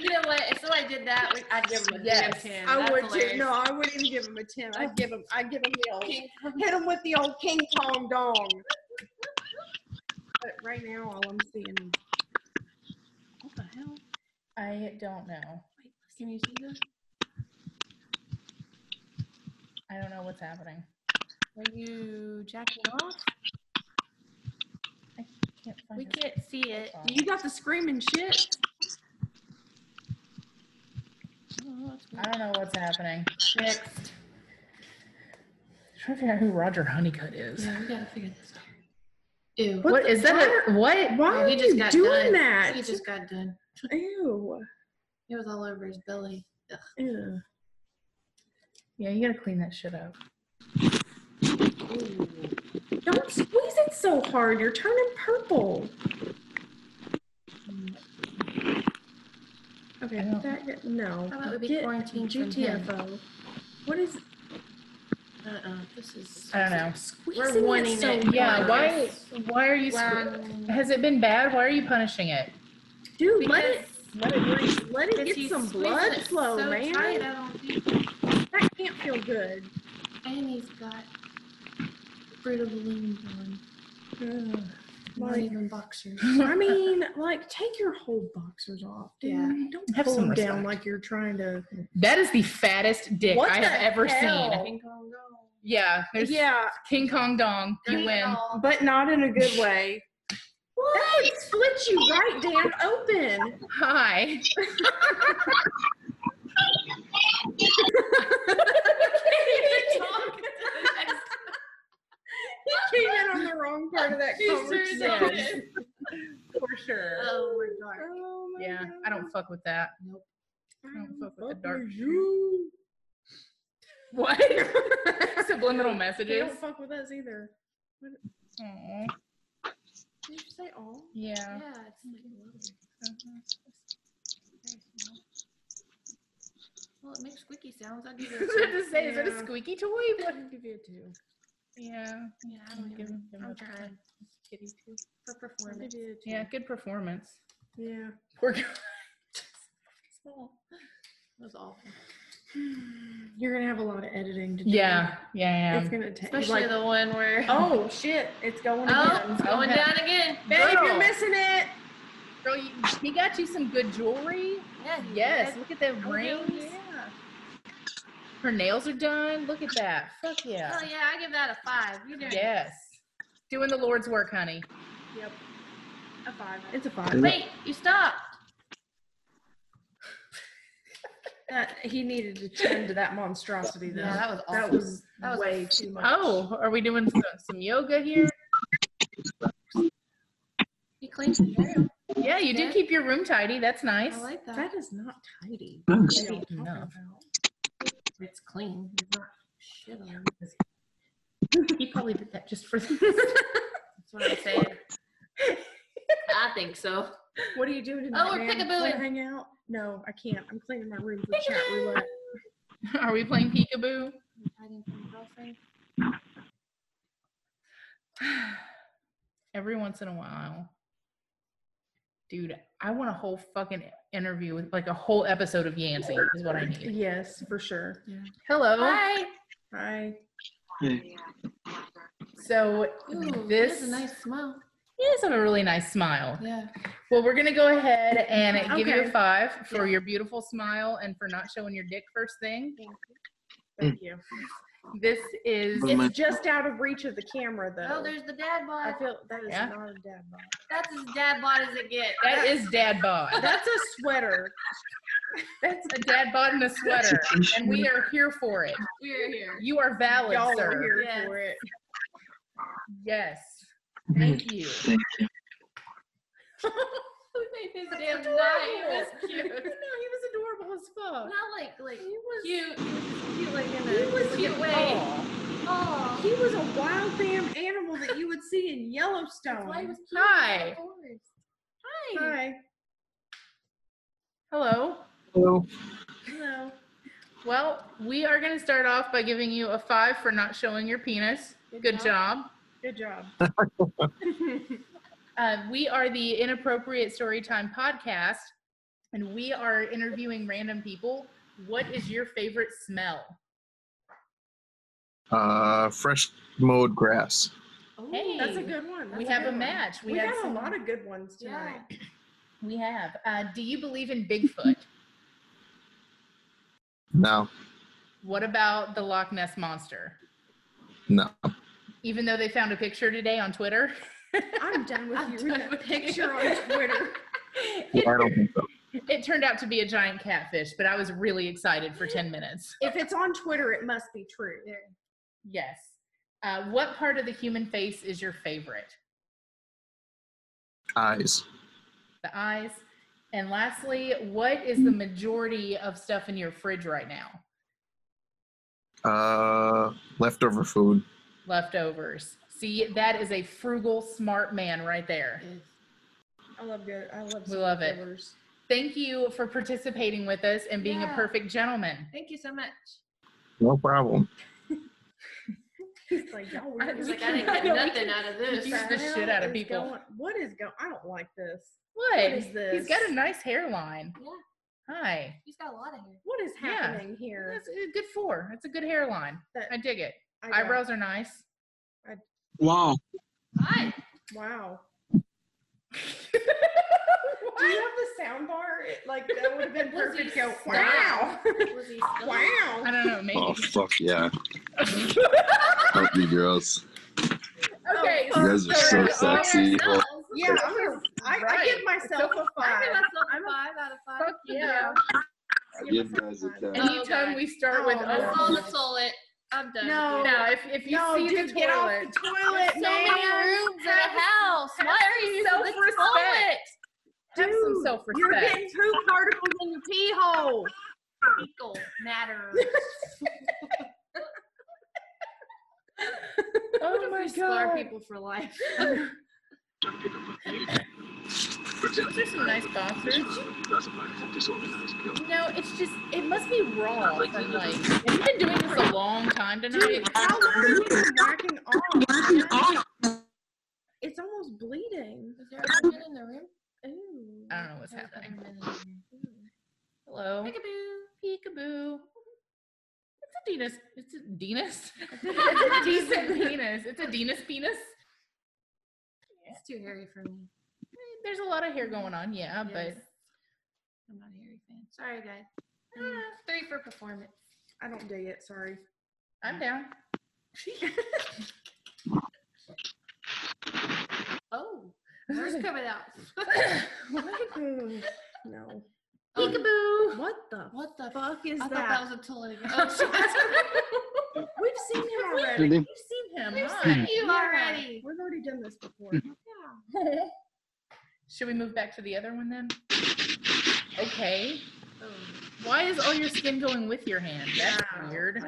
S7: You know what? If somebody did that, we- I'd give them a
S5: Yes,
S7: ten.
S6: I
S7: That's
S6: would too.
S7: hilarious.
S6: No, I wouldn't even give him a ten. I'd give him. I'd give him the old.
S7: King
S6: Hit him with the old King Kong dong. But right now, all I'm seeing is what the hell?
S5: I don't know.
S7: Can you see this?
S5: I don't know what's happening.
S7: Are you jacking off?
S5: I can't find.
S7: We
S5: it.
S7: can't see it.
S6: You got the screaming shit.
S7: Oh, that's weird.
S5: I don't know what's happening. Next. Trying to figure out who Roger Honeycutt is.
S7: Yeah, we gotta figure this out. Ew.
S6: What
S5: What
S6: the
S5: is that? A, what?
S6: Why are
S7: He just
S6: you
S7: got
S6: doing
S7: done.
S6: that?
S7: He just got done.
S6: Ew.
S7: It was all over his belly. Ugh.
S6: Ew.
S5: Yeah, you gotta clean that shit up.
S6: Don't squeeze it so hard. You're turning purple. Okay,
S5: I don't-
S6: that get- no.
S7: How about we be
S6: Get
S7: quarantined from him?
S6: GTFO. What is?
S7: Uh-uh. This is.
S5: I don't know.
S6: Squeezing it
S7: wanting
S6: so
S7: it.
S5: Yeah.
S6: hard.
S5: Why? Why are you? Squ-
S7: We're-
S5: has it been bad? Why are you punishing it?
S6: Dude, let it
S7: because-
S6: let it breathe. Let
S7: because
S6: it get
S7: he's
S6: some
S7: squeezing
S6: blood
S7: it
S6: flow,
S7: so
S6: man.
S7: tight, I don't think-
S6: That can't feel good.
S7: And he's got brittle balloons on.
S6: Ugh.
S7: Not
S6: Like,
S7: even
S6: [laughs]
S7: boxers. [laughs]
S6: I mean, like, take your whole boxers off, dude.
S7: Yeah.
S6: Don't
S5: Have
S6: pull
S5: some
S6: them down
S5: respect.
S6: like you're trying to.
S5: That is the fattest dick
S6: What
S5: I
S6: the
S5: have ever
S6: hell?
S5: seen. Yeah. There's
S6: Yeah,
S5: King Kong Dong. You win.
S6: but not in a good way. That would split you right down
S7: [laughs]
S6: open. [laughs]
S5: Hi.
S6: He came in on the wrong part of that
S7: He sure
S6: conversation.
S7: did.
S5: For sure.
S7: Oh, we're dark.
S6: Oh my
S5: Yeah.
S6: God.
S5: I don't fuck with that.
S6: I
S5: don't fuck with the
S6: fuck
S5: dark
S6: you. [laughs]
S5: What? [laughs] Subliminal
S6: They
S5: messages.
S6: don't fuck with us either. What-
S5: Aw.
S6: Did you say all?
S5: [laughs] Yeah.
S7: it's like
S5: Mhm.
S7: very small. Well, it makes squeaky sounds. I'll
S5: I
S7: give
S5: was
S7: it a
S6: [laughs]
S5: about
S7: two.
S5: to say, is it a
S7: Yeah.
S5: squeaky toy? What?
S6: I'll give you a two.
S5: Yeah.
S7: Yeah, I don't
S5: give
S7: even.
S5: him
S7: I'm
S5: much
S7: trying.
S5: Kitty too.
S7: For performance.
S5: Yeah, good performance.
S6: Yeah.
S5: Poor guy.
S7: Small. That was awful.
S6: You're gonna have a lot of editing to do.
S5: Yeah, yeah, yeah.
S6: It's gonna take.
S7: Especially the one where.
S6: Oh shit! It's going.
S7: Oh,
S6: again.
S7: it's going
S5: Okay.
S7: down again.
S6: Babe,
S5: Girl.
S6: you're missing it.
S5: Girl, you, he got you some good jewelry.
S7: Yeah, he
S5: Yes,
S7: did.
S5: look at that
S7: Oh,
S5: ring.
S7: Yeah.
S5: Her nails are done. Look at that. Fuck yeah.
S7: Oh yeah, I give that a five. You're doing
S5: Yes. Doing the Lord's work, honey.
S6: Yep.
S7: a five.
S6: It's a five.
S7: Wait, you stopped.
S6: That, he needed to tend to that monstrosity though.
S7: Yeah, that was
S6: That
S7: awful.
S6: was,
S7: That was
S6: way too much.
S5: Oh, are we doing some, some yoga here?
S7: You cleaned your room.
S5: Yeah, you do
S7: Yeah.
S5: keep your room tidy. That's nice.
S7: I like that.
S6: That is not tidy.
S5: Thanks.
S6: What are y'all talking
S5: Enough. [laughs]
S6: about?
S7: It's clean. You're not shit on it. [laughs] That's
S5: He probably did that
S7: [laughs]
S5: just for this.
S7: what I'm saying. I think so.
S6: What are you doing tonight?
S7: Oh, we're
S6: man?
S7: peekabooing.
S6: Wanna Hang out? No, I can't. I'm cleaning my room for chat roulette.
S5: Are we playing peekaboo? [sighs]
S7: Hiding from girlfriend.
S5: Every once in a while. Dude, I want a whole fucking interview with like a whole episode of Yancey is what I need.
S6: Yes, for sure.
S7: Oh.
S5: Hello.
S7: Hi.
S6: Hi.
S5: So
S7: Ooh,
S5: this
S7: this is a nice smell.
S5: you guys have a really nice smile.
S7: Yeah.
S5: Well, we're gonna go ahead and
S6: [laughs]
S5: give you a
S6: Okay.
S5: five for your beautiful smile and for not showing your dick first thing.
S6: Thank you.
S5: This is
S6: It's just out of reach of the camera
S7: Oh,
S6: though.
S7: there's the dad
S6: I
S7: bod.
S6: feel that is
S5: Yeah.
S6: not a dad bod.
S7: That's as dad bod as it gets.
S5: [laughs] that is dad bod.
S6: That's a sweater.
S5: [laughs] That's a dad bod in a sweater, and we are here for it.
S7: We're here.
S5: You are valid,
S6: Y'all
S5: sir.
S6: are here
S7: Yes.
S6: for it.
S5: Yes. Thank [laughs] you.
S7: [laughs] We made his damn
S5: adorable.
S7: night. It was cute.
S5: No, he was adorable as fuck.
S7: Not like like
S6: He was
S7: cute, cute like in
S6: he
S7: a
S6: was
S7: cute way.
S6: Aw.
S7: Oh,
S6: He was a wild damn animal that you would see in Yellowstone.
S5: Hi.
S7: Hi.
S6: Hi.
S5: Hello.
S11: Hello.
S6: Hello.
S5: Well, we are going to start off by giving you a five for not showing your penis.
S6: Good
S5: Good
S6: job.
S5: job.
S6: Good job.
S5: Uh, we are the Inappropriate Storytime podcast, and we are interviewing random people. What is your favorite smell?
S8: Uh, fresh mowed grass.
S5: Hey,
S6: That's a good one.
S5: we
S6: That's a
S5: have
S6: good
S5: a
S6: one.
S5: match. We
S6: We
S5: have
S6: got a
S5: some-
S6: lot of good ones
S7: Yeah.
S6: tonight.
S5: [clears throat] We have. Uh, do you believe in
S6: [laughs]
S5: Bigfoot?
S8: No,
S5: what about the Loch Ness monster?
S8: no.
S5: Even though they found a picture today on Twitter, [laughs]
S6: I'm done with
S7: I'm
S6: you.
S7: done
S6: with
S7: with
S6: that
S7: you.
S6: picture on
S5: [laughs]
S6: Twitter.
S8: I don't think so.
S5: it turned out to be a giant catfish. But I was really excited for ten minutes.
S6: if it's on Twitter, it must be true.
S5: Yes. Uh, what part of the human face is your favorite?
S8: Eyes.
S5: The eyes. And lastly, what is the majority of stuff in your fridge right now?
S8: Uh, leftover food.
S5: Leftovers. See, that is a frugal, smart man right there.
S6: Mm. I love good. I love.
S5: We love it.
S6: [laughs] leftovers.
S5: Thank you for participating with us and being a
S7: Yeah.
S5: perfect gentleman.
S7: Thank you so [laughs] much.
S8: No problem.
S6: He's like, y'all
S7: I
S6: weird.
S7: was like,
S6: We
S7: I didn't
S6: can-
S7: get
S6: [laughs]
S7: nothing out of
S5: Use
S7: this.
S5: the
S6: What
S5: shit
S6: hell
S5: out of
S6: is
S5: people.
S6: going- what is going? I don't like this.
S5: What?
S6: is
S5: He's got
S6: this?
S5: a nice hairline.
S7: Yeah,
S5: Hi.
S7: he's got a lot of hair.
S6: What is
S5: Yeah.
S6: happening here?
S5: That's a good four. That's a good hairline.
S6: That-
S5: I dig it.
S6: I don't-
S5: Eyebrows are nice.
S2: Wow.
S7: Hi.
S6: Wow. Do you have the sound bar? It, like that would have been
S7: Was he
S6: perfect. Go
S7: stuck?
S6: wow,
S7: Was [laughs] he stuck?
S5: I
S6: wow.
S5: don't know, maybe.
S3: fuck yeah. Fuck you girls.
S5: Okay.
S3: You guys are so sexy.
S7: Ourselves.
S6: Yeah, I'm gonna, I, I
S5: Right.
S6: give myself a
S7: I
S6: five.
S7: give myself
S6: I'm
S7: a
S6: a-
S7: five out of five.
S5: Fuck yeah.
S3: I give guys a ten.
S5: Anytime
S7: God.
S5: we start with
S7: I
S6: Oh,
S5: us,
S7: saw the toilet. I'm done.
S6: No.
S5: [laughs] no, if, if you
S6: No,
S5: see
S6: dude,
S5: the
S6: get off the
S5: toilet,
S6: toilet,
S7: So
S6: man.
S7: many rooms in a house. Why are you so the
S5: self-respect.
S7: toilet?
S5: have some
S6: Dude, You're
S5: self-respect.
S6: getting poop particles in your pee hole.
S7: [laughs] Fecal matter.
S6: my
S5: Sklar
S6: God.
S5: people for
S6: [laughs]
S5: life. Those are some nice boxers. No, it's just it must be raw from like we've been doing this a long time tonight.
S6: How long have you been whacking off? It's almost bleeding. Is there a woman in the room? Ooh.
S5: I don't know what's happening. Hello. Peekaboo. Peekaboo. It's a Dinas. It's a
S6: [laughs]
S5: Dinas.
S7: It's a
S5: He said
S7: Dinas.
S5: penis. It's a Dinas penis.
S7: It's too hairy for me.
S5: There's a lot of hair going on, yeah, but
S7: I'm not a hairy fan. Sorry, guys. Ah, three for performance.
S6: I don't dig it. Sorry. [laughs]
S5: I'm down.
S7: [laughs] Oh, [laughs] where's coming out?
S6: no.
S7: Peekaboo.
S6: What the?
S7: Um, What the
S6: fuck is
S7: I
S6: that?
S7: thought that was a toy. [laughs] Oh, shit.
S6: We've seen him already.
S7: Did he-
S6: We've seen him.
S7: We've
S6: huh?
S7: seen you
S6: Yeah,
S7: already.
S6: We've already done this before.
S5: Should we move back to the other one then? Okay.
S6: Oh,
S5: Why is all your skin going with your hand? That's weird.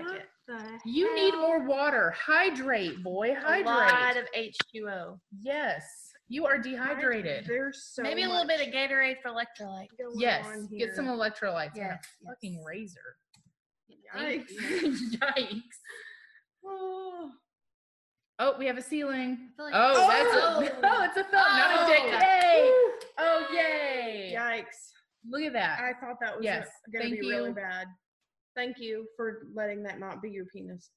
S5: You need more water. Hydrate, boy.
S7: A
S5: Hydrate.
S7: lot of H2O.
S5: Yes. You are dehydrated.
S6: There's so
S7: Maybe a little bit of Gatorade for electrolyte.
S5: Yes. Get some electrolytes. and a
S7: Yes,
S5: Fucking
S7: [laughs]
S5: razor.
S7: Yikes.
S5: Yikes. Oh. Oh, we have a ceiling.
S7: like-
S5: oh,
S7: Oh!
S5: that's a, [laughs] oh, it's a thumb, not a dick.
S7: Oh.
S5: Yay! Oh, yay!
S6: Yikes.
S5: Look at that.
S6: I thought that was
S5: Yes,
S6: going to
S5: thank
S6: be really
S5: you.
S6: bad. Thank you for letting that not be your penis.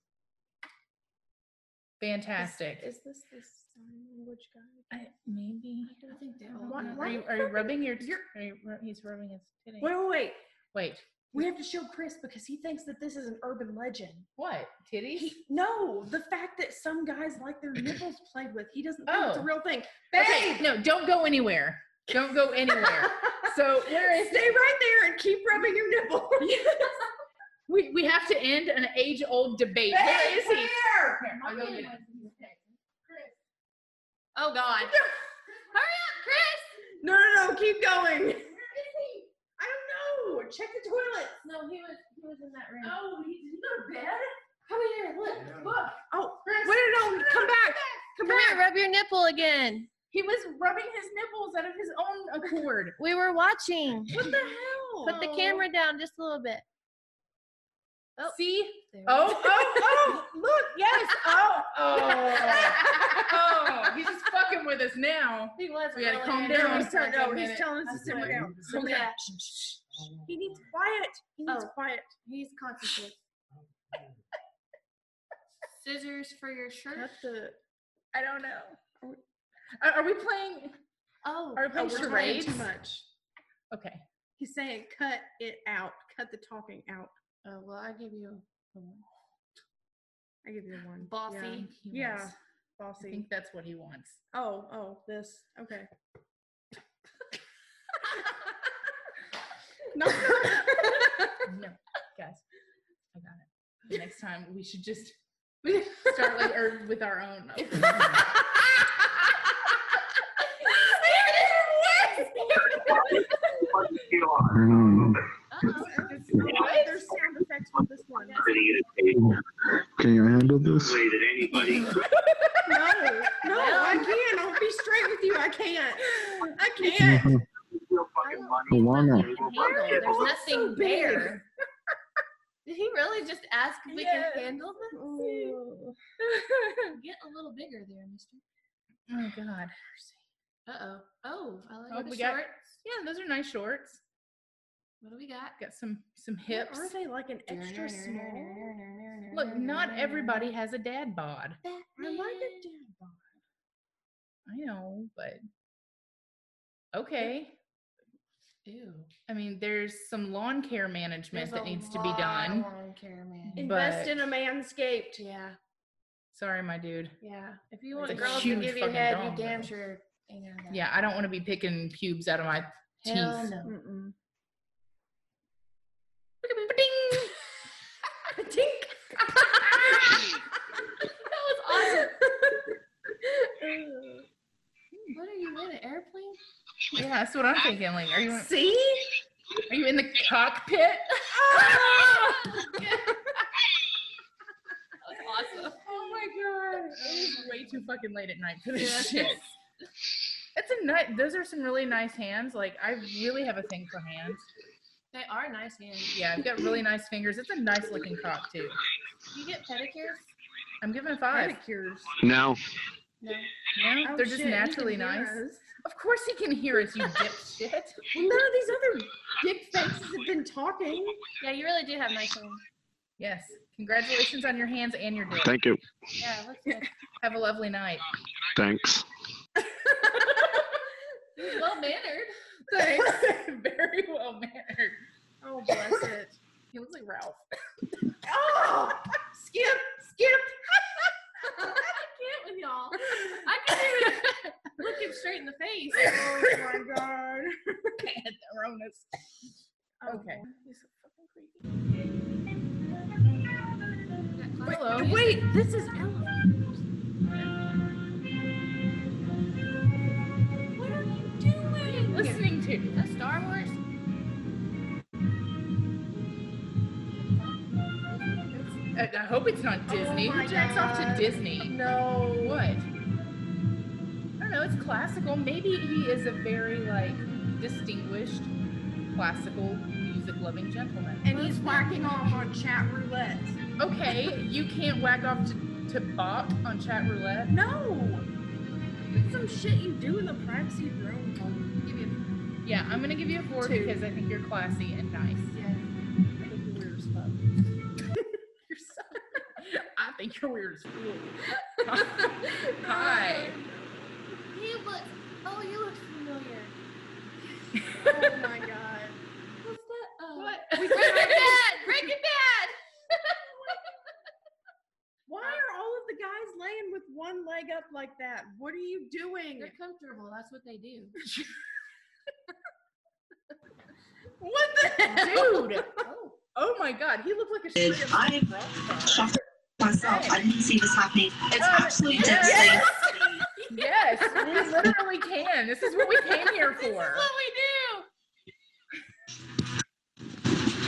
S5: Fantastic.
S6: Is this the sign language guy?
S5: I, maybe.
S6: I don't think they're
S5: Why- Oh, Are you, are you rubbing your? T- are you, ru- he's rubbing his titty.
S6: Wait, wait, wait.
S5: Wait.
S6: We have to show Chris because he thinks that this is an urban legend.
S5: What? Titties?
S6: No, the fact that some guys like their nipples played with. He doesn't think it's a
S5: Oh.
S6: real thing.
S5: Okay, no, don't go anywhere. Don't [laughs] go anywhere. so where is?
S6: Stay right there and keep rubbing your nipple.
S5: We, we have to end an age old debate.
S7: Hey,
S5: where is he?
S7: where?
S5: Here, I'll go get it.
S7: Oh, God. [laughs] Hurry up, Chris.
S6: No, no, no, keep going.
S7: I
S6: don't know. Check the toilet.
S7: No, he was he was Oh, in that room.
S6: No,
S7: he didn't go to bed. Come here, look, look.
S6: Oh,
S7: Chris.
S6: wait, no, no, come back. Come
S7: here, rub your nipple again.
S5: He was rubbing his nipples out of his own accord.
S7: We were watching.
S6: What the hell?
S7: Put the camera down just a little bit. Oh.
S5: See?
S7: There we
S5: Oh,
S7: go.
S5: [laughs] oh, oh! Look, yes. Oh, oh, oh! He's just fucking with us now.
S7: He was.
S5: We gotta
S7: really
S5: calm
S7: in there.
S5: down.
S6: He's telling- no, he's telling us to
S5: That's
S6: simmer
S5: right.
S6: down. Simmer
S5: Okay.
S6: down. He needs quiet. He needs
S7: Oh.
S6: quiet.
S7: He's concentrated. Scissors for your shirt.
S6: Cut the.
S5: I don't know. Are, are we playing?
S7: Oh,
S5: Are we
S6: Oh,
S5: playing
S6: we're talking
S5: charades?
S6: too much.
S5: Okay.
S6: He's saying, cut it out. Cut the talking out.
S7: Oh well, I give you a one.
S6: I give you one.
S7: Bossy.
S6: Yeah.
S5: He
S6: Yeah.
S5: wants- I
S6: Bossy.
S5: think that's what he wants.
S6: Oh, oh, this.
S5: [laughs]
S6: Okay. [laughs] no. [laughs]
S5: no, guys, I got it. Next time we should just start like or with our
S7: [laughs]
S5: own.
S20: Mm-hmm.
S6: There's sound effects with this one.
S23: Can I handle this?
S6: No, no, I can't. I'll be straight with you. I can't. I can't.
S20: Mm-hmm.
S23: But why not?
S7: Handle. There's nothing
S6: Oh, so big.
S7: there. Did he really just ask if we
S5: Yes.
S7: can handle this?
S6: Ooh.
S7: Get a little bigger there, mister.
S5: Oh God.
S7: Uh oh. Oh, I like
S5: Oh,
S7: the
S5: we
S7: shorts.
S5: got- Yeah, those are nice shorts.
S7: What do we got?
S5: Got some some hips.
S6: Are they like an extra small?
S5: Look, not everybody has a dad bod.
S6: I like a dad bod.
S5: I know, but okay.
S7: Ew.
S5: I mean, there's some lawn care management
S7: There's
S5: that
S7: a
S5: needs to be
S7: lot of
S5: done.
S7: lawn care, man.
S6: Invest
S5: But-
S6: in a manscaped.
S7: Yeah,
S5: Sorry, my dude.
S7: yeah. If you
S5: It's
S7: want
S5: a
S7: a girl to
S5: huge
S7: give you
S5: fucking
S7: head,
S5: dong,
S7: you damn
S5: though.
S7: sure ain't having that.
S5: Yeah, I don't want to be picking pubes out of my
S7: Hell
S5: teeth.
S7: no.
S6: Mm-mm.
S7: [laughs] Tink. that was awesome. what are you in an airplane?
S5: Yeah, that's what I'm thinking. Like, are you
S6: See?
S5: are you in the
S7: [laughs]
S5: cockpit?
S7: That was awesome.
S5: [laughs] Oh my god, that was way too fucking late at night for this shit. That's a nice. Those are some really nice hands. Like I really have a thing for hands.
S7: They are nice hands.
S5: Yeah, I've got really nice fingers. It's a nice looking cock too.
S7: You get pedicures?
S5: I'm giving it five.
S11: No.
S7: No.
S5: No,
S6: Oh,
S5: they're just
S6: shit, you can
S5: naturally
S6: hear
S5: nice.
S6: us.
S5: Of course he can hear us, you dipshit.
S6: Well, none of these other dick faces have been talking.
S7: Yeah, you really do have nice hands.
S5: Yes. Congratulations on your hands and your dick.
S11: Thank you.
S5: Yeah, looks good.
S7: [laughs]
S5: Have a lovely night.
S11: Thanks.
S7: Well mannered.
S5: Thanks. [laughs] Very well mannered. Oh, bless it. He looks like
S7: [laughs]
S5: Ralph.
S6: Oh,
S5: skip, skip.
S7: [laughs] I can't with y'all. I can't even look him straight in the
S5: [laughs]
S7: face. Oh my
S6: [laughs]
S7: god.
S5: At the Ronas.
S7: Oh,
S5: Okay.
S7: Hello.
S6: Wait, this is Ella.
S7: What are you doing?
S5: Listening to
S7: a Star Wars.
S5: I, I hope it's not Disney.
S6: Oh my
S5: Who jacks off
S6: God.
S5: to Disney?
S6: No.
S5: What? I don't know. It's classical. Maybe he is a very like distinguished classical music loving gentleman.
S6: And he's whacking off on chat roulette.
S5: Okay, you can't whack off to, to Bach on chat roulette.
S6: No. It's some shit you do in the privacy of your own
S7: [laughs]
S6: home.
S7: Give you
S5: Yeah, I'm gonna give you a four
S6: Two.
S5: because I think you're classy and nice.
S6: I think you're weird as fuck.
S5: [laughs] You're so- I think you're weird as fool. [laughs]
S7: [laughs]
S5: Hi.
S7: He looks. Oh, you look familiar.
S6: Oh my god.
S7: What's that? Uh, what?
S6: We
S7: [laughs] Breaking
S6: can't-
S7: Bad. Breaking Bad.
S6: Why are all of the guys laying with one leg up like that? What are you doing?
S7: They're comfortable. That's what they do.
S5: What the hell? Dude! Oh my god, he looked like a
S9: If
S5: shrimp.
S6: [laughs]
S9: I- shocked myself. I didn't see this happening. It's
S5: Um,
S9: absolutely
S5: yes.
S9: devastating.
S5: Yes, we literally can. This is what we came here for.
S7: What we do?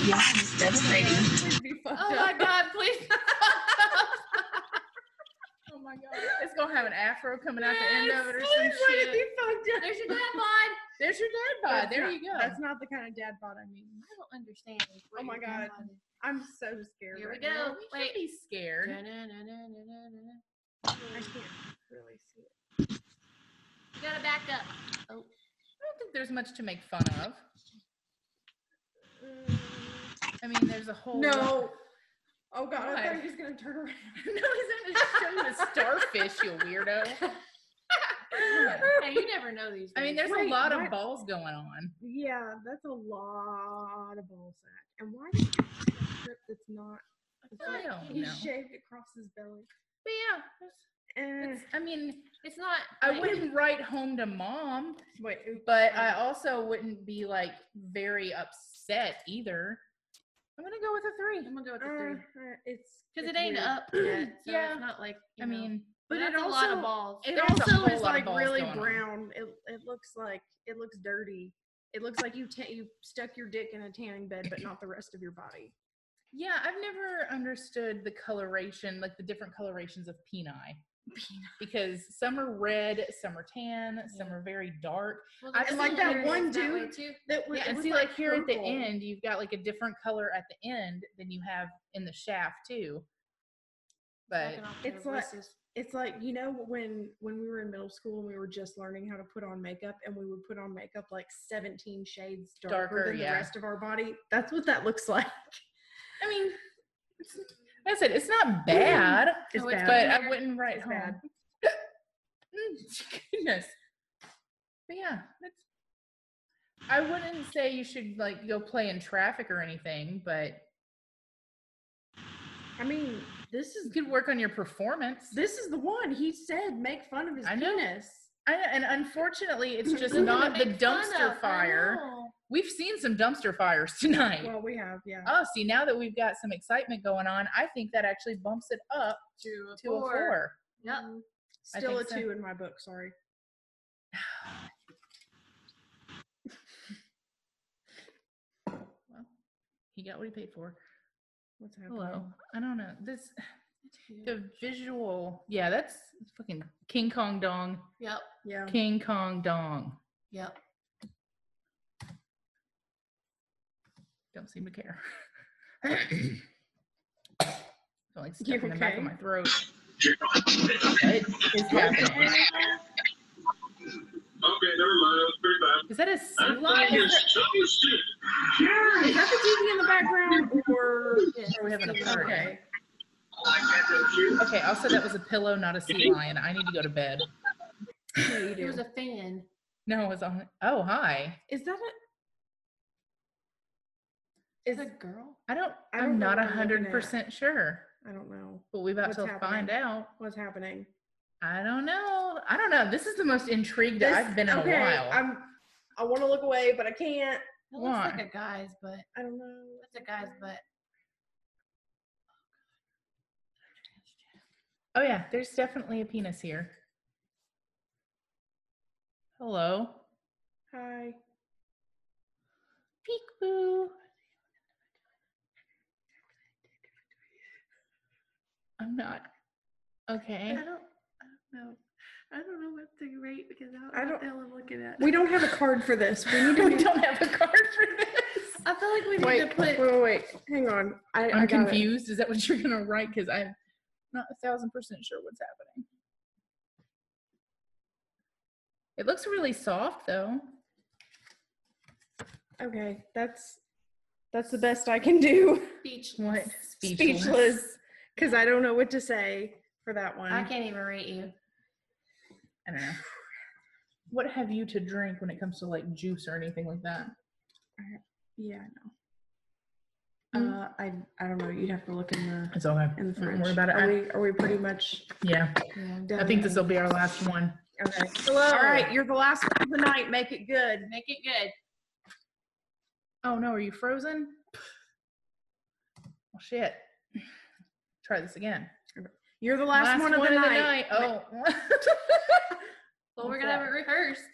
S9: Yeah, it's
S5: [laughs]
S9: devastating.
S7: [laughs] Oh my god! Please.
S5: Oh my god. It's gonna have an afro coming out the end of it or
S6: Please
S5: some
S6: let it be
S5: shit.
S6: fucked up.
S7: There's uh, your dad bod.
S5: There's your dad bod.
S6: That's
S5: There
S6: not-
S5: you go.
S6: That's not the kind of dad bod I mean.
S7: I don't understand. what
S6: Oh my
S7: your dad
S6: god.
S7: bod is.
S6: I'm so scared.
S7: Here we
S6: right
S7: go.
S6: now.
S5: We
S7: Wait.
S5: should be scared.
S7: Da-na-na-na-na-na-na.
S6: I can't really see it.
S7: You gotta back up.
S5: I
S7: Oh.
S5: don't think there's much to make fun of. I mean, there's a whole.
S6: No. Oh god,
S5: Why?
S6: I thought he was gonna turn around.
S5: [laughs] no, he's not gonna show you a starfish, you weirdo.
S7: hey, you never know these.
S5: I mean, there's a
S6: Wait,
S5: lot of
S6: what?
S5: balls going on.
S6: Yeah, that's a lot of ball sack. And why did he have a strip that's not it's
S5: I
S6: like
S5: don't
S6: he
S5: know.
S6: shaved across his belly?
S5: But yeah, there's-
S6: Eh,
S5: it's, I mean,
S7: It's not.
S5: I
S7: like-
S5: wouldn't write home to mom,
S6: wait, oops,
S5: but
S6: sorry.
S5: I also wouldn't be like very upset either. I'm gonna go with a three.
S7: I'm gonna go with
S6: Uh,
S7: the three
S6: uh, it's
S7: because it
S6: it's
S7: ain't
S6: weird. [clears throat]
S7: up [clears throat] yet. So
S5: Yeah.
S7: it's not like you
S5: I
S7: know,
S5: mean,
S6: But
S7: that's
S6: it also
S7: a lot of balls.
S6: It
S5: There's a
S6: also
S5: whole
S6: is
S5: lot of
S6: like
S5: balls
S6: really
S5: going on.
S6: brown. It it looks like it looks dirty. It looks like you ta you stuck your dick in a tanning bed, but not the rest of your body.
S5: Yeah, I've never understood the coloration, like the different colorations of peni. Because some are red, some are tan, some are very dark.
S7: Well,
S5: I
S7: the
S5: feel like that
S7: cylinder is
S5: one
S7: way
S5: dude-
S7: too.
S6: That was,
S5: Yeah,
S6: it
S5: and
S6: was
S5: see, like here at the
S6: purple.
S5: end, you've got like a different color at the end than you have in the shaft too. But
S7: Knocking off
S6: It's
S7: their
S6: like-
S7: voices.
S6: It's like you know when when we were in middle school and we were just learning how to put on makeup, and we would put on makeup like seventeen shades darker,
S5: Darker,
S6: than
S5: yeah.
S6: the rest of our body. That's what that looks [laughs] like.
S5: I mean, it's, like I said it's not bad,
S6: It's
S7: Oh, it's
S6: bad.
S5: but I
S7: Weird.
S5: wouldn't write
S6: It's
S5: home.
S6: bad.
S5: Mm, [laughs] Goodness. But yeah, that's. I wouldn't say you should like go play in traffic or anything, but
S6: I mean, this
S5: you
S6: is
S5: could work on your performance.
S6: this is the one he said make fun of his
S5: I know.
S6: penis.
S5: I, and unfortunately, it's just
S7: Ooh,
S5: not the
S7: make fun
S5: dumpster
S7: of, I
S5: fire.
S7: know.
S5: We've seen some dumpster fires [laughs] tonight.
S6: Well, we have yeah.
S5: Oh, see, now that we've got some excitement going on, I think that actually bumps it up
S6: oh
S7: To a
S5: to a four.
S7: Yep.
S6: Mm,
S5: I
S6: Still a
S5: think so.
S6: two in my book. Sorry.
S5: He got what he paid for.
S6: What's happening?
S5: Oh, Hello. I don't know. This The visual, yeah, that's fucking King Kong Dong.
S7: Yep.
S6: Yeah.
S5: King Kong Dong.
S7: Yep.
S5: Don't seem to care. Feel like stuff in the back of my throat. What is happening?
S13: never mind.
S5: Is that a sea lion? Is
S6: Is that the TV in the background or?
S5: that- we having a party? [coughs] Okay. Okay, also that was a pillow, not a sea lion. I need to go to bed.
S7: It was a fan.
S5: No, it was on. Oh, hi.
S6: Is that a?
S5: Is
S6: it a girl?
S5: I don't,
S6: I don't
S5: I'm
S6: know
S5: not
S6: what I'm looking
S5: hundred
S6: at.
S5: percent sure,
S6: I don't know.
S5: but we about
S6: What's
S5: to find
S6: happening?
S5: out.
S6: What's happening?
S5: I don't know. I don't know. This is the most intrigued
S6: This-
S5: I've been in
S6: okay,
S5: a while.
S6: I'm. I want to look away, but I can't.
S7: It looks
S5: Why?
S7: like a guy's butt.
S6: I don't know.
S7: That's a guy's butt.
S5: oh yeah, there's definitely a penis here. Hello.
S6: Hi.
S5: Peekaboo. I'm not. Okay.
S7: I don't, I don't know. I don't know what to rate because I
S6: I
S7: don't,
S6: don't-
S7: I don't know what the hell I'm looking at.
S6: We don't have a card for this.
S5: [laughs]
S6: We need to.
S5: We don't have a card for
S7: this. I feel like we need
S6: wait,
S7: to put.
S6: wait, wait, wait. Hang on.
S5: I'm
S6: I, I got it.
S5: confused. Is that what you're gonna write? Because I'm not a thousand percent sure what's happening. It looks really soft though.
S6: Okay, that's that's the best I can do. [laughs]
S7: Speech.
S5: What?
S6: Speechless, because I don't know what to say for that one.
S7: I can't even rate you.
S5: I don't know. What have you to drink when it comes to like juice or anything like that?
S6: Yeah, I know. Uh, I I don't know. You'd have to look in the
S5: It's okay.
S6: in the
S5: Don't
S6: fridge.
S5: worry about it.
S6: Are
S5: I-
S6: we are we pretty much?
S5: Yeah. I think this will be our last one.
S6: Okay. All right, you're the last one of the night. Make it good.
S7: Make it good.
S5: Oh no, are you frozen? Well, shit. Try this again.
S6: You're the last, one, of the, night.
S5: Oh.
S7: Well, we're
S5: What's
S7: gonna have
S5: that?
S7: it rehearsed.
S5: [laughs]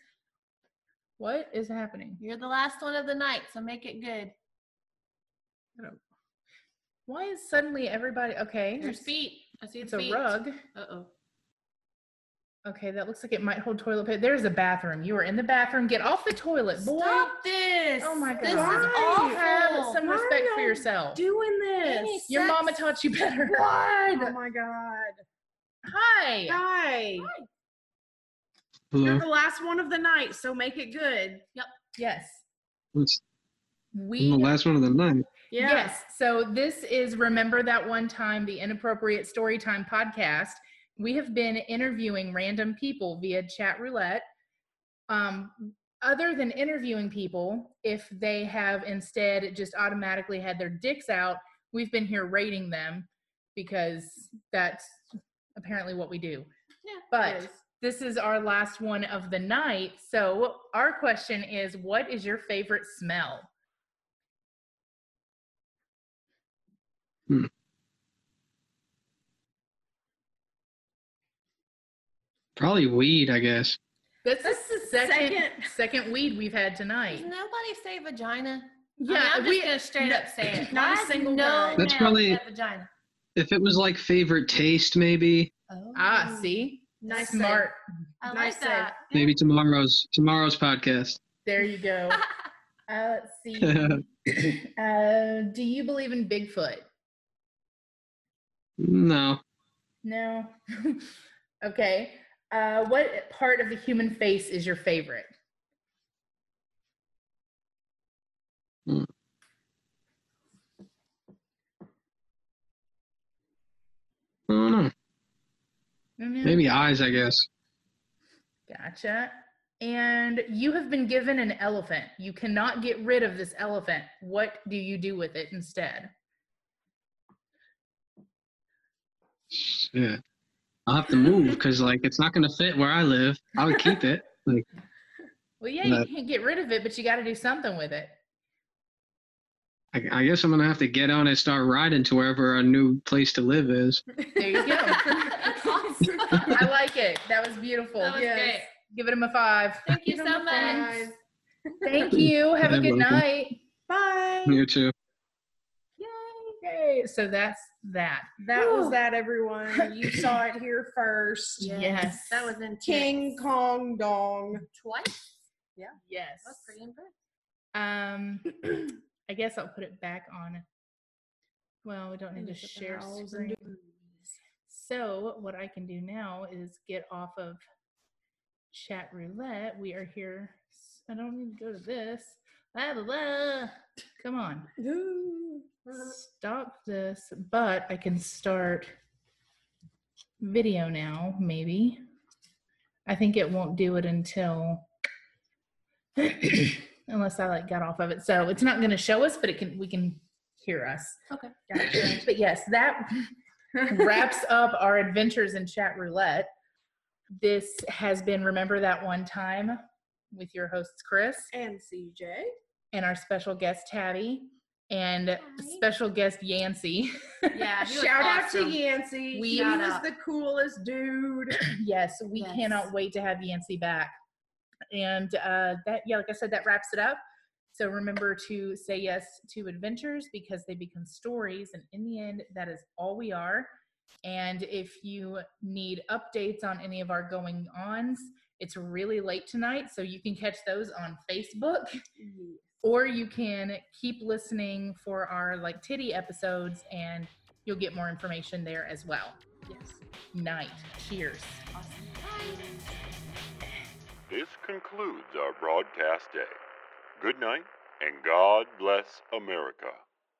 S5: What is happening?
S7: You're the last one of the night, so make it good.
S5: I don't- Why is suddenly everybody okay?
S7: There's feet. I see
S5: It's
S7: the
S5: a
S7: feet.
S5: rug.
S7: Uh oh.
S5: Okay, that looks like it might hold toilet paper. There's a bathroom. You are in the bathroom. Get off the toilet, boy.
S7: Stop this.
S5: Oh my god.
S7: This is
S6: Why?
S5: Have
S7: awful.
S5: some
S6: Why
S5: respect
S6: y'all
S5: for yourself.
S6: Doing
S7: Any
S6: this.
S5: Your
S7: sex-
S5: mama taught you better.
S6: Oh my god.
S5: Hi.
S6: Hi. You're the last one of the night, so make it good.
S5: Yes.
S11: Let's-
S5: We
S11: I'm the last one of the night.
S6: Yeah.
S5: Yes. So this is Remember That One Time, the Inappropriate Storytime podcast. We have been interviewing random people via chat roulette. Um, other than interviewing people, if they have instead just automatically had their dicks out, we've been here rating them because that's apparently what we do.
S7: Yeah, it
S5: But
S7: is.
S5: this is our last one of the night. So our question is what is your favorite smell?
S11: Probably weed, I guess.
S5: That's,
S6: That's
S5: the
S6: the
S5: second, second
S6: second-
S5: weed we've had tonight.
S7: Does nobody say vagina?
S5: Yeah,
S7: I mean, I'm just
S5: we-
S7: gonna straight
S5: no-
S7: up say it.
S6: not a
S7: Why is
S6: single
S7: no
S6: guy.
S11: That's
S7: male
S11: probably-
S7: said vagina.
S11: If it was like favorite taste, maybe
S7: Oh.
S5: Ah, see,
S7: Nice save.
S5: smart.
S7: I
S6: nice
S7: like
S6: save.
S7: that.
S11: maybe tomorrow's tomorrow's podcast.
S5: There you
S7: [laughs]
S5: go. uh, let's see. uh, do you believe in Bigfoot?
S11: no,
S5: No. [laughs] okay. Uh, what part of the human face is your favorite?
S11: I don't know.
S5: Mm,
S11: Maybe eyes, I guess.
S5: Gotcha. And you have been given an elephant. You cannot get rid of this elephant. What do you do with it instead?
S11: Shit. I'll have to move because like it's not gonna fit where I live. I would keep it. Like
S5: Well, yeah, you
S11: Uh,
S5: can't get rid of it, but you got to do something with it.
S11: I, I guess I'm gonna have to get on and start riding to wherever our new place to live is.
S5: There you go.
S7: [laughs] That's awesome.
S5: I like it. That was beautiful.
S7: That was
S6: Yes.
S7: great.
S5: Give it him a five.
S7: Thank you
S6: Give
S7: so
S6: them a
S7: much.
S6: five.
S5: Thank you. Have a
S11: You're
S5: good
S11: welcome.
S5: night.
S6: Bye.
S11: You too.
S5: Yay. Yay. So that's that.
S6: That was that, everyone. You saw it here
S5: [laughs]
S6: first.
S5: Yes. Yes.
S7: That was intense.
S6: King Kong Dong.
S7: Twice? Yeah.
S5: Yes.
S7: That's pretty impressive.
S5: Um, [clears throat] I guess I'll put it back on. Well, we don't need to
S6: Finish up the
S5: share
S6: house and
S5: screen.
S6: do-
S5: So what I can do now is get off of chat roulette. We are here. s- I don't need to go to this. La, la, la. Come on. Mm-hmm. Stop this. But I can start video now, maybe. I think it won't do it until [clears throat] unless I like got off of it. So it's not going to show us, but it can we can hear us. [clears throat]
S7: Okay.
S5: But yes, that [laughs] wraps up our adventures in chat roulette. This has been remember that one time with your hosts Chris
S6: And CJ.
S5: and our special guest Tabby and special guest Yancy. [laughs]
S7: Yeah. he was
S6: Shout out to
S7: awesome.
S6: Yancey.
S5: We-
S6: he
S5: Shout
S6: was
S5: out.
S6: the coolest dude.
S5: yes, we
S6: Yes.
S5: cannot wait to have Yancy back. And uh, that, yeah, like I said, that wraps it up. So remember to say yes to adventures because they become stories. And in the end, that is all we are. And if you need updates on any of our going ons, it's really late tonight. So you can catch those on Facebook or you can keep listening for our like titty episodes and you'll get more information there as well. Yes. Night. Cheers.
S4: This concludes our broadcast day. Good night, and God bless America.